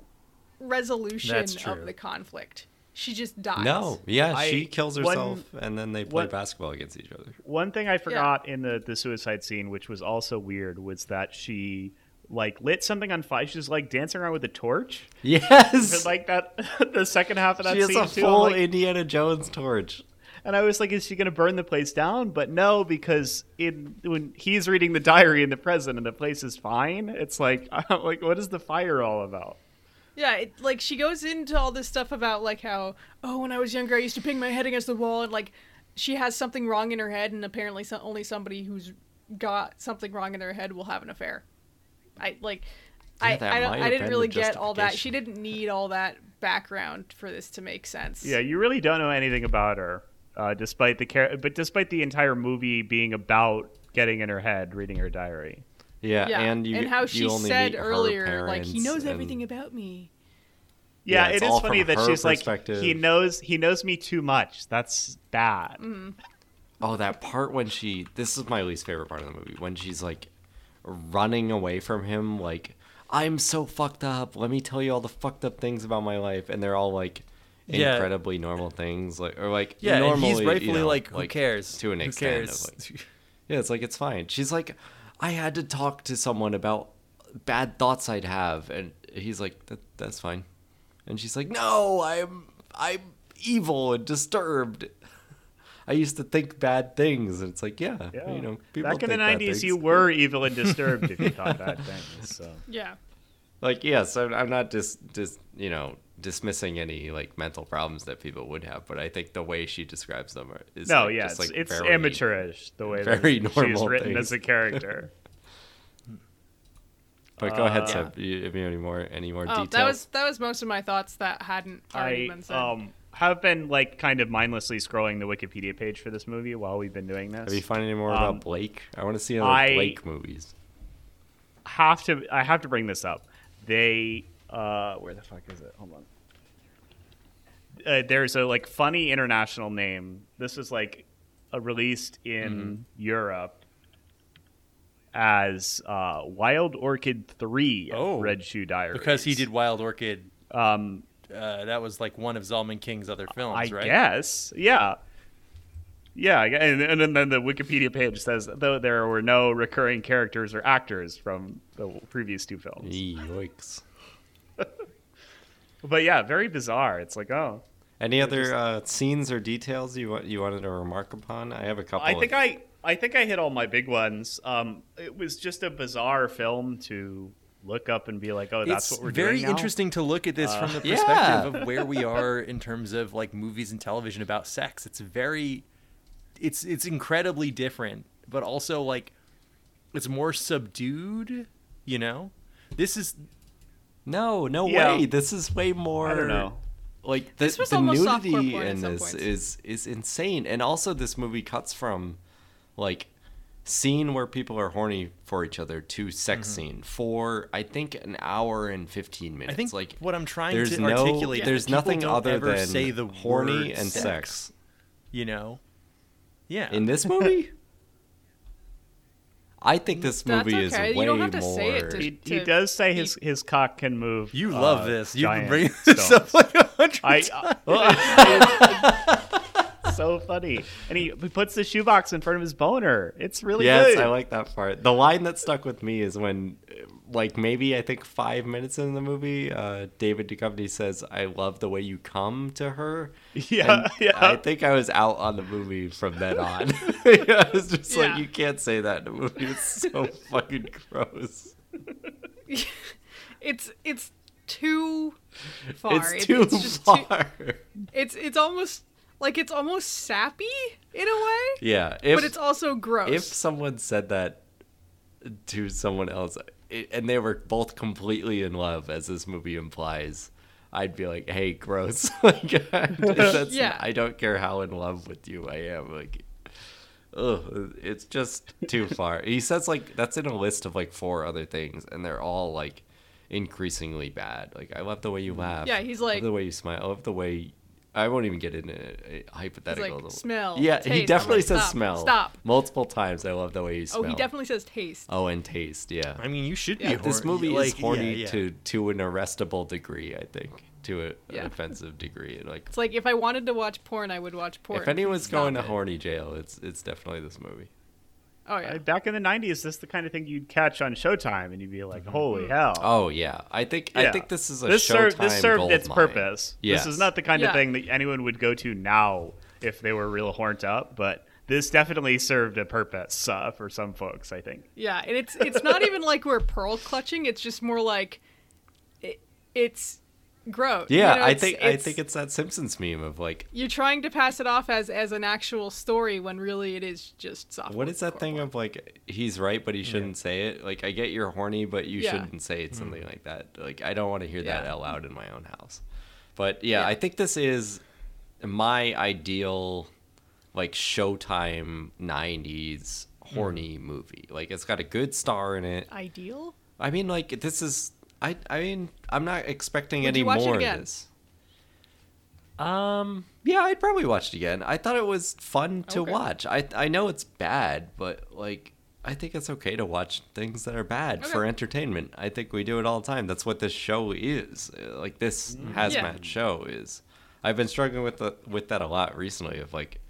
Speaker 4: resolution
Speaker 2: That's true.
Speaker 4: of the conflict. She just dies.
Speaker 1: No, yeah,
Speaker 3: I-
Speaker 1: she kills
Speaker 3: one-
Speaker 1: herself and then they play
Speaker 3: one-
Speaker 1: basketball against each other.
Speaker 3: One thing I forgot in the the suicide scene, which was also weird, was that she like lit something on fire. She's like dancing around with a torch.
Speaker 1: Yes,
Speaker 3: But, like that, the second half of that
Speaker 1: she has
Speaker 3: scene
Speaker 1: a
Speaker 3: too. I'm
Speaker 1: full
Speaker 3: like-
Speaker 1: Indiana Jones torch.
Speaker 3: and I was like, is she going to burn the place down? But no, because in when he's reading the diary in the present and the place is fine, it's like, I'm like, what is the fire all about?
Speaker 4: Yeah, it, like she goes into all this stuff about like how oh when I was younger I used to ping my head against the wall and like she has something wrong in her head and apparently so- only somebody who's got something wrong in their head will have an affair. I like
Speaker 1: Yeah, that
Speaker 4: I I, don't,
Speaker 1: might
Speaker 4: I
Speaker 1: have been
Speaker 4: didn't
Speaker 1: the
Speaker 4: really get all that.
Speaker 1: justification.
Speaker 4: She didn't need all that background for this to make sense.
Speaker 3: Yeah, you really don't know anything about her, uh, despite the care, but despite the entire movie being about getting in her head, reading her diary.
Speaker 1: Yeah,
Speaker 4: yeah.
Speaker 1: and you
Speaker 4: how
Speaker 1: you
Speaker 4: she
Speaker 1: only
Speaker 4: said
Speaker 1: meet her
Speaker 4: earlier like he
Speaker 1: parents
Speaker 4: knows
Speaker 1: and-
Speaker 4: everything about me
Speaker 1: Yeah,
Speaker 3: Yeah,
Speaker 1: it's
Speaker 3: it
Speaker 1: all
Speaker 3: is funny
Speaker 1: from
Speaker 3: that
Speaker 1: her
Speaker 3: she's like,
Speaker 1: perspective.
Speaker 3: he knows he knows me too much. That's bad.
Speaker 1: Mm. Oh, that part when she this is my least favorite part of the movie when she's like running away from him like I'm so fucked up. Let me tell you all the fucked up things about my life and they're all like
Speaker 2: Yeah.
Speaker 1: incredibly normal things like or like
Speaker 2: Yeah, and
Speaker 1: normally
Speaker 2: he's
Speaker 1: you
Speaker 2: rightfully
Speaker 1: know,
Speaker 2: like, who cares?
Speaker 1: to an
Speaker 2: Who
Speaker 1: extent of,
Speaker 2: cares?
Speaker 1: like, yeah, it's like it's fine. She's like, I had to talk to someone about bad thoughts I'd have, and he's like, that, that's fine. And she's like, no, I'm I'm evil and disturbed. I used to think bad things, and it's like, yeah,
Speaker 3: Yeah.
Speaker 1: you know, people
Speaker 3: Back in the
Speaker 1: think bad
Speaker 3: nineties, you
Speaker 1: things.
Speaker 3: were evil and disturbed if you thought bad things. So.
Speaker 4: yeah
Speaker 1: like, yes, I'm, I'm not just dis, you know dismissing any like mental problems that people would have, but I think the way she describes them are, is
Speaker 3: No,
Speaker 1: like,
Speaker 3: yeah,
Speaker 1: just,
Speaker 3: it's,
Speaker 1: like,
Speaker 3: it's
Speaker 1: very-
Speaker 3: amateurish the way
Speaker 1: very
Speaker 3: that she's
Speaker 1: normal
Speaker 3: written
Speaker 1: things.
Speaker 3: as a character.
Speaker 1: But go ahead,
Speaker 3: Uh,
Speaker 1: Seb. You, have you any more any more
Speaker 4: oh
Speaker 1: details?
Speaker 4: that was that was most of my thoughts that hadn't already
Speaker 3: I
Speaker 4: been said
Speaker 3: um have been like kind of mindlessly scrolling the Wikipedia page for this movie while we've been doing this.
Speaker 1: Have you found any more
Speaker 3: Um,
Speaker 1: about Blake? I want to see other
Speaker 3: I-
Speaker 1: Blake movies.
Speaker 3: have to I have to bring this up. They uh where the fuck is it? Hold on. Uh, there's a like funny international name. This was like uh released in
Speaker 1: Mm-hmm.
Speaker 3: Europe as uh, Wild Orchid Three:
Speaker 6: Oh.
Speaker 3: Red Shoe Diaries
Speaker 6: because he did Wild Orchid.
Speaker 3: Um,
Speaker 6: Uh, that was like one of Zalman King's other films,
Speaker 3: I
Speaker 6: right?
Speaker 3: guess. Yeah. Yeah, I gue- and, and then the Wikipedia page says though there were no recurring characters or actors from the previous two films.
Speaker 1: Yikes.
Speaker 3: But yeah, very bizarre. It's like, oh,
Speaker 1: Any other uh, scenes or details you wa- you wanted to remark upon? I have a couple.
Speaker 3: I think
Speaker 1: of,
Speaker 3: I I think I hit all my big ones. Um, it was just a bizarre film to look up and be like, oh, that's
Speaker 2: it's
Speaker 3: what we're
Speaker 2: very
Speaker 3: doing. now?
Speaker 2: interesting to look at this from the
Speaker 1: yeah.
Speaker 2: perspective of where we are in terms of like movies and television about sex. It's very, it's it's incredibly different, but also like, it's more subdued. You know, this is
Speaker 1: no, no
Speaker 3: Yeah.
Speaker 1: way. This is way more.
Speaker 3: I don't know.
Speaker 1: Like the,
Speaker 4: This was
Speaker 1: the
Speaker 4: almost softcore
Speaker 1: nudity
Speaker 4: porn at
Speaker 1: in
Speaker 4: some
Speaker 1: this
Speaker 4: points.
Speaker 1: is is insane, and also this movie cuts from like scene where people are horny for each other to sex scene for I think an hour and fifteen minutes.
Speaker 2: I think
Speaker 1: like
Speaker 2: what I'm trying
Speaker 1: there's
Speaker 2: to
Speaker 1: no
Speaker 2: articulate. is
Speaker 1: there's
Speaker 2: that people
Speaker 1: nothing
Speaker 2: don't
Speaker 1: other
Speaker 2: ever
Speaker 1: than
Speaker 2: say the word
Speaker 1: horny and sex
Speaker 2: You know, yeah.
Speaker 1: in this movie. I think this
Speaker 4: That's
Speaker 1: movie
Speaker 4: okay.
Speaker 1: is
Speaker 4: You
Speaker 1: way
Speaker 4: don't have to
Speaker 1: more.
Speaker 4: say it to-
Speaker 3: He, he does say his, his cock can move.
Speaker 2: you
Speaker 3: uh,
Speaker 2: love this. You
Speaker 3: giant
Speaker 2: bring this up
Speaker 3: stones.
Speaker 2: like a hundred
Speaker 3: I,
Speaker 2: times.
Speaker 3: I- it's- it's so funny, and he, he puts the shoebox in front of his boner. It's really
Speaker 1: Yes,
Speaker 3: good.
Speaker 1: I like that part. The line that stuck with me is when, uh, like, maybe I think five minutes into the movie, uh, David Duchovny says, "I love the way you come" to her.
Speaker 3: Yeah,
Speaker 1: And
Speaker 3: yeah.
Speaker 1: I think I was out on the movie from then on. I was just
Speaker 4: Yeah.
Speaker 1: like, "You can't say that in a movie. It's so fucking gross.
Speaker 4: It's it's too far.
Speaker 1: It's
Speaker 4: It-
Speaker 1: too
Speaker 4: just too-
Speaker 1: far."
Speaker 4: it's it's almost like it's almost sappy in a way,
Speaker 1: yeah, if,
Speaker 4: but it's also gross.
Speaker 1: if someone said that to someone else i and they were both completely in love as this movie implies i'd be like hey gross like that's,
Speaker 4: Yeah.
Speaker 1: i don't care how in love with you i am like ugh, it's just too far he says like that's in a list of like four other things and they're all like increasingly bad like i love the way you laugh
Speaker 4: Mm-hmm. Yeah, he's
Speaker 1: I love
Speaker 4: like-
Speaker 1: the way you smile i love the way I won't even get into a a hypothetical.
Speaker 4: smell,
Speaker 1: Yeah, he
Speaker 4: taste.
Speaker 1: definitely
Speaker 4: I'm like,
Speaker 1: says
Speaker 4: stop,
Speaker 1: smell.
Speaker 4: stop.
Speaker 1: Multiple times. I love the way you
Speaker 4: oh,
Speaker 1: smell.
Speaker 4: he definitely says taste.
Speaker 1: Oh, and taste. Yeah.
Speaker 2: I mean, you should be.
Speaker 4: Yeah,
Speaker 2: horny.
Speaker 1: this movie
Speaker 2: like,
Speaker 1: is horny
Speaker 2: yeah, yeah.
Speaker 1: to to an arrestable degree. I think to a, an
Speaker 4: Yeah.
Speaker 1: offensive degree. Like,
Speaker 4: It's like if I wanted to watch porn, I would watch porn.
Speaker 1: if anyone's
Speaker 4: Stop
Speaker 1: going to
Speaker 4: it.
Speaker 1: horny jail, it's it's definitely this movie.
Speaker 4: oh yeah,
Speaker 3: Uh, Back in the '90s, this is the kind of thing you'd catch on Showtime, and you'd be like, "Holy hell!"
Speaker 1: Mm-hmm. Oh yeah, I think I
Speaker 3: Yeah.
Speaker 1: think this is a showtime
Speaker 3: this served this served
Speaker 1: gold
Speaker 3: its
Speaker 1: mine.
Speaker 3: purpose.
Speaker 1: Yes.
Speaker 3: This is not the kind
Speaker 4: Yeah.
Speaker 3: of thing that anyone would go to now if they were real horned up, but this definitely served a purpose uh, for some folks, I think.
Speaker 4: yeah. And it's it's not even like we're pearl clutching. It's just more like it, it's gross. You
Speaker 1: Yeah,
Speaker 4: know,
Speaker 1: I
Speaker 4: it's-
Speaker 1: think I
Speaker 4: it's-
Speaker 1: think it's that Simpsons meme of like,
Speaker 4: you're trying to pass it off as as an actual story when really it is just soft.
Speaker 1: what is that thing of like, he's right but he shouldn't say it. Like, I get you're horny but you
Speaker 4: Yeah. Mm.
Speaker 1: shouldn't say it. Something like that. Like, I don't want to hear that
Speaker 4: Yeah.
Speaker 1: out loud in my own house. But yeah, I think this is my ideal like Showtime '90s
Speaker 4: Mm.
Speaker 1: horny movie. Like, it's got a good star in it.
Speaker 4: ideal?
Speaker 1: I mean, like this is. I I mean, I'm not expecting
Speaker 4: Would
Speaker 1: any
Speaker 4: you watch it
Speaker 1: more
Speaker 4: again?
Speaker 1: of this. Um. Yeah, I'd probably watch it again. I thought it was fun to
Speaker 4: Okay.
Speaker 1: watch. I I know it's bad, but like I think it's okay to watch things that are bad for
Speaker 4: Okay.
Speaker 1: entertainment. I think we do it all the time. That's what this show is. Uh, Like this hazmat
Speaker 4: Yeah.
Speaker 1: show is. I've been struggling with the, with that a lot recently. Of like,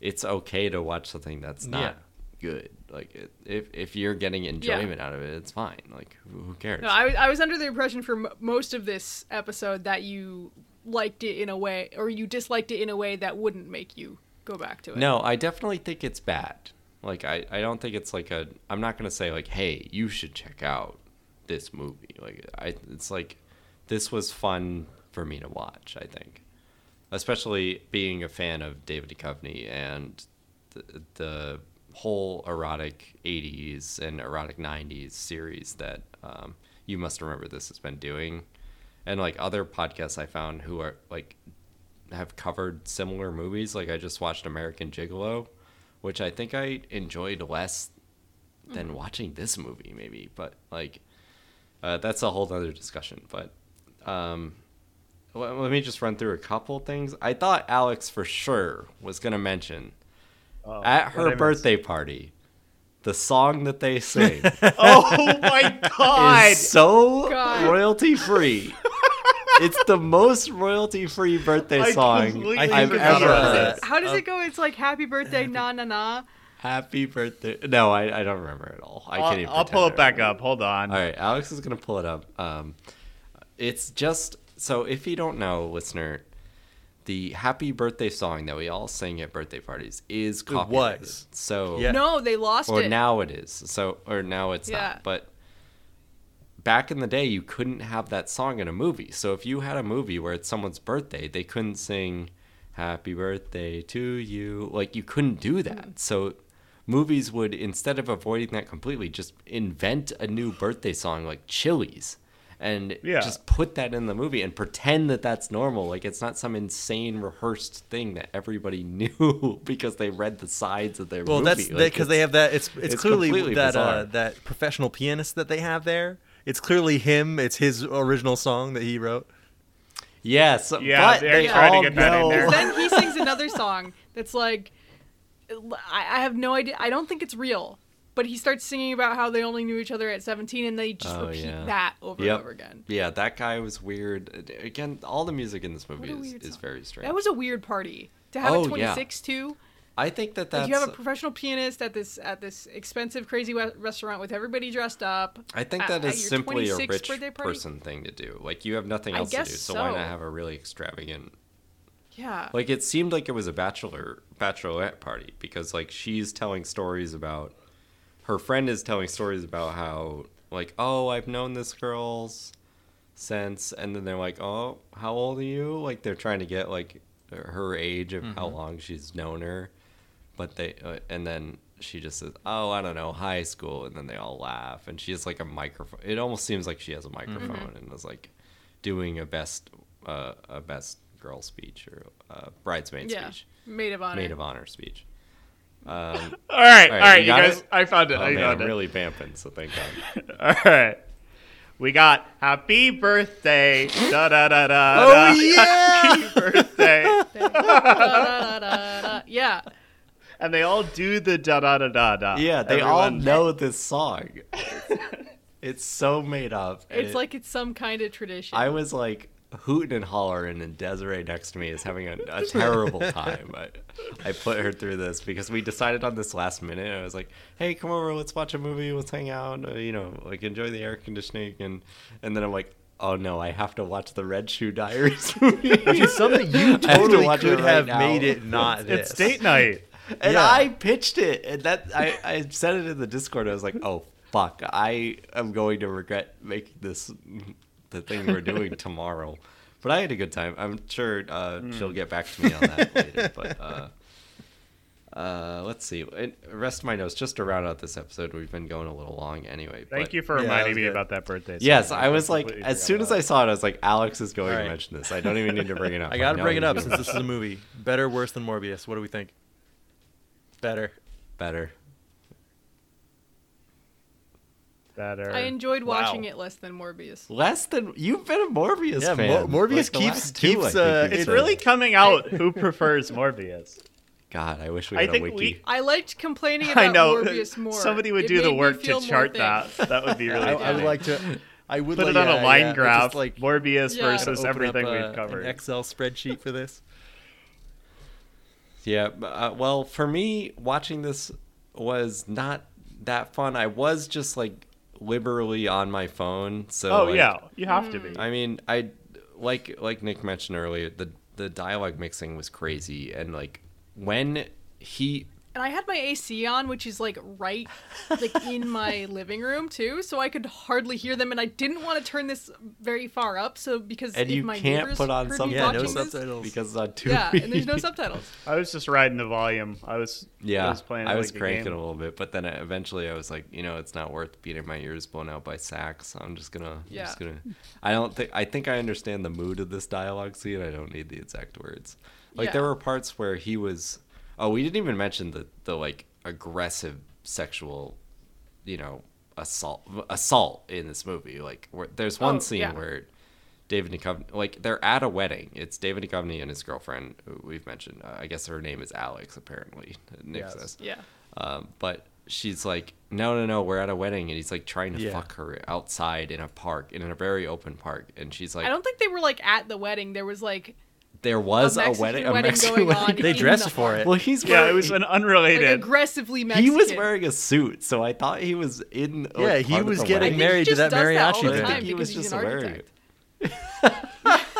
Speaker 1: it's okay to watch something that's not good. Like it, if if you're getting enjoyment out of it, it's fine. Like who, who cares?
Speaker 4: No, I, was- I was under the impression for m- most of this episode that you liked it in a way, or you disliked it in a way that wouldn't make you go back to it.
Speaker 1: No, I definitely think it's bad. Like I, I don't think it's like a I'm not gonna say like, hey, you should check out this movie. Like I it's like this was fun for me to watch, I think. Especially being a fan of David Duchovny and the, the whole erotic 80s and erotic 90s series that um, you must remember this has been doing. And like other podcasts I found who are like have covered similar movies. Like I just watched American Gigolo, which I think I enjoyed less than watching this movie, maybe. But like, uh, that's a whole other discussion. But um, let, let me just run through a couple things. I thought Alex for sure was gonna mention at her birthday party. The song that they sing
Speaker 3: Oh my god!
Speaker 1: is so
Speaker 4: God.
Speaker 1: royalty free. it's the most royalty free birthday
Speaker 3: I
Speaker 1: song
Speaker 3: completely
Speaker 1: I've
Speaker 3: forgot
Speaker 1: ever
Speaker 3: about
Speaker 1: heard.
Speaker 3: this.
Speaker 4: How does it go? It's like happy birthday, na na na.
Speaker 1: Happy birthday. No, I, I don't remember at all. I can't
Speaker 3: I'll,
Speaker 1: even
Speaker 3: I'll pull it
Speaker 1: pretend I
Speaker 3: back
Speaker 1: remember.
Speaker 3: up. Hold on.
Speaker 1: All right, Alex is going to pull it up. Um, it's just so if you don't know, listener, the happy birthday song that we all sing at birthday parties is copyrighted.
Speaker 6: was.
Speaker 1: So
Speaker 6: Yeah.
Speaker 4: No, they lost
Speaker 1: or
Speaker 4: it.
Speaker 1: now it is. So or now it's
Speaker 4: Yeah.
Speaker 1: not. But back in the day, you couldn't have that song in a movie. So if you had a movie where it's someone's birthday, they couldn't sing "Happy Birthday to You." Like you couldn't do
Speaker 4: Hmm.
Speaker 1: that. So movies would instead of avoiding that completely, just invent a new birthday song like Chili's. And
Speaker 7: Yeah.
Speaker 1: just put that in the movie and pretend that that's normal. Like it's not some insane rehearsed thing that everybody knew because they read the sides of their
Speaker 6: Well,
Speaker 1: movie.
Speaker 6: that's
Speaker 1: Like,
Speaker 6: because they
Speaker 1: it's-
Speaker 6: have that. It's it's,
Speaker 1: it's completely
Speaker 6: clearly that
Speaker 1: bizarre.
Speaker 6: uh, that professional pianist that they have there. It's clearly him. It's his original song that he wrote.
Speaker 1: Yes,
Speaker 7: Yeah,
Speaker 1: but
Speaker 7: they're
Speaker 1: they
Speaker 7: trying to
Speaker 1: all
Speaker 7: get that in
Speaker 1: know-
Speaker 7: there.
Speaker 4: then he sings another song that's like I, I have no idea i don't think it's real but he starts singing about how they only knew each other at 17 and they just
Speaker 1: Oh,
Speaker 4: repeat
Speaker 1: yeah.
Speaker 4: that over
Speaker 1: Yep.
Speaker 4: and over again
Speaker 1: Yeah, that guy was weird. Again, all the music in this movie
Speaker 4: What a
Speaker 1: is,
Speaker 4: weird
Speaker 1: is
Speaker 4: song.
Speaker 1: very strange.
Speaker 4: that was a weird party to have
Speaker 1: Oh,
Speaker 4: a
Speaker 1: yeah.
Speaker 4: 26 too
Speaker 1: I think that
Speaker 4: like
Speaker 1: that's.
Speaker 4: you have a professional pianist at this at this expensive crazy we- restaurant with everybody dressed up
Speaker 1: I think
Speaker 4: at-
Speaker 1: that
Speaker 4: at
Speaker 1: is
Speaker 4: your
Speaker 1: simply a
Speaker 4: 26th
Speaker 1: rich
Speaker 4: birthday party.
Speaker 1: person thing to do. Like you have nothing
Speaker 4: I
Speaker 1: else to do,
Speaker 4: guess
Speaker 1: so, why
Speaker 4: so.
Speaker 1: not have a really extravagant?
Speaker 4: yeah
Speaker 1: Like it seemed like it was a bachelor bachelorette party because like she's telling stories about her friend is telling stories about how like oh I've known this girl's since and then they're like oh how old are you like they're trying to get like her age of
Speaker 4: Mm-hmm.
Speaker 1: how long she's known her but they uh, and then she just says oh i don't know high school and then they all laugh and she has like a microphone it almost seems like she has a
Speaker 4: Mm-hmm.
Speaker 1: microphone and is like doing a best uh, a best girl speech or uh, bridesmaid
Speaker 4: yeah
Speaker 1: speech
Speaker 4: maid of honor
Speaker 1: maid of honor speech
Speaker 7: All right,
Speaker 1: All
Speaker 7: all
Speaker 1: right,
Speaker 7: right,
Speaker 1: you
Speaker 7: you,
Speaker 1: got
Speaker 7: guys.
Speaker 1: it?
Speaker 7: I found it.
Speaker 1: oh
Speaker 7: I
Speaker 1: man i'm
Speaker 7: found it.
Speaker 1: really vamping so thank god
Speaker 7: All right, we got happy birthday. da da da da.
Speaker 2: Oh,
Speaker 6: Oh,
Speaker 7: da.
Speaker 6: yeah!
Speaker 7: Happy birthday.
Speaker 4: Da-da-da-da-da. yeah
Speaker 7: and they all do the da da da da da.
Speaker 1: yeah they all
Speaker 7: Everyone-
Speaker 1: know this song it's so made up and
Speaker 4: it's
Speaker 1: it-
Speaker 4: like it's some kind of tradition
Speaker 1: I was like hooting and hollering, and Desiree next to me is having a, a terrible time. I, I put her through this because we decided on this last minute. I was like, "Hey, come over, let's watch a movie, let's hang out, uh, you know, like enjoy the air conditioning." And and then I'm like, "Oh no, I have to watch the Red Shoe Diaries movie."
Speaker 6: Which is something you
Speaker 1: I have to
Speaker 6: totally
Speaker 1: watch it
Speaker 6: could
Speaker 1: right
Speaker 6: have
Speaker 1: now.
Speaker 6: made it not this.
Speaker 7: It's date night.
Speaker 1: and
Speaker 6: Yeah.
Speaker 1: I pitched it, and that I, I said it in the Discord. I was like, "Oh fuck, I am going to regret making this the thing we're doing tomorrow." But I had a good time. I'm sure uh,
Speaker 6: Hmm.
Speaker 1: she'll get back to me on that later. But uh, uh, let's see. And rest of my notes just to round out this episode. We've been going a little long anyway.
Speaker 7: Thank
Speaker 1: but-
Speaker 7: you for
Speaker 6: Yeah, that
Speaker 7: reminding
Speaker 6: was
Speaker 7: me
Speaker 6: good.
Speaker 7: about that birthday. song.
Speaker 1: Yes, I was like,
Speaker 7: completely
Speaker 1: as
Speaker 7: forgot
Speaker 1: soon as
Speaker 7: about
Speaker 1: I saw it, I was like, Alex is going
Speaker 6: All
Speaker 1: to
Speaker 6: right.
Speaker 1: mention this. I don't even need to bring it up.
Speaker 6: I gotta
Speaker 1: know
Speaker 6: bring it
Speaker 1: he's
Speaker 6: up
Speaker 1: gonna-
Speaker 6: since this is a movie. Better, worse than Morbius. What do we think? Better.
Speaker 1: better.
Speaker 7: it. better.
Speaker 4: I enjoyed
Speaker 6: Wow.
Speaker 4: watching it less than Morbius.
Speaker 1: Less than you've been a Morbius
Speaker 6: Yeah,
Speaker 1: fan.
Speaker 6: Mor- Morbius
Speaker 1: the
Speaker 6: keeps-
Speaker 1: last two,
Speaker 6: keeps,
Speaker 1: I think
Speaker 6: uh,
Speaker 1: you've
Speaker 7: It's
Speaker 1: said.
Speaker 7: really coming out who prefers Morbius.
Speaker 1: God. I wish we
Speaker 7: I
Speaker 1: had a
Speaker 7: think
Speaker 1: wiki.
Speaker 7: we-
Speaker 4: I liked complaining about
Speaker 7: I know
Speaker 4: Morbius more.
Speaker 7: somebody would
Speaker 4: It
Speaker 7: do the
Speaker 4: made me
Speaker 7: work
Speaker 4: feel
Speaker 7: to
Speaker 4: more
Speaker 7: chart
Speaker 4: things.
Speaker 7: that. That would be really.
Speaker 6: I, I would
Speaker 7: funny.
Speaker 6: like to. I would
Speaker 7: put
Speaker 6: like,
Speaker 7: it on
Speaker 6: yeah,
Speaker 7: a line
Speaker 6: yeah, but
Speaker 7: graph,
Speaker 6: just, like
Speaker 7: Morbius
Speaker 4: Yeah.
Speaker 7: versus
Speaker 6: open up,
Speaker 7: everything
Speaker 6: uh,
Speaker 7: we've covered.
Speaker 6: An Excel spreadsheet for this.
Speaker 1: Yeah. b- Uh, well, for me, watching this was not that fun. I was just like liberally on my phone. So.
Speaker 7: oh
Speaker 1: like,
Speaker 7: yeah, you have to be.
Speaker 4: Mm.
Speaker 1: I mean, I like like Nick mentioned earlier, the the dialogue mixing was crazy, and like when he
Speaker 4: and I had my AC on, which is like right like in my living room too, so I could hardly hear them, and I didn't want to turn this very far up, so because
Speaker 1: And
Speaker 4: if
Speaker 1: you
Speaker 4: my
Speaker 1: can't
Speaker 4: neighbors
Speaker 1: put on
Speaker 4: heard me
Speaker 1: subtitles.
Speaker 2: Yeah, no
Speaker 4: watching this-
Speaker 2: subtitles.
Speaker 1: because it's on two.
Speaker 4: Yeah, and there's no subtitles.
Speaker 7: I was just riding the volume. I was
Speaker 1: Yeah,
Speaker 7: I was playing.
Speaker 1: I was
Speaker 7: like, the
Speaker 1: cranking
Speaker 7: game.
Speaker 1: a little bit, but then I, eventually I was like, you know, it's not worth beating my ears blown out by sax. I'm just gonna, I'm just
Speaker 4: Yeah.
Speaker 1: gonna. I don't think I think I understand the mood of this dialogue scene. I don't need the exact words. Like there
Speaker 4: Yeah.
Speaker 1: were parts where he was. Oh, we didn't even mention the the like aggressive sexual, you know, assault assault in this movie. Like where, there's one
Speaker 4: Oh,
Speaker 1: scene
Speaker 4: yeah.
Speaker 1: where David Duchovny, like they're at a wedding. It's David Duchovny and his girlfriend. Who we've mentioned. Uh, I guess her name is Alex. Apparently, Nick
Speaker 2: Yes.
Speaker 1: says.
Speaker 4: Yeah.
Speaker 1: Um, but she's like, no, no, no, we're at a wedding, and he's like trying to
Speaker 2: Yeah.
Speaker 1: fuck her outside in a park, in a very open park, and she's like,
Speaker 4: I don't think they were like at the wedding. There was like
Speaker 1: there
Speaker 4: a
Speaker 1: was a,
Speaker 4: Mexican
Speaker 1: wedding,
Speaker 4: wedding,
Speaker 1: a Mexican
Speaker 4: going
Speaker 1: wedding.
Speaker 4: on.
Speaker 2: They
Speaker 4: in
Speaker 2: dressed
Speaker 4: the
Speaker 2: for
Speaker 4: park.
Speaker 2: it.
Speaker 1: Well, he's
Speaker 7: Yeah,
Speaker 1: wearing,
Speaker 7: it was an
Speaker 4: Like
Speaker 7: unrelated.
Speaker 4: aggressively
Speaker 1: he,
Speaker 4: Mexican.
Speaker 1: was wearing a suit, so I thought he was in. like,
Speaker 2: Yeah, he
Speaker 1: part of
Speaker 2: was
Speaker 1: the wedding.
Speaker 2: getting
Speaker 4: I think he
Speaker 2: married to
Speaker 4: just
Speaker 2: that
Speaker 4: does
Speaker 2: mariachi
Speaker 4: all the
Speaker 2: band.
Speaker 1: I
Speaker 4: time
Speaker 1: think he
Speaker 4: because
Speaker 1: was
Speaker 4: he's
Speaker 1: just
Speaker 4: an
Speaker 1: wearing
Speaker 4: architect.
Speaker 1: it.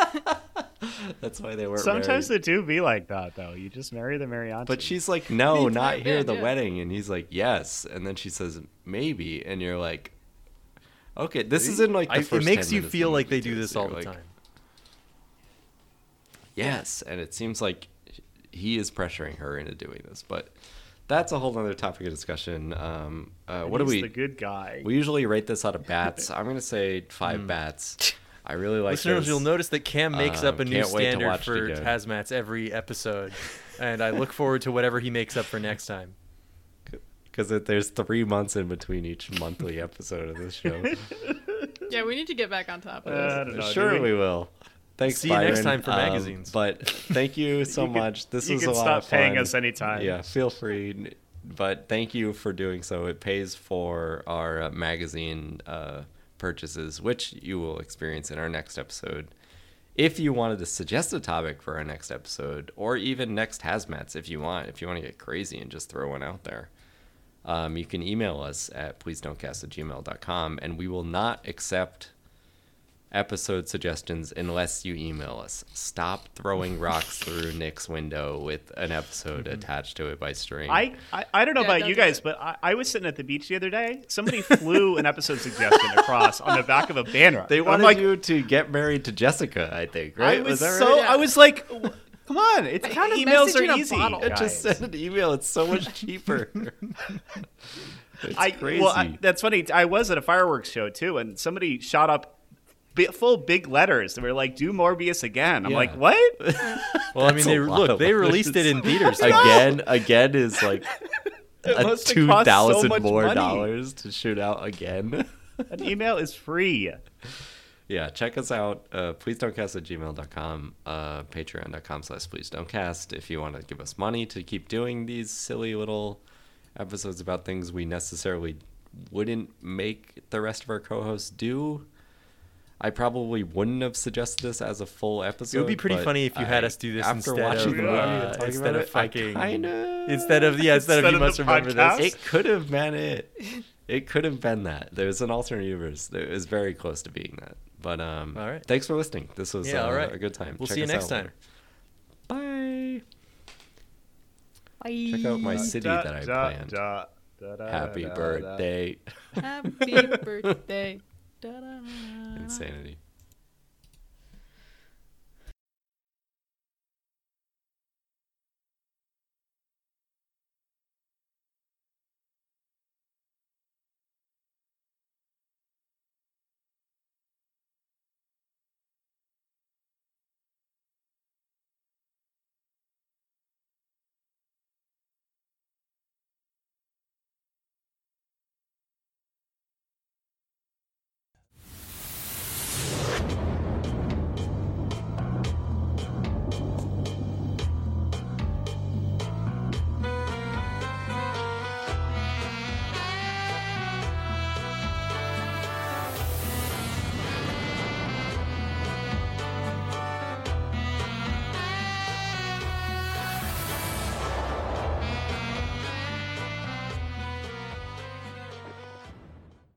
Speaker 1: That's why they were
Speaker 7: Sometimes
Speaker 1: married.
Speaker 7: they do be like that, though. You just marry the mariachi.
Speaker 1: But she's like,
Speaker 4: The
Speaker 1: no,
Speaker 4: entire
Speaker 1: not here,
Speaker 4: band,
Speaker 1: the
Speaker 4: yeah.
Speaker 1: wedding. And he's like, yes. And then she says, maybe. And you're like, okay, this is in like the
Speaker 2: I,
Speaker 1: first
Speaker 2: it makes
Speaker 1: 10
Speaker 2: you
Speaker 1: minutes of
Speaker 2: feel
Speaker 1: the
Speaker 2: like
Speaker 1: movie,
Speaker 2: they do
Speaker 1: too,
Speaker 2: this
Speaker 1: so
Speaker 2: all
Speaker 1: you're
Speaker 2: the
Speaker 1: like,
Speaker 2: time.
Speaker 1: Yes. And it seems like he is pressuring her into doing this. But that's a whole other topic of discussion. Um, uh, what do
Speaker 7: He's
Speaker 1: we.
Speaker 7: The good guy.
Speaker 1: We usually rate this out of bats. I'm going to say five bats. I really like
Speaker 2: Hmm. Listeners,
Speaker 1: this.
Speaker 2: you'll notice that Cam makes
Speaker 1: Um,
Speaker 2: up a new
Speaker 1: can't wait to
Speaker 2: standard
Speaker 1: watch it
Speaker 2: for
Speaker 1: again.
Speaker 2: hazmats every episode, and I look forward to whatever he makes up for next time.
Speaker 1: Because there's three months in between each monthly episode of this show.
Speaker 4: Yeah, we need to get back on top of this.
Speaker 7: I don't know, do
Speaker 1: sure
Speaker 7: we-
Speaker 1: we will. Thanks.
Speaker 2: See you
Speaker 1: Byron.
Speaker 2: next time for
Speaker 1: Um,
Speaker 2: magazines.
Speaker 1: but thank you so
Speaker 7: could-
Speaker 1: much. this
Speaker 7: you
Speaker 1: was
Speaker 7: could
Speaker 1: a lot
Speaker 7: stop
Speaker 1: of fun.
Speaker 7: paying us anytime.
Speaker 1: Yeah, feel free. But thank you for doing so. It pays for our uh, magazine uh, purchases, which you will experience in our next episode. If you wanted to suggest a topic for our next episode, or even next hazmats, if you want, if you want to get crazy and just throw one out there, um, you can email us at please don't cast at gmail.com, and we will not accept episode suggestions unless you email us. Stop throwing rocks through Nick's window with an episode attached to it by string.
Speaker 7: I, I, I don't know
Speaker 4: Yeah,
Speaker 7: about
Speaker 4: don't
Speaker 7: you
Speaker 4: do
Speaker 7: guys, but I, I was sitting at the beach the other day. Somebody flew an episode suggestion across on the back of a banner.
Speaker 1: they
Speaker 7: And
Speaker 1: wanted
Speaker 7: I'm like,
Speaker 1: you to get married to Jessica, I think,
Speaker 7: I
Speaker 1: right?
Speaker 7: was,
Speaker 1: that
Speaker 7: so
Speaker 1: right?
Speaker 7: I was like, w- come on, it's
Speaker 4: found a
Speaker 7: emails
Speaker 4: message in
Speaker 7: are
Speaker 4: a
Speaker 7: easy.
Speaker 4: bottle. It
Speaker 1: I just
Speaker 7: guys.
Speaker 1: send an email. It's so much cheaper. it's
Speaker 7: I,
Speaker 1: crazy.
Speaker 7: Well, I, that's funny. I was at a fireworks show too, and somebody shot up bi- full big letters. They were like, "Do Morbius again." I'm
Speaker 1: Yeah.
Speaker 7: like, "What?"
Speaker 2: Well, I mean,
Speaker 1: That's
Speaker 2: they
Speaker 1: a lot
Speaker 2: look,
Speaker 1: of
Speaker 2: they
Speaker 1: letters.
Speaker 2: released it in theaters. too.
Speaker 1: again, again is like
Speaker 7: It
Speaker 1: a
Speaker 7: must have
Speaker 1: two
Speaker 7: cost so
Speaker 1: thousand
Speaker 7: much
Speaker 1: more
Speaker 7: money.
Speaker 1: dollars to shoot out again.
Speaker 7: An email is free.
Speaker 1: yeah check us out uh, please don't cast at gmail.com uh, patreon.com slash please don't cast if you want to give us money to keep doing these silly little episodes about things we necessarily wouldn't make the rest of our co-hosts do i probably wouldn't have suggested this as a full episode
Speaker 2: It would be pretty
Speaker 1: but
Speaker 2: funny if you had
Speaker 1: I-
Speaker 2: us do this
Speaker 1: after
Speaker 2: instead
Speaker 1: watching
Speaker 2: of,
Speaker 1: the movie
Speaker 2: uh,
Speaker 1: and talking
Speaker 2: instead
Speaker 1: about
Speaker 2: of
Speaker 1: it, I
Speaker 2: fucking-
Speaker 1: kinda-
Speaker 2: Instead of yeah, instead,
Speaker 7: Instead
Speaker 2: of you
Speaker 7: of
Speaker 2: must
Speaker 7: the
Speaker 2: remember
Speaker 7: podcast?
Speaker 2: this.
Speaker 1: it could have been it it could have been that there's an alternate universe that is very close to being that but um
Speaker 2: All right.
Speaker 1: thanks for listening this was
Speaker 2: Yeah,
Speaker 1: uh,
Speaker 2: all right.
Speaker 1: a good time
Speaker 2: We'll
Speaker 1: Check
Speaker 2: see you
Speaker 1: us
Speaker 2: next
Speaker 1: out
Speaker 2: time.
Speaker 1: later.
Speaker 4: Bye.
Speaker 1: bye check out my city
Speaker 7: Da,
Speaker 1: that i
Speaker 7: da,
Speaker 1: planned
Speaker 7: da, da, da,
Speaker 1: happy
Speaker 7: da, da.
Speaker 1: birthday
Speaker 4: Happy birthday. Da-da-da.
Speaker 1: insanity